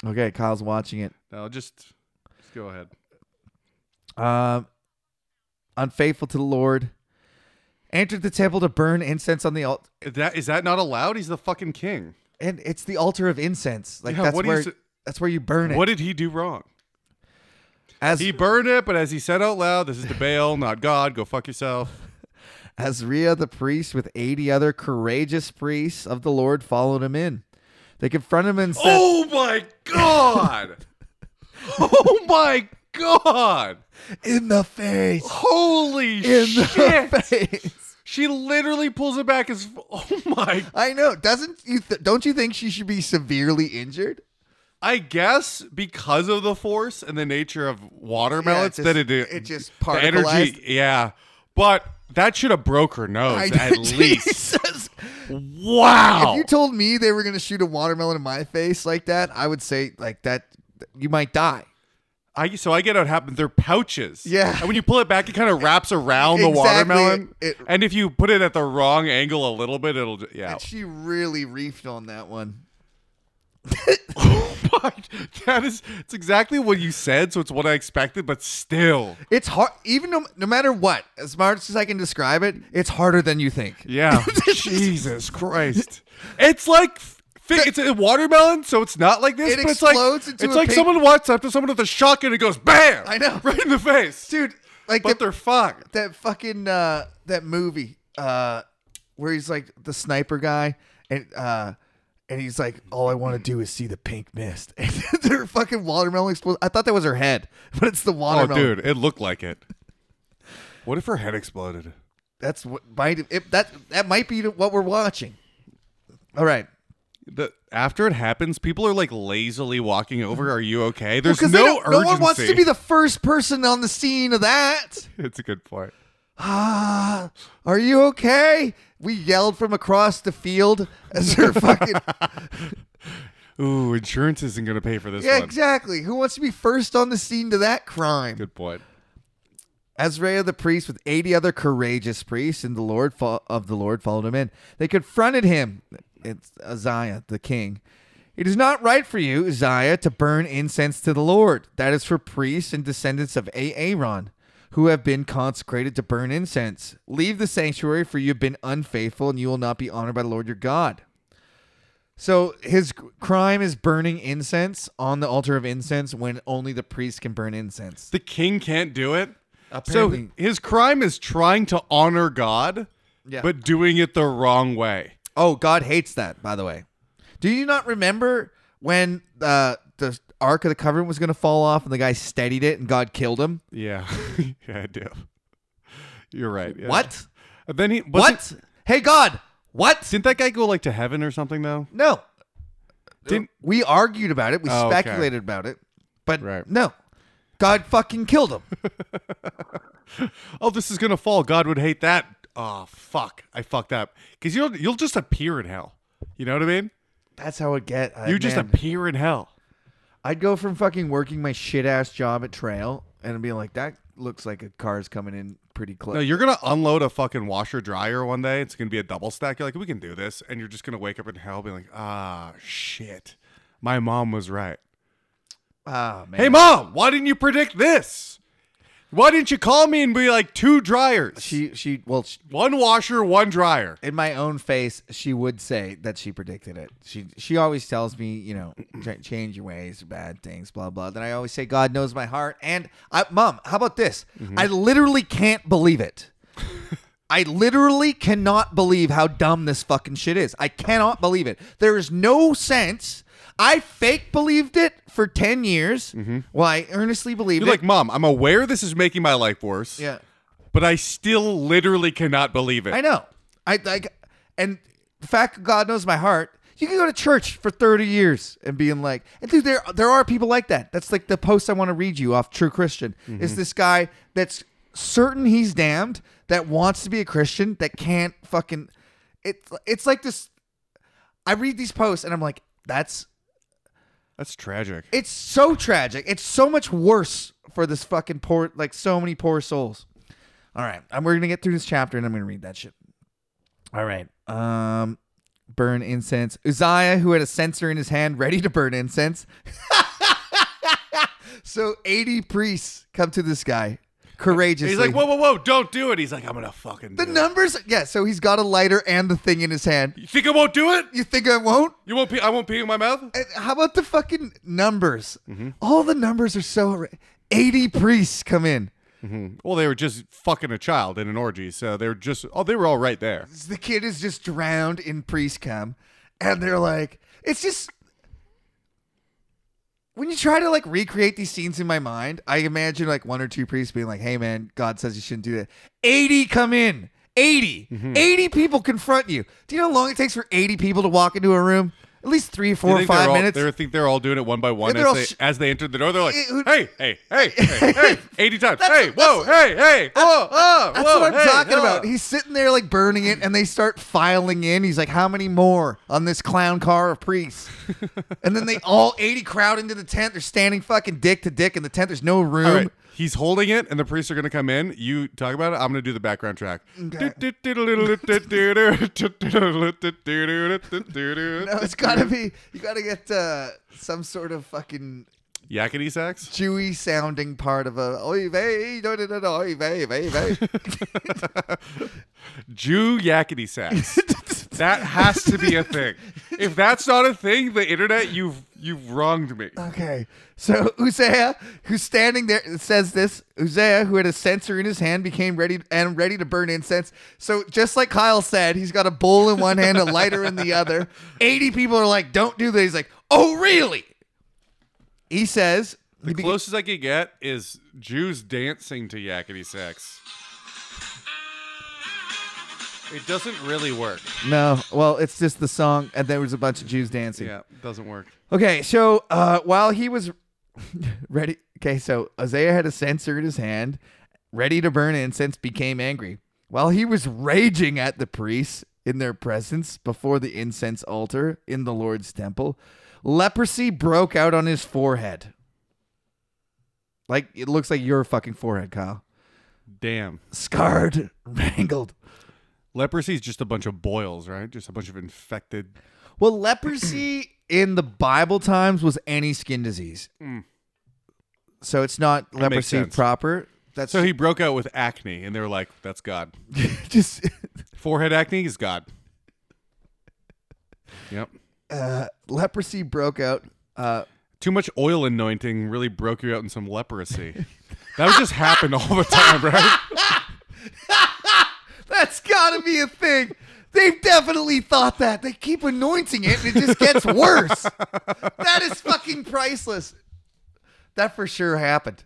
[SPEAKER 1] Okay, Kyle's watching it.
[SPEAKER 2] Now just, just go ahead.
[SPEAKER 1] um, unfaithful to the Lord, entered the temple to burn incense on the altar,
[SPEAKER 2] Is that is that not allowed? He's the fucking king.
[SPEAKER 1] and it's the altar of incense. Like
[SPEAKER 2] Yeah,
[SPEAKER 1] that's
[SPEAKER 2] what do you
[SPEAKER 1] where
[SPEAKER 2] s-
[SPEAKER 1] that's where you burn it.
[SPEAKER 2] What did he do wrong?
[SPEAKER 1] as
[SPEAKER 2] He burned it, but as he said out loud, "This is to Baal, not God. Go fuck yourself."
[SPEAKER 1] [laughs] as Rhea the priest with eighty other courageous priests of the Lord followed him in, they confronted him and said,
[SPEAKER 2] Oh my god!
[SPEAKER 1] [laughs]
[SPEAKER 2] oh my god!
[SPEAKER 1] "In the face!
[SPEAKER 2] Holy
[SPEAKER 1] In
[SPEAKER 2] shit!
[SPEAKER 1] the [laughs] face!"
[SPEAKER 2] She literally pulls it back as oh my.
[SPEAKER 1] I know. Doesn't you? Th- don't you think she should be severely injured?
[SPEAKER 2] I guess because of the force and the nature of watermelons,
[SPEAKER 1] Yeah, it
[SPEAKER 2] that it
[SPEAKER 1] just-
[SPEAKER 2] it
[SPEAKER 1] it just
[SPEAKER 2] the energy.
[SPEAKER 1] particleized.
[SPEAKER 2] Yeah, but that should have broke her nose
[SPEAKER 1] I-
[SPEAKER 2] Oh,
[SPEAKER 1] [laughs]
[SPEAKER 2] at least. Oh.
[SPEAKER 1] Jesus.
[SPEAKER 2] Wow.
[SPEAKER 1] If you told me they were going to shoot a watermelon in my face like that, I would say like that you might die.
[SPEAKER 2] I so I get what happened. They're pouches.
[SPEAKER 1] Yeah.
[SPEAKER 2] And when you pull it back, it kind of wraps around the
[SPEAKER 1] Exactly.
[SPEAKER 2] watermelon.
[SPEAKER 1] It-
[SPEAKER 2] and if you put it at the wrong angle a little bit, it'll ju- yeah.
[SPEAKER 1] And she really reefed on that one.
[SPEAKER 2] [laughs] oh my! That is it's exactly what you said, so it's what I expected. But still,
[SPEAKER 1] It's hard, even no, no matter what, as much as I can describe it, it's harder than you think.
[SPEAKER 2] [laughs] yeah. Jesus Christ! It's like. fi- It's a watermelon, so it's not like this.
[SPEAKER 1] It
[SPEAKER 2] but it's like
[SPEAKER 1] explodes into
[SPEAKER 2] it's
[SPEAKER 1] a
[SPEAKER 2] like
[SPEAKER 1] pink-
[SPEAKER 2] someone walks up to someone with a shotgun and goes bam.
[SPEAKER 1] I know.
[SPEAKER 2] right in the face,
[SPEAKER 1] Dude, like
[SPEAKER 2] But
[SPEAKER 1] that,
[SPEAKER 2] they're fine.
[SPEAKER 1] that fucking, uh, that movie, uh, where he's like the sniper guy and, uh, and he's like, all I want to do is see the pink mist. [laughs] And their fucking watermelon explodes. I thought that was her head, [laughs] but it's the
[SPEAKER 2] Oh,
[SPEAKER 1] watermelon.
[SPEAKER 2] dude, it looked like it. What if her head exploded?
[SPEAKER 1] That's what might it, that that might be what we're watching. All right.
[SPEAKER 2] The after it happens, people are like lazily walking over. Are you okay? There's
[SPEAKER 1] Because
[SPEAKER 2] no urgency.
[SPEAKER 1] no one wants to be the first person on the scene of that.
[SPEAKER 2] [laughs] it's a good point.
[SPEAKER 1] Ah, are you okay? We yelled from across the field as her [laughs] fucking
[SPEAKER 2] Ooh, insurance isn't going to pay for this
[SPEAKER 1] yeah,
[SPEAKER 2] one.
[SPEAKER 1] exactly. Who wants to be first on the scene to that crime?
[SPEAKER 2] Good point.
[SPEAKER 1] Azrael the priest with 80 other courageous priests and the Lord fo- of the Lord followed him in. They confronted him, it's Uzziah the king. It is not right for you, Uzziah, to burn incense to the Lord. That is for priests and descendants of Aaron, who have been consecrated to burn incense. Leave the sanctuary, for you have been unfaithful, and you will not be honored by the Lord your God. So his c- crime is burning incense on the altar of incense when only the priest can burn incense.
[SPEAKER 2] The king can't do it.
[SPEAKER 1] Apparently-
[SPEAKER 2] So his crime is trying to honor God,
[SPEAKER 1] Yeah.
[SPEAKER 2] but doing it the wrong way.
[SPEAKER 1] Oh, God hates that, by the way. Do you not remember when uh, the Ark of the Covenant was going to fall off and the guy steadied it and God killed him?
[SPEAKER 2] Yeah, [laughs] yeah, I do. You're right. yeah.
[SPEAKER 1] What?
[SPEAKER 2] And then he wasn't-
[SPEAKER 1] What? Hey, God, what?
[SPEAKER 2] Didn't that guy go like to heaven or something though?
[SPEAKER 1] No.
[SPEAKER 2] Didn't-
[SPEAKER 1] we argued about it. We
[SPEAKER 2] Oh, okay.
[SPEAKER 1] speculated about it. But
[SPEAKER 2] Right.
[SPEAKER 1] no. God fucking killed him.
[SPEAKER 2] oh, this is gonna fall. God would hate that. Oh fuck, I fucked up. Because you'll you'll just appear in hell. You know what I mean?
[SPEAKER 1] [laughs] That's how it get. Uh,
[SPEAKER 2] You just
[SPEAKER 1] man.
[SPEAKER 2] appear in hell.
[SPEAKER 1] I'd go from fucking working my shit ass job at Trail and be like, that looks like a car's coming in pretty close.
[SPEAKER 2] No, you're gonna unload a fucking washer dryer one day. It's gonna be a double stack. You're like, we can do this, and you're just gonna wake up in hell, being like, ah, shit, my mom was right.
[SPEAKER 1] Ah, man.
[SPEAKER 2] Hey, mom, why didn't you predict this? Why didn't you call me and be like two dryers?
[SPEAKER 1] She she well she,
[SPEAKER 2] one washer, one dryer.
[SPEAKER 1] in my own face she would say that she predicted it. She she always tells me you know [clears throat] "Ch- change your ways, bad things, blah blah. Then I always say God knows my heart. And I, mom, how about this?
[SPEAKER 2] Mm-hmm.
[SPEAKER 1] I literally can't believe
[SPEAKER 2] [laughs]
[SPEAKER 1] it. I literally cannot believe how dumb this fucking shit is. I cannot believe it. There is no sense. I fake believed it for ten years. Well, I earnestly believed
[SPEAKER 2] Mm-hmm. You're
[SPEAKER 1] it.
[SPEAKER 2] like, Mom, I'm aware this is making my life worse.
[SPEAKER 1] yeah.
[SPEAKER 2] But I still literally cannot believe it.
[SPEAKER 1] I know. I like, and the fact that God knows my heart. You can go to church for thirty years and being like, and dude, there there are people like that. That's like the post I want to read you off True Christian. Is this guy that's certain he's damned that wants to be a Christian that can't fucking. It's it's like this. I read these posts and I'm like, that's
[SPEAKER 2] That's tragic.
[SPEAKER 1] it's so tragic. It's so much worse for this fucking poor, like so many poor souls. All right, I'm, we're gonna get through this chapter, and I'm gonna read that shit. All right, um, burn incense. Uzziah, who had a censer in his hand, ready to burn incense. [laughs] so 80 priests come to this guy, courageously.
[SPEAKER 2] He's like, whoa, whoa, whoa, don't do it. He's like, I'm gonna fucking
[SPEAKER 1] The
[SPEAKER 2] do it."
[SPEAKER 1] numbers, yeah. So he's got a lighter and the thing in his hand.
[SPEAKER 2] You think I won't do it?
[SPEAKER 1] You think I won't?
[SPEAKER 2] You won't pee I won't pee in my mouth?
[SPEAKER 1] And how about the fucking numbers?
[SPEAKER 2] Mm-hmm.
[SPEAKER 1] All the numbers are so. horr- 80 priests come in.
[SPEAKER 2] Well, they were just fucking a child in an orgy, so they were just oh, they were all right there.
[SPEAKER 1] the kid is just drowned in priest cum and they're like it's just when you try to like recreate these scenes in my mind i imagine like one or two priests being like hey man god says you shouldn't do that 80 come in 80
[SPEAKER 2] Mm-hmm.
[SPEAKER 1] 80 people confront you do you know how long it takes for 80 people to walk into a room at least three
[SPEAKER 2] You
[SPEAKER 1] four or
[SPEAKER 2] think they're
[SPEAKER 1] five
[SPEAKER 2] all-
[SPEAKER 1] minutes
[SPEAKER 2] They think they're all doing it one by one
[SPEAKER 1] Yeah, they're
[SPEAKER 2] as
[SPEAKER 1] all
[SPEAKER 2] they,
[SPEAKER 1] sh-
[SPEAKER 2] as they entered the door. They're like,
[SPEAKER 1] It would-
[SPEAKER 2] hey, hey,
[SPEAKER 1] [laughs]
[SPEAKER 2] hey, hey, hey, eighty times.
[SPEAKER 1] That's-
[SPEAKER 2] hey, whoa, hey, hey, whoa, [laughs] oh,
[SPEAKER 1] That's
[SPEAKER 2] whoa,
[SPEAKER 1] what I'm
[SPEAKER 2] hey,
[SPEAKER 1] talking
[SPEAKER 2] oh.
[SPEAKER 1] about. He's sitting there like burning it, and they start filing in. He's like, "How many more on this clown car of
[SPEAKER 2] [laughs]
[SPEAKER 1] priests?" and then they all eighty crowd into the tent. They're standing fucking dick to dick in the tent. There's no room.
[SPEAKER 2] All right. He's holding it, and the priests are going to come in. You talk about it. I'm going to do the background track. [laughs]
[SPEAKER 1] No, it's gotta be. You gotta get uh, some sort of fucking
[SPEAKER 2] Yakety sax.
[SPEAKER 1] Jewy sounding part of a oy vey, no no no no oy vey vey vey.
[SPEAKER 2] [laughs] Jew yakety sax. that has to be a thing.
[SPEAKER 1] [laughs]
[SPEAKER 2] If that's not a thing, the internet, you've you've wronged me.
[SPEAKER 1] Okay. So [laughs] Uzziah, who's standing there, it says this Uzziah, who had a censer in his hand, became ready and ready to burn incense. So just like Kyle said, he's got a bowl in one hand, a lighter in the other. 80 people are like, don't do that. He's like, oh, really? He says, he
[SPEAKER 2] The
[SPEAKER 1] be-
[SPEAKER 2] closest I could get is Jews dancing to yakety sax. It doesn't really work.
[SPEAKER 1] no, well, it's just the song, and there was a bunch of Jews dancing.
[SPEAKER 2] Yeah, it doesn't work.
[SPEAKER 1] Okay, so uh, while he was [laughs] ready, okay, so Isaiah had a censer in his hand, ready to burn incense, became angry. While he was raging at the priests in their presence before the incense altar in the Lord's temple, leprosy broke out on his forehead. Like it looks like your fucking forehead, Kyle.
[SPEAKER 2] Damn.
[SPEAKER 1] Scarred, [laughs] wrangled.
[SPEAKER 2] Leprosy is just a bunch of boils, right? Just a bunch of infected.
[SPEAKER 1] Well, leprosy in the Bible times was any skin disease. So it's not
[SPEAKER 2] Mm. makes
[SPEAKER 1] leprosy
[SPEAKER 2] sense.
[SPEAKER 1] proper. That's
[SPEAKER 2] So he broke out with acne, and they were like, "That's God."
[SPEAKER 1] [laughs] just [laughs]
[SPEAKER 2] Forehead acne is God. [laughs] Yep.
[SPEAKER 1] uh, leprosy broke out. Uh,
[SPEAKER 2] Too much oil anointing really broke you out in some leprosy. That would just happen all the time, right?
[SPEAKER 1] that's got to be a thing. They've definitely thought that. They keep anointing it and it just gets
[SPEAKER 2] [laughs]
[SPEAKER 1] worse. that is fucking priceless. That for sure happened.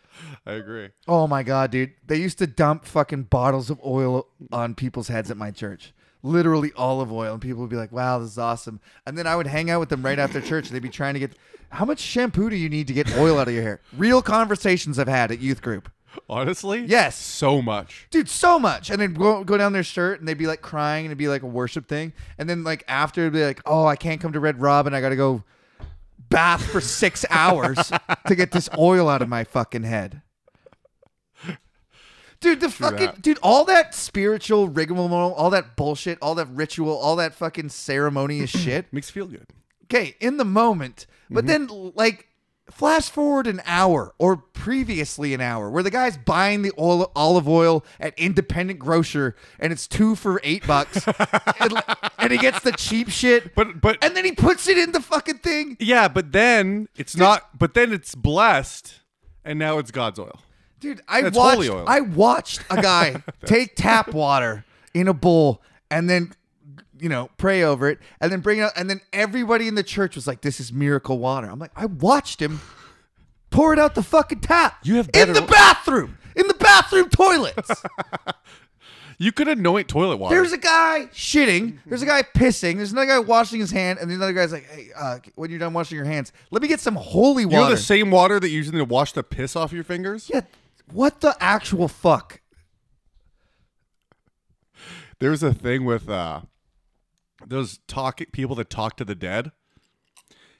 [SPEAKER 2] [laughs] I agree.
[SPEAKER 1] Oh my god, dude. They used to dump fucking bottles of oil on people's heads at my church. Literally olive oil, and people would be like, "Wow, this is awesome." And then I would hang out with them right after church. and They'd be trying to get, "How much shampoo do you need to get oil out of your hair?" Real conversations I've had at youth group,
[SPEAKER 2] Honestly,
[SPEAKER 1] Yes.
[SPEAKER 2] so much.
[SPEAKER 1] dude, so much. And then go, go down their shirt, and they'd be like crying, and it'd be like a worship thing. And then like after, it'd be like, "Oh, I can't come to Red Robin. I got to go bath for six hours to get this oil out of my fucking head." Dude, the fucking
[SPEAKER 2] that.
[SPEAKER 1] dude, all that spiritual rigmarole, all that bullshit, all that ritual, all that fucking ceremonious shit.
[SPEAKER 2] Makes you feel good. Mm-hmm.
[SPEAKER 1] Okay, in the moment, but then like Flash forward an hour or previously an hour where the guy's buying the oil, olive oil at independent grocer and it's two for eight
[SPEAKER 2] [laughs]
[SPEAKER 1] bucks and, and he gets the cheap shit.
[SPEAKER 2] But- but-
[SPEAKER 1] and then he puts it in the fucking thing.
[SPEAKER 2] Yeah, but then it's not. But then it's blessed, and now it's God's oil.
[SPEAKER 1] Dude, I
[SPEAKER 2] That's
[SPEAKER 1] watched
[SPEAKER 2] holy oil.
[SPEAKER 1] I watched a
[SPEAKER 2] [laughs]
[SPEAKER 1] guy take tap water in a bowl and then you know, pray over it and then bring it out and then everybody in the church was like, This is miracle water. I'm like, I watched him pour it out the fucking tap.
[SPEAKER 2] You have
[SPEAKER 1] in
[SPEAKER 2] better-
[SPEAKER 1] the bathroom. In the bathroom
[SPEAKER 2] [laughs]
[SPEAKER 1] toilets.
[SPEAKER 2] You could anoint toilet water.
[SPEAKER 1] There's a guy shitting.
[SPEAKER 2] Mm-hmm.
[SPEAKER 1] There's a guy pissing. There's another guy washing his hand, and the other guy's like, "Hey, uh, when you're done washing your hands, let me get some holy
[SPEAKER 2] you know
[SPEAKER 1] water."
[SPEAKER 2] the same water that you use to wash the piss off your fingers.
[SPEAKER 1] yeah, what the actual fuck?
[SPEAKER 2] There's a thing with uh, those talk people that talk to the dead,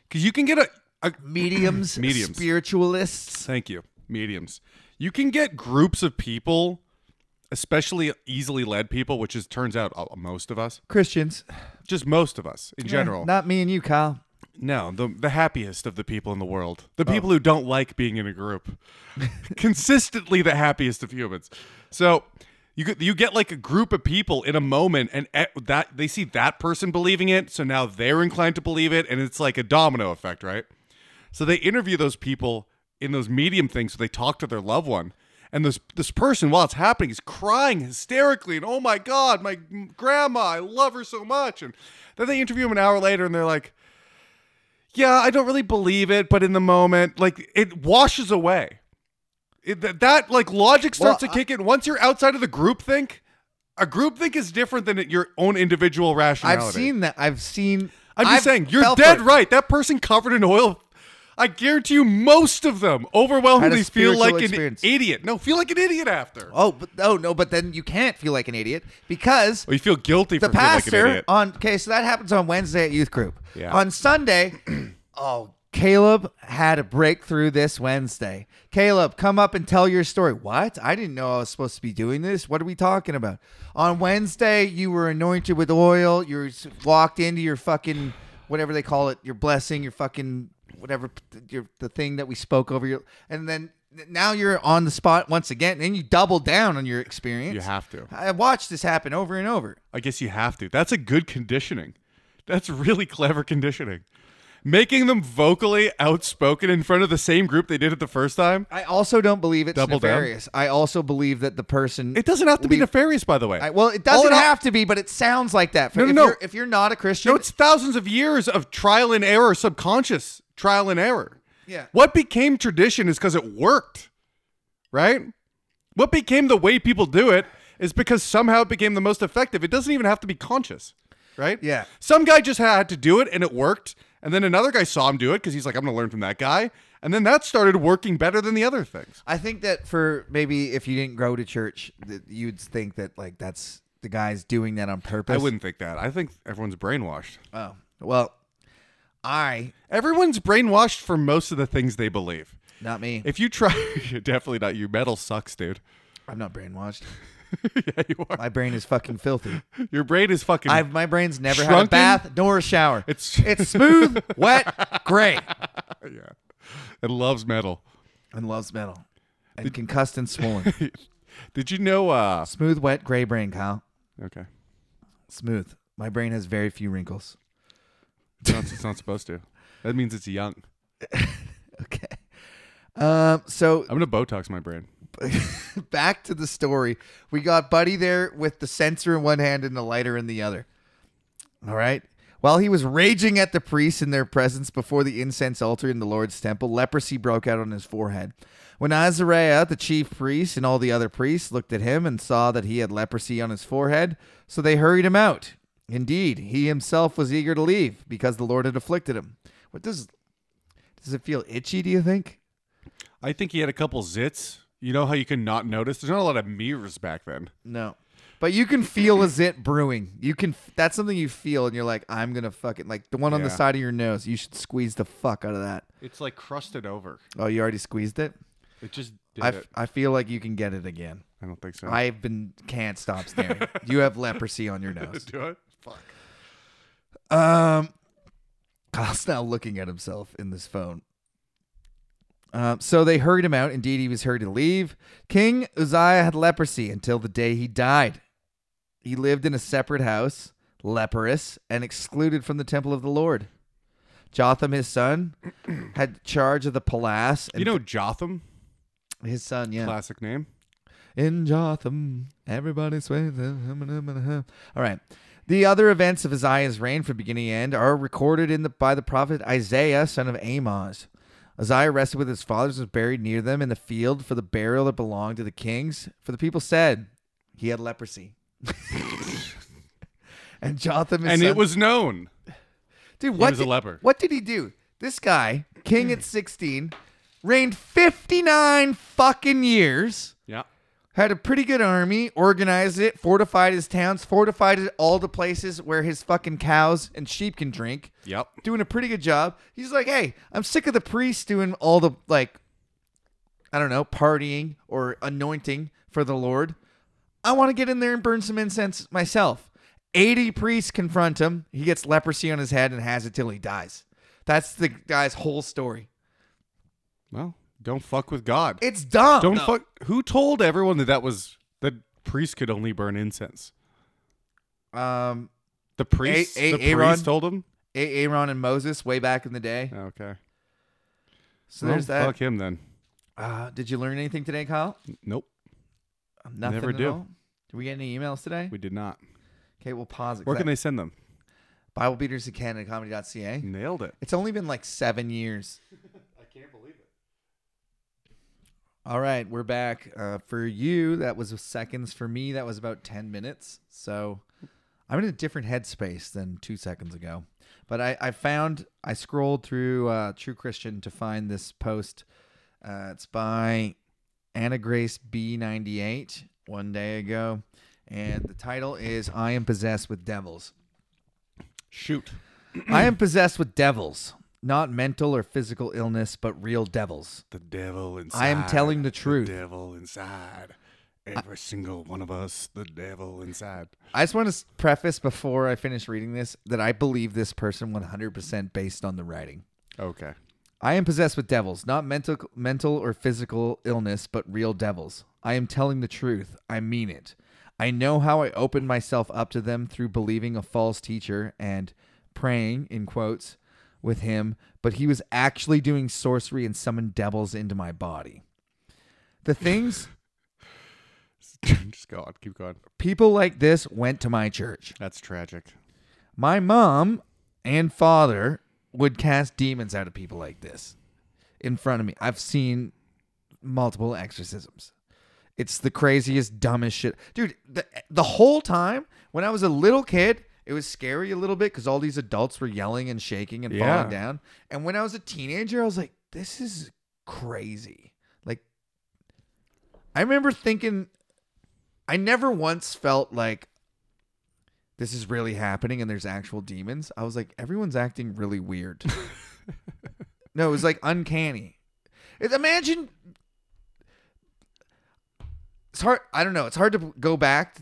[SPEAKER 2] because you can get a, a
[SPEAKER 1] Mediums,
[SPEAKER 2] [laughs] Mediums.
[SPEAKER 1] spiritualists.
[SPEAKER 2] Thank you. Mediums. You can get groups of people, especially easily led people, which is turns out uh, most of us,
[SPEAKER 1] Christians.
[SPEAKER 2] just most of us in general.
[SPEAKER 1] Eh, Not me and you, Kyle.
[SPEAKER 2] no, the the happiest of the people in the world, the people who don't like being in a group, consistently the happiest of humans. So. You, get- you get like a group of people in a moment and e- that they see that person believing it so now they're inclined to believe it and it's like a domino effect right so they interview those people in those medium things. So they talk to their loved one, and this this person, while it's happening, is crying hysterically and oh my god, my grandma, I love her so much. And then they interview him an hour later, and they're like, "Yeah, I don't really believe it, but in the moment, like it washes away. It, that, that like logic starts
[SPEAKER 1] Well,
[SPEAKER 2] to kick in once you're outside of the group think." A group think is different than your own individual rationality.
[SPEAKER 1] I've seen that. I've seen.
[SPEAKER 2] I'm just
[SPEAKER 1] I've
[SPEAKER 2] saying, you're
[SPEAKER 1] felt
[SPEAKER 2] dead
[SPEAKER 1] it.
[SPEAKER 2] right. That person covered in oil, I guarantee you, most of them overwhelmingly feel
[SPEAKER 1] spiritual
[SPEAKER 2] like an
[SPEAKER 1] experience.
[SPEAKER 2] idiot. No, feel like an idiot after.
[SPEAKER 1] Oh, but, oh no! But then you can't feel like an idiot because
[SPEAKER 2] Well, Oh, you feel guilty
[SPEAKER 1] the
[SPEAKER 2] for feeling like
[SPEAKER 1] pastor
[SPEAKER 2] an idiot.
[SPEAKER 1] on okay so that happens on wednesday at youth group
[SPEAKER 2] Yeah.
[SPEAKER 1] on sunday [clears throat] oh caleb had a breakthrough this wednesday caleb come up and tell your story what i didn't know i was supposed to be doing this what are we talking about on wednesday you were anointed with oil you were s- walked into your fucking whatever they call it your blessing your fucking whatever your the thing that we spoke over your and then now you're on the spot once again and you double down on your experience
[SPEAKER 2] You have to.
[SPEAKER 1] i watched this happen over and over
[SPEAKER 2] I guess you have to. That's a good conditioning. That's really clever conditioning. Making them vocally outspoken in front of the same group they did it the first time.
[SPEAKER 1] I also don't believe it's
[SPEAKER 2] Double down?
[SPEAKER 1] nefarious. I also believe that the person.
[SPEAKER 2] It doesn't have to be
[SPEAKER 1] We-
[SPEAKER 2] nefarious, by the way.
[SPEAKER 1] I, well, it doesn't
[SPEAKER 2] All in all-
[SPEAKER 1] have to be, but it sounds like that.
[SPEAKER 2] No,
[SPEAKER 1] if,
[SPEAKER 2] no, no.
[SPEAKER 1] You're, if you're not a Christian,
[SPEAKER 2] No, it's thousands of years of trial and error, subconscious trial and error.
[SPEAKER 1] Yeah.
[SPEAKER 2] What became tradition is because it worked, right? What became the way people do it is because somehow it became the most effective. It doesn't even have to be conscious, right?
[SPEAKER 1] Yeah.
[SPEAKER 2] Some guy just had to do it and it worked. And then another guy saw him do it because he's like, I'm going to learn from that guy. And then that started working better than the other things.
[SPEAKER 1] I think that for maybe if you didn't grow to church, that you'd think that like that's the guy's doing that on purpose.
[SPEAKER 2] I wouldn't think that. I think everyone's brainwashed.
[SPEAKER 1] Oh well, I
[SPEAKER 2] Everyone's brainwashed for most of the things they believe.
[SPEAKER 1] not me.
[SPEAKER 2] If you try, [laughs] you're definitely not. Your metal sucks, dude. [laughs]
[SPEAKER 1] I'm not brainwashed.
[SPEAKER 2] yeah, you are.
[SPEAKER 1] My brain
[SPEAKER 2] [laughs]
[SPEAKER 1] is fucking filthy.
[SPEAKER 2] Your brain is fucking.
[SPEAKER 1] I've my brain's never had a
[SPEAKER 2] Shrunken?
[SPEAKER 1] bath nor a shower.
[SPEAKER 2] It's-
[SPEAKER 1] it's smooth,
[SPEAKER 2] [laughs]
[SPEAKER 1] wet, gray,
[SPEAKER 2] yeah. It loves metal.
[SPEAKER 1] and loves metal, and concussed and
[SPEAKER 2] [laughs]
[SPEAKER 1] swollen.
[SPEAKER 2] Did you know? uh
[SPEAKER 1] smooth, wet, gray brain, Kyle.
[SPEAKER 2] Okay.
[SPEAKER 1] smooth. My brain has very few wrinkles. [laughs]
[SPEAKER 2] It's not, it's not supposed to. That means it's young.
[SPEAKER 1] Okay. Um, so
[SPEAKER 2] I'm gonna Botox my brain.
[SPEAKER 1] [laughs] back to the story. We got Buddy there with the sensor in one hand and the lighter in the other. All right. While he was raging at the priests in their presence before the incense altar in the Lord's temple, leprosy broke out on his forehead. When Azariah, the chief priest, and all the other priests looked at him and saw that he had leprosy on his forehead, so they hurried him out. Indeed, he himself was eager to leave because the Lord had afflicted him. What does does it feel itchy? Do you think?
[SPEAKER 2] I think he had a couple zits. You know how you can not notice? There's not a lot of mirrors back then.
[SPEAKER 1] No. But you can feel a zit brewing. You can. That's something you feel, and you're like, I'm gonna fucking like the one on the
[SPEAKER 2] Yeah.
[SPEAKER 1] side of your nose. You should squeeze the fuck out of that.
[SPEAKER 2] It's like crusted over.
[SPEAKER 1] Oh, you already squeezed it.
[SPEAKER 2] It just did
[SPEAKER 1] I, f- I feel like you can get it again.
[SPEAKER 2] I don't think so.
[SPEAKER 1] I've been can't stop staring. you have leprosy on your nose.
[SPEAKER 2] [laughs] do it. Fuck.
[SPEAKER 1] Um, Kyle's now looking at himself in this phone. Uh, so they hurried him out. Indeed, he was hurried to leave. King Uzziah had leprosy until the day he died. He lived in a separate house, leprous, and excluded from the temple of the Lord. Jotham, his son, had charge of the palace. And
[SPEAKER 2] You know Jotham,
[SPEAKER 1] his son, yeah.
[SPEAKER 2] classic name.
[SPEAKER 1] In Jotham, everybody sways. All right. The other events of Uzziah's reign from beginning to end are recorded in the by the prophet Isaiah, son of Amoz. Uzziah rested with his fathers and was buried near them in the field for the burial that belonged to the kings. For the people said he had leprosy. [laughs] and Jotham, his
[SPEAKER 2] And
[SPEAKER 1] son,
[SPEAKER 2] it was known.
[SPEAKER 1] dude. What
[SPEAKER 2] was a
[SPEAKER 1] did,
[SPEAKER 2] leper.
[SPEAKER 1] What did he do? This guy, king at sixteen, reigned fifty nine fucking years
[SPEAKER 2] Yeah.
[SPEAKER 1] had a pretty good army, organized it, fortified his towns, fortified it all the places where his fucking cows and sheep can drink.
[SPEAKER 2] Yep.
[SPEAKER 1] Doing a pretty good job. He's like, hey, I'm sick of the priests doing all the like, I don't know, partying or anointing for the Lord. I want to get in there and burn some incense myself. 80 priests confront him. He gets leprosy on his head and has it till he dies. That's the guy's whole story.
[SPEAKER 2] Well, don't fuck with God.
[SPEAKER 1] It's dumb.
[SPEAKER 2] don't
[SPEAKER 1] though.
[SPEAKER 2] fuck. Who told everyone that that was that priests could only burn incense?
[SPEAKER 1] Um,
[SPEAKER 2] The priest.
[SPEAKER 1] A-
[SPEAKER 2] the
[SPEAKER 1] Aaron?
[SPEAKER 2] priest told him.
[SPEAKER 1] A- Aaron and Moses way back in the day.
[SPEAKER 2] Okay.
[SPEAKER 1] So there's
[SPEAKER 2] Well,
[SPEAKER 1] that.
[SPEAKER 2] Fuck him then.
[SPEAKER 1] Uh, did you learn anything today, Kyle?
[SPEAKER 2] Nope.
[SPEAKER 1] Nothing
[SPEAKER 2] Never
[SPEAKER 1] at
[SPEAKER 2] do.
[SPEAKER 1] all? Did we get any emails today?
[SPEAKER 2] We did not.
[SPEAKER 1] okay, we'll pause it.
[SPEAKER 2] Where can
[SPEAKER 1] I,
[SPEAKER 2] they send them?
[SPEAKER 1] Biblebeaters at CanadaComedy.ca.
[SPEAKER 2] Nailed it.
[SPEAKER 1] It's only been like seven years.
[SPEAKER 2] I can't believe it.
[SPEAKER 1] All right, we're back. Uh, for you, that was seconds. For me, that was about 10 minutes. So I'm in a different headspace than two seconds ago. But I, I found, I scrolled through uh, True Christian to find this post. Uh, it's by Anna Grace B98 one day ago. And the title is I Am Possessed with Devils.
[SPEAKER 2] Shoot.
[SPEAKER 1] I am possessed with devils, not mental or physical illness, but real devils.
[SPEAKER 2] The devil inside.
[SPEAKER 1] I am telling the truth.
[SPEAKER 2] devil inside. Every single one of us, the devil inside.
[SPEAKER 1] I just want to s- preface before I finish reading this that I believe this person 100% based on the writing.
[SPEAKER 2] Okay.
[SPEAKER 1] I am possessed with devils, not mental mental or physical illness, but real devils. I am telling the truth. I mean it. I know how I opened myself up to them through believing a false teacher and praying in quotes with him, but he was actually doing sorcery and summoned devils into my body. The things
[SPEAKER 2] [laughs] Just go on. Keep going.
[SPEAKER 1] people like this went to my church.
[SPEAKER 2] That's tragic.
[SPEAKER 1] My mom and father would cast demons out of people like this in front of me. I've seen multiple exorcisms. It's the craziest, dumbest shit. Dude, the, the whole time when I was a little kid, it was scary a little bit because all these adults were yelling and shaking and
[SPEAKER 2] Yeah.
[SPEAKER 1] falling down. And when I was a teenager, I was like, this is crazy. Like, I remember thinking, I never once felt like this is really happening and there's actual demons. I was like, everyone's acting really
[SPEAKER 2] [laughs]
[SPEAKER 1] weird. no, it was like uncanny. It- Imagine. It's hard. I don't know. It's hard to go back.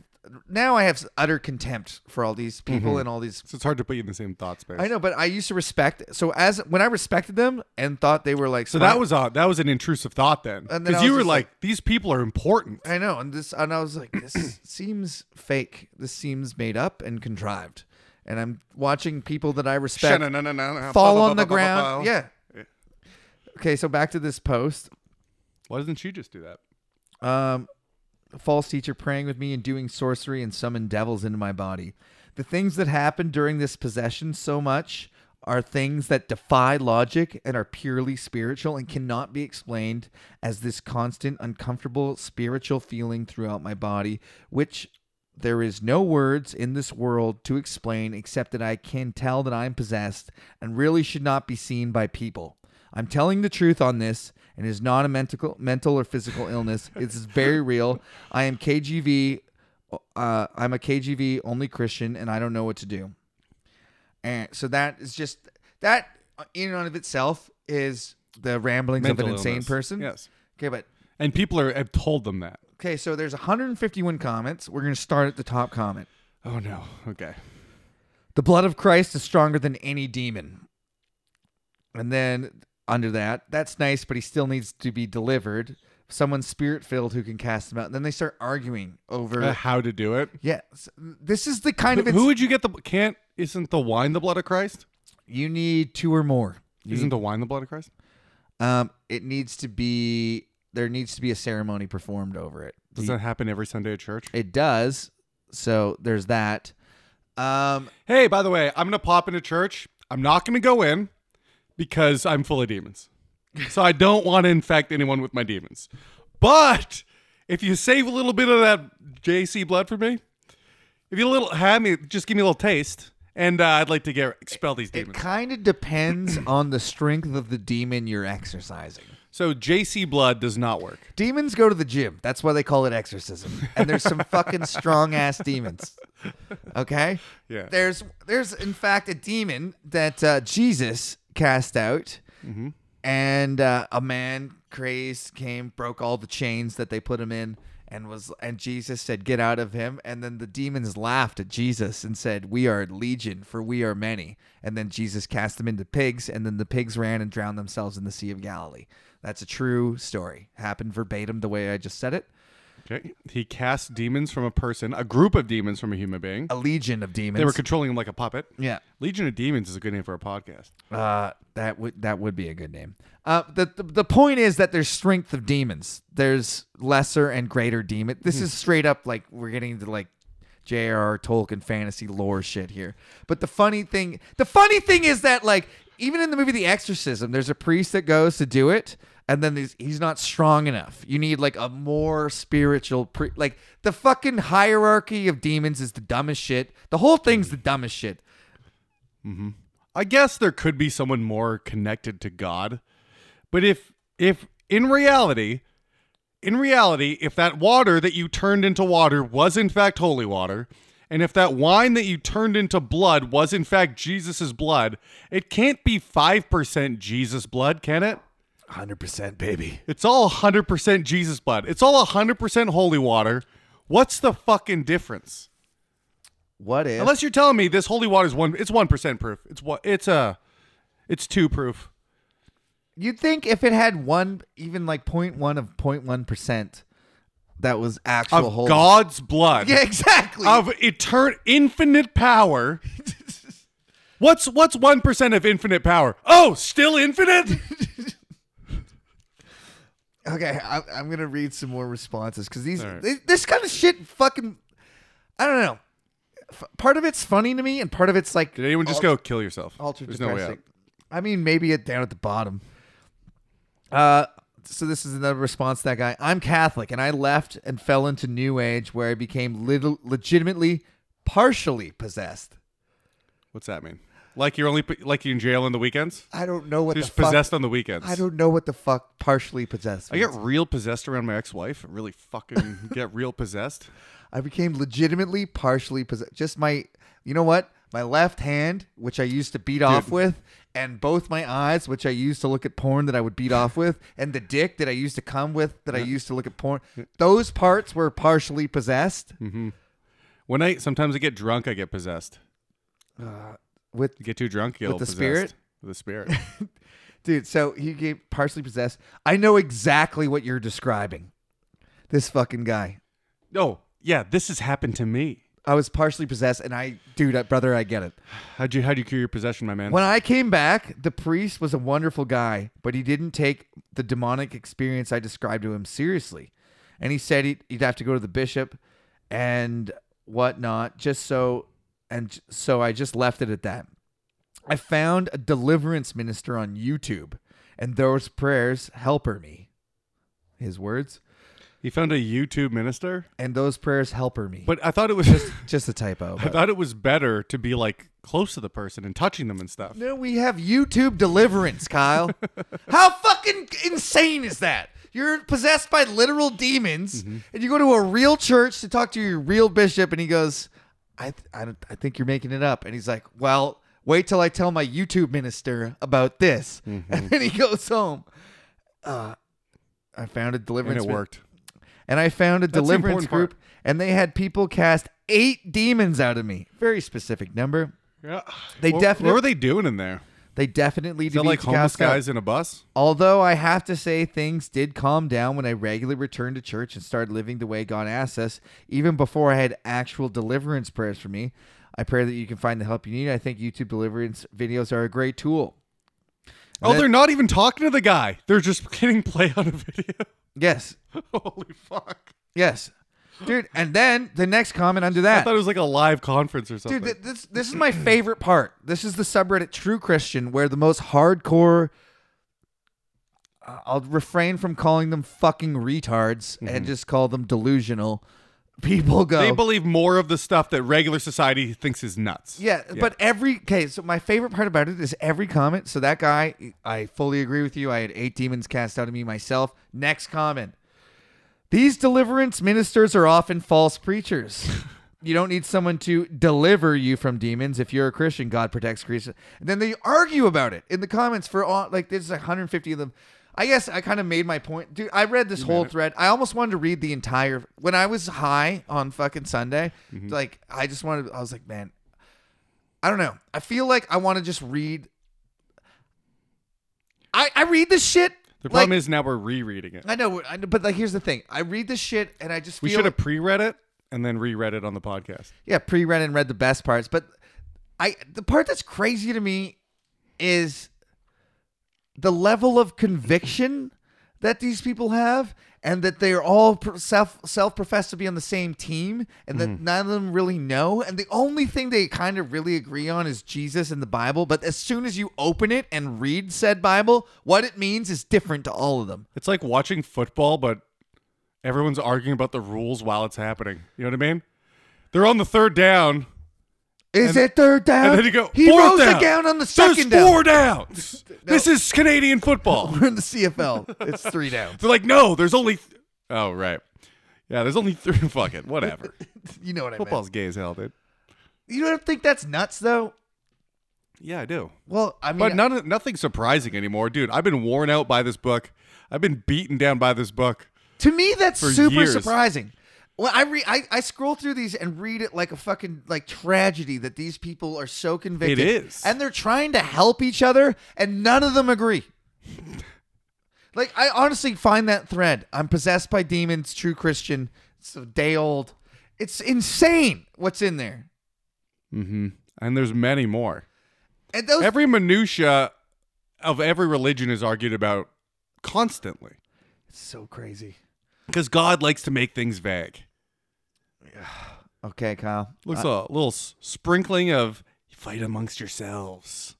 [SPEAKER 1] Now I have utter contempt for all these people
[SPEAKER 2] Mm-hmm.
[SPEAKER 1] and all these
[SPEAKER 2] So it's hard to put you in the same thought space.
[SPEAKER 1] I know, but I used to respect. So as when I respected them and thought they were like,
[SPEAKER 2] So that was uh, that was an intrusive thought then,
[SPEAKER 1] And then I
[SPEAKER 2] because
[SPEAKER 1] was
[SPEAKER 2] you were
[SPEAKER 1] just
[SPEAKER 2] like, these people are important.
[SPEAKER 1] I know, and this, and I was like,
[SPEAKER 2] [clears throat]
[SPEAKER 1] this seems fake. This seems made up and contrived. And I'm watching people that I respect
[SPEAKER 2] Sha-na-na-na-na,
[SPEAKER 1] fall
[SPEAKER 2] ba- ba-
[SPEAKER 1] on
[SPEAKER 2] ba-
[SPEAKER 1] the
[SPEAKER 2] ba- ba-
[SPEAKER 1] ground.
[SPEAKER 2] ba.
[SPEAKER 1] Yeah. Okay, so back to this post.
[SPEAKER 2] Why doesn't she just do that?
[SPEAKER 1] Um, false teacher praying with me and doing sorcery and summon devils into my body. The things that happen during this possession so much are things that defy logic and are purely spiritual and cannot be explained as this constant uncomfortable spiritual feeling throughout my body which there is no words in this world to explain except that I can tell that I'm possessed and really should not be seen by people. I'm telling the truth on this and is not a mental, mental or physical illness. It's
[SPEAKER 2] [laughs]
[SPEAKER 1] very real. I am KGV. Uh, I'm a KGV only Christian and I don't know what to do. And so that is just that in and of itself is the ramblings of an
[SPEAKER 2] Mental
[SPEAKER 1] insane
[SPEAKER 2] illness.
[SPEAKER 1] person.
[SPEAKER 2] Yes,
[SPEAKER 1] Okay, but
[SPEAKER 2] and people are have told them that.
[SPEAKER 1] okay, so there's 151 comments. We're going to start at the top comment.
[SPEAKER 2] Oh no. Okay.
[SPEAKER 1] The blood of Christ is stronger than any demon. And then under that. That's nice, but he still needs to be delivered. Someone spirit filled who can cast him out. And then they start arguing over.
[SPEAKER 2] Uh, how to do it?
[SPEAKER 1] yeah, s- this is the kind of
[SPEAKER 2] Who
[SPEAKER 1] ins-
[SPEAKER 2] would you get the can't? Isn't the wine the blood of Christ?
[SPEAKER 1] you need two or more. You
[SPEAKER 2] Isn't the wine the blood of Christ?
[SPEAKER 1] Um, it needs to be there needs to be a ceremony performed over it.
[SPEAKER 2] Does that happen every Sunday at church?
[SPEAKER 1] It does. So there's that. Um,
[SPEAKER 2] Hey, by the way, I'm gonna pop into church. I'm not gonna go in because I'm full of demons. So I don't want to infect anyone with my demons. But if you save a little bit of that JC blood for me, if you little have me, just give me a little taste, and uh, I'd like to get expel these
[SPEAKER 1] it
[SPEAKER 2] demons.
[SPEAKER 1] kind of
[SPEAKER 2] [coughs]
[SPEAKER 1] depends on the strength of the demon you're exercising.
[SPEAKER 2] so JC blood does not work.
[SPEAKER 1] Demons go to the gym. That's why they call it exorcism. And there's some fucking strong ass demons. Okay?
[SPEAKER 2] Yeah.
[SPEAKER 1] There's there's in fact a demon that uh, Jesus cast out. And uh, a man crazed came, broke all the chains that they put him in and was and Jesus said, "Get out of him." And then the demons laughed at Jesus and said, "We are legion, for we are many." And then Jesus cast them into pigs, and then the pigs ran and drowned themselves in the Sea of Galilee. That's a true story. Happened verbatim the way I just said it.
[SPEAKER 2] Okay. He cast demons from a person, a group of demons from a human being.
[SPEAKER 1] A legion of demons.
[SPEAKER 2] They were controlling him like a puppet.
[SPEAKER 1] yeah.
[SPEAKER 2] Legion of Demons is a good name for a podcast.
[SPEAKER 1] Uh, that would that would be a good name. Uh, the, the the point is that there's strength of demons. There's lesser and greater demon. This is straight up like we're getting into like J.R.R. Tolkien fantasy lore shit here. But the funny thing, the funny thing is that like even in the movie The Exorcism, there's a priest that goes to do it, and then he's, he's not strong enough. You need like a more spiritual pre. Like the fucking hierarchy of demons is the dumbest shit. The whole thing's the dumbest shit.
[SPEAKER 2] I guess there could be someone more connected to God. But if if in reality, in reality, if that water that you turned into water was in fact holy water, and if that wine that you turned into blood was in fact Jesus' blood, it can't be 5% Jesus blood, can it?
[SPEAKER 1] Hundred percent, baby.
[SPEAKER 2] It's all 100% Jesus blood. It's all 100% holy water. What's the fucking difference?
[SPEAKER 1] What if?
[SPEAKER 2] Unless you're telling me this holy water is one, it's one percent proof. It's what it's uh, it's two proof.
[SPEAKER 1] You'd think if it had one, even like 0.1 of 0.1 percent, that was actual
[SPEAKER 2] Of
[SPEAKER 1] whole.
[SPEAKER 2] God's
[SPEAKER 1] [laughs]
[SPEAKER 2] blood,
[SPEAKER 1] Yeah, exactly.
[SPEAKER 2] of etern infinite
[SPEAKER 1] [laughs]
[SPEAKER 2] power. what's what's one percent of infinite power? Oh,
[SPEAKER 1] [laughs]
[SPEAKER 2] still infinite.
[SPEAKER 1] okay, I'm, I'm gonna read some more responses because these
[SPEAKER 2] right.
[SPEAKER 1] thi- this kind of shit fucking. I don't know. F- part of it's funny to me, and part of it's like
[SPEAKER 2] Did anyone just
[SPEAKER 1] al-
[SPEAKER 2] go kill yourself?
[SPEAKER 1] Ultra
[SPEAKER 2] There's no
[SPEAKER 1] depressing.
[SPEAKER 2] way out.
[SPEAKER 1] I mean, maybe it down at the bottom. Uh, so this is another response to that guy. I'm Catholic, and I left and fell into New Age, where I became little, legitimately partially possessed.
[SPEAKER 2] What's that mean? Like you're only like you're in jail on the weekends.
[SPEAKER 1] I don't know what
[SPEAKER 2] Just
[SPEAKER 1] the
[SPEAKER 2] possessed
[SPEAKER 1] fuck.
[SPEAKER 2] on the weekends.
[SPEAKER 1] I don't know what the fuck partially possessed.
[SPEAKER 2] I get
[SPEAKER 1] means.
[SPEAKER 2] real possessed around my ex-wife.
[SPEAKER 1] [laughs]
[SPEAKER 2] Really fucking get real possessed.
[SPEAKER 1] I became legitimately partially possessed. Just my, you know what? My left hand, which I used to beat off with, and both my eyes, which I used to look at porn that I would beat
[SPEAKER 2] [laughs]
[SPEAKER 1] off with, and the dick that I used to come with that I used to look at porn. Those parts were partially possessed.
[SPEAKER 2] Hmm. When I sometimes I get drunk, I get possessed.
[SPEAKER 1] With
[SPEAKER 2] You get too drunk, you get
[SPEAKER 1] With
[SPEAKER 2] all
[SPEAKER 1] the
[SPEAKER 2] possessed.
[SPEAKER 1] spirit?
[SPEAKER 2] With the spirit.
[SPEAKER 1] dude, so he gave partially possessed. I know exactly what you're describing. This fucking guy.
[SPEAKER 2] no, Oh, yeah, this has happened to me.
[SPEAKER 1] I was partially possessed, and I, dude, I, brother, I get it.
[SPEAKER 2] How'd you how'd you cure your possession, my man?
[SPEAKER 1] When I came back, the priest was a wonderful guy, but he didn't take the demonic experience I described to him seriously. And he said he'd, he'd have to go to the bishop and whatnot, just so. And j- so I just left it at that. I found a deliverance minister on YouTube, and those prayers helper me. His words,
[SPEAKER 2] He found a YouTube minister,
[SPEAKER 1] and those prayers helper me.
[SPEAKER 2] but I thought it was just
[SPEAKER 1] just a typo.
[SPEAKER 2] I
[SPEAKER 1] but-
[SPEAKER 2] thought it was better to be like close to the person and touching them and stuff.
[SPEAKER 1] No, we have YouTube deliverance,
[SPEAKER 2] [laughs]
[SPEAKER 1] Kyle. How fucking insane is that? You're possessed by literal demons,
[SPEAKER 2] Mm-hmm.
[SPEAKER 1] and you go to a real church to talk to your real bishop, and he goes, I, th- I, don't, I think you're making it up. And he's like, Well, wait till I tell my YouTube minister about this.
[SPEAKER 2] Mm-hmm.
[SPEAKER 1] And then he goes home. Uh, I found a
[SPEAKER 2] and
[SPEAKER 1] deliverance.
[SPEAKER 2] it
[SPEAKER 1] min-
[SPEAKER 2] worked.
[SPEAKER 1] And I found a
[SPEAKER 2] the
[SPEAKER 1] deliverance
[SPEAKER 2] important part.
[SPEAKER 1] group, and they had people cast eight demons out of me. Very specific number.
[SPEAKER 2] Yeah.
[SPEAKER 1] They
[SPEAKER 2] what,
[SPEAKER 1] definite-
[SPEAKER 2] What were they doing in there?
[SPEAKER 1] They definitely
[SPEAKER 2] Is that
[SPEAKER 1] do
[SPEAKER 2] like
[SPEAKER 1] need to
[SPEAKER 2] homeless
[SPEAKER 1] cast out.
[SPEAKER 2] guys in a bus?
[SPEAKER 1] Although I have to say things did calm down when I regularly returned to church and started living the way God asked us, even before I had actual deliverance prayers for me. I pray that you can find the help you need. I think YouTube deliverance videos are a great tool.
[SPEAKER 2] Oh,
[SPEAKER 1] That-
[SPEAKER 2] they're not even talking to the guy. They're just getting play on a video. [laughs]
[SPEAKER 1] Yes.
[SPEAKER 2] Holy fuck.
[SPEAKER 1] Yes. Dude, and then the next comment under
[SPEAKER 2] I
[SPEAKER 1] that.
[SPEAKER 2] thought it was like a live conference or something.
[SPEAKER 1] Dude, th- this this is my favorite part. This is the subreddit True Christian, where the most hardcore. I- I'll refrain from calling them fucking retards and just call them delusional. People go.
[SPEAKER 2] Mm-hmm. they believe more of the stuff that regular society thinks is nuts.
[SPEAKER 1] Yeah, but every okay. So my favorite part about it is every comment. So that guy, I fully agree with you. I had eight demons cast out of me myself. Next comment: These deliverance ministers are often false preachers. you don't need someone to deliver you from demons if you're a Christian. God protects Christians. And then they argue about it in the comments for all. Like there's like 150 of them. I guess I kind of made my point, dude. I read this whole thread. I almost wanted to read the entire. When I was high on fucking Sunday, like I just wanted. I was like, man, I don't know. I feel like I want to just read. I I read this shit.
[SPEAKER 2] The problem
[SPEAKER 1] like,
[SPEAKER 2] is now we're rereading it.
[SPEAKER 1] I know, I know, but like, here's the thing. I read this shit, and I just
[SPEAKER 2] We
[SPEAKER 1] feel
[SPEAKER 2] should have pre-read it and then reread it on the podcast.
[SPEAKER 1] yeah, pre-read and read the best parts. But I the part that's crazy to me is the level of conviction that these people have, and that they are all pro- self self professed to be on the same team, and
[SPEAKER 2] Mm-hmm.
[SPEAKER 1] that none of them really know. And the only thing they kind of really agree on is Jesus and the Bible. But as soon as you open it and read said Bible, what it means is different to all of them.
[SPEAKER 2] It's like watching football, but everyone's arguing about the rules while it's happening. You know what I mean? They're on the third down,
[SPEAKER 1] Is it third down?
[SPEAKER 2] and then you go.
[SPEAKER 1] he
[SPEAKER 2] fourth
[SPEAKER 1] rose
[SPEAKER 2] down.
[SPEAKER 1] the gown on the
[SPEAKER 2] There's
[SPEAKER 1] second down.
[SPEAKER 2] four downs. This is Canadian football.
[SPEAKER 1] [laughs] We're [laughs] in the CFL. It's three down.
[SPEAKER 2] They're like, no, there's only. Th- oh right, yeah, there's only three. [laughs] Fuck
[SPEAKER 1] [laughs]
[SPEAKER 2] it, whatever.
[SPEAKER 1] You know what I mean?
[SPEAKER 2] Football's gay as hell, dude.
[SPEAKER 1] You don't think that's nuts, though?
[SPEAKER 2] Yeah, I do.
[SPEAKER 1] Well, I mean,
[SPEAKER 2] But none, nothing surprising anymore, dude. I've been worn out by this book. I've been beaten down by this book.
[SPEAKER 1] to me, that's
[SPEAKER 2] for
[SPEAKER 1] super
[SPEAKER 2] years.
[SPEAKER 1] surprising. Well, I, re- I I scroll through these and read it like a fucking like tragedy that these people are so convicted.
[SPEAKER 2] It is.
[SPEAKER 1] and they're trying to help each other, and none of them
[SPEAKER 2] [laughs]
[SPEAKER 1] agree. like I honestly find that thread. I'm possessed by demons, true Christian, it's a day old. It's insane what's in there,
[SPEAKER 2] Mm-hmm. And there's many more.
[SPEAKER 1] and those
[SPEAKER 2] Every minutia of every religion is argued about constantly
[SPEAKER 1] it's so crazy.
[SPEAKER 2] because God likes to make things vague.
[SPEAKER 1] Okay, Kyle.
[SPEAKER 2] Looks a little s- sprinkling of fight amongst yourselves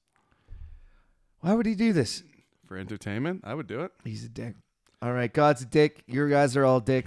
[SPEAKER 1] Why would he do this?
[SPEAKER 2] for entertainment. I would do it.
[SPEAKER 1] He's a dick. All right, God's a dick. Your guys are all dicks.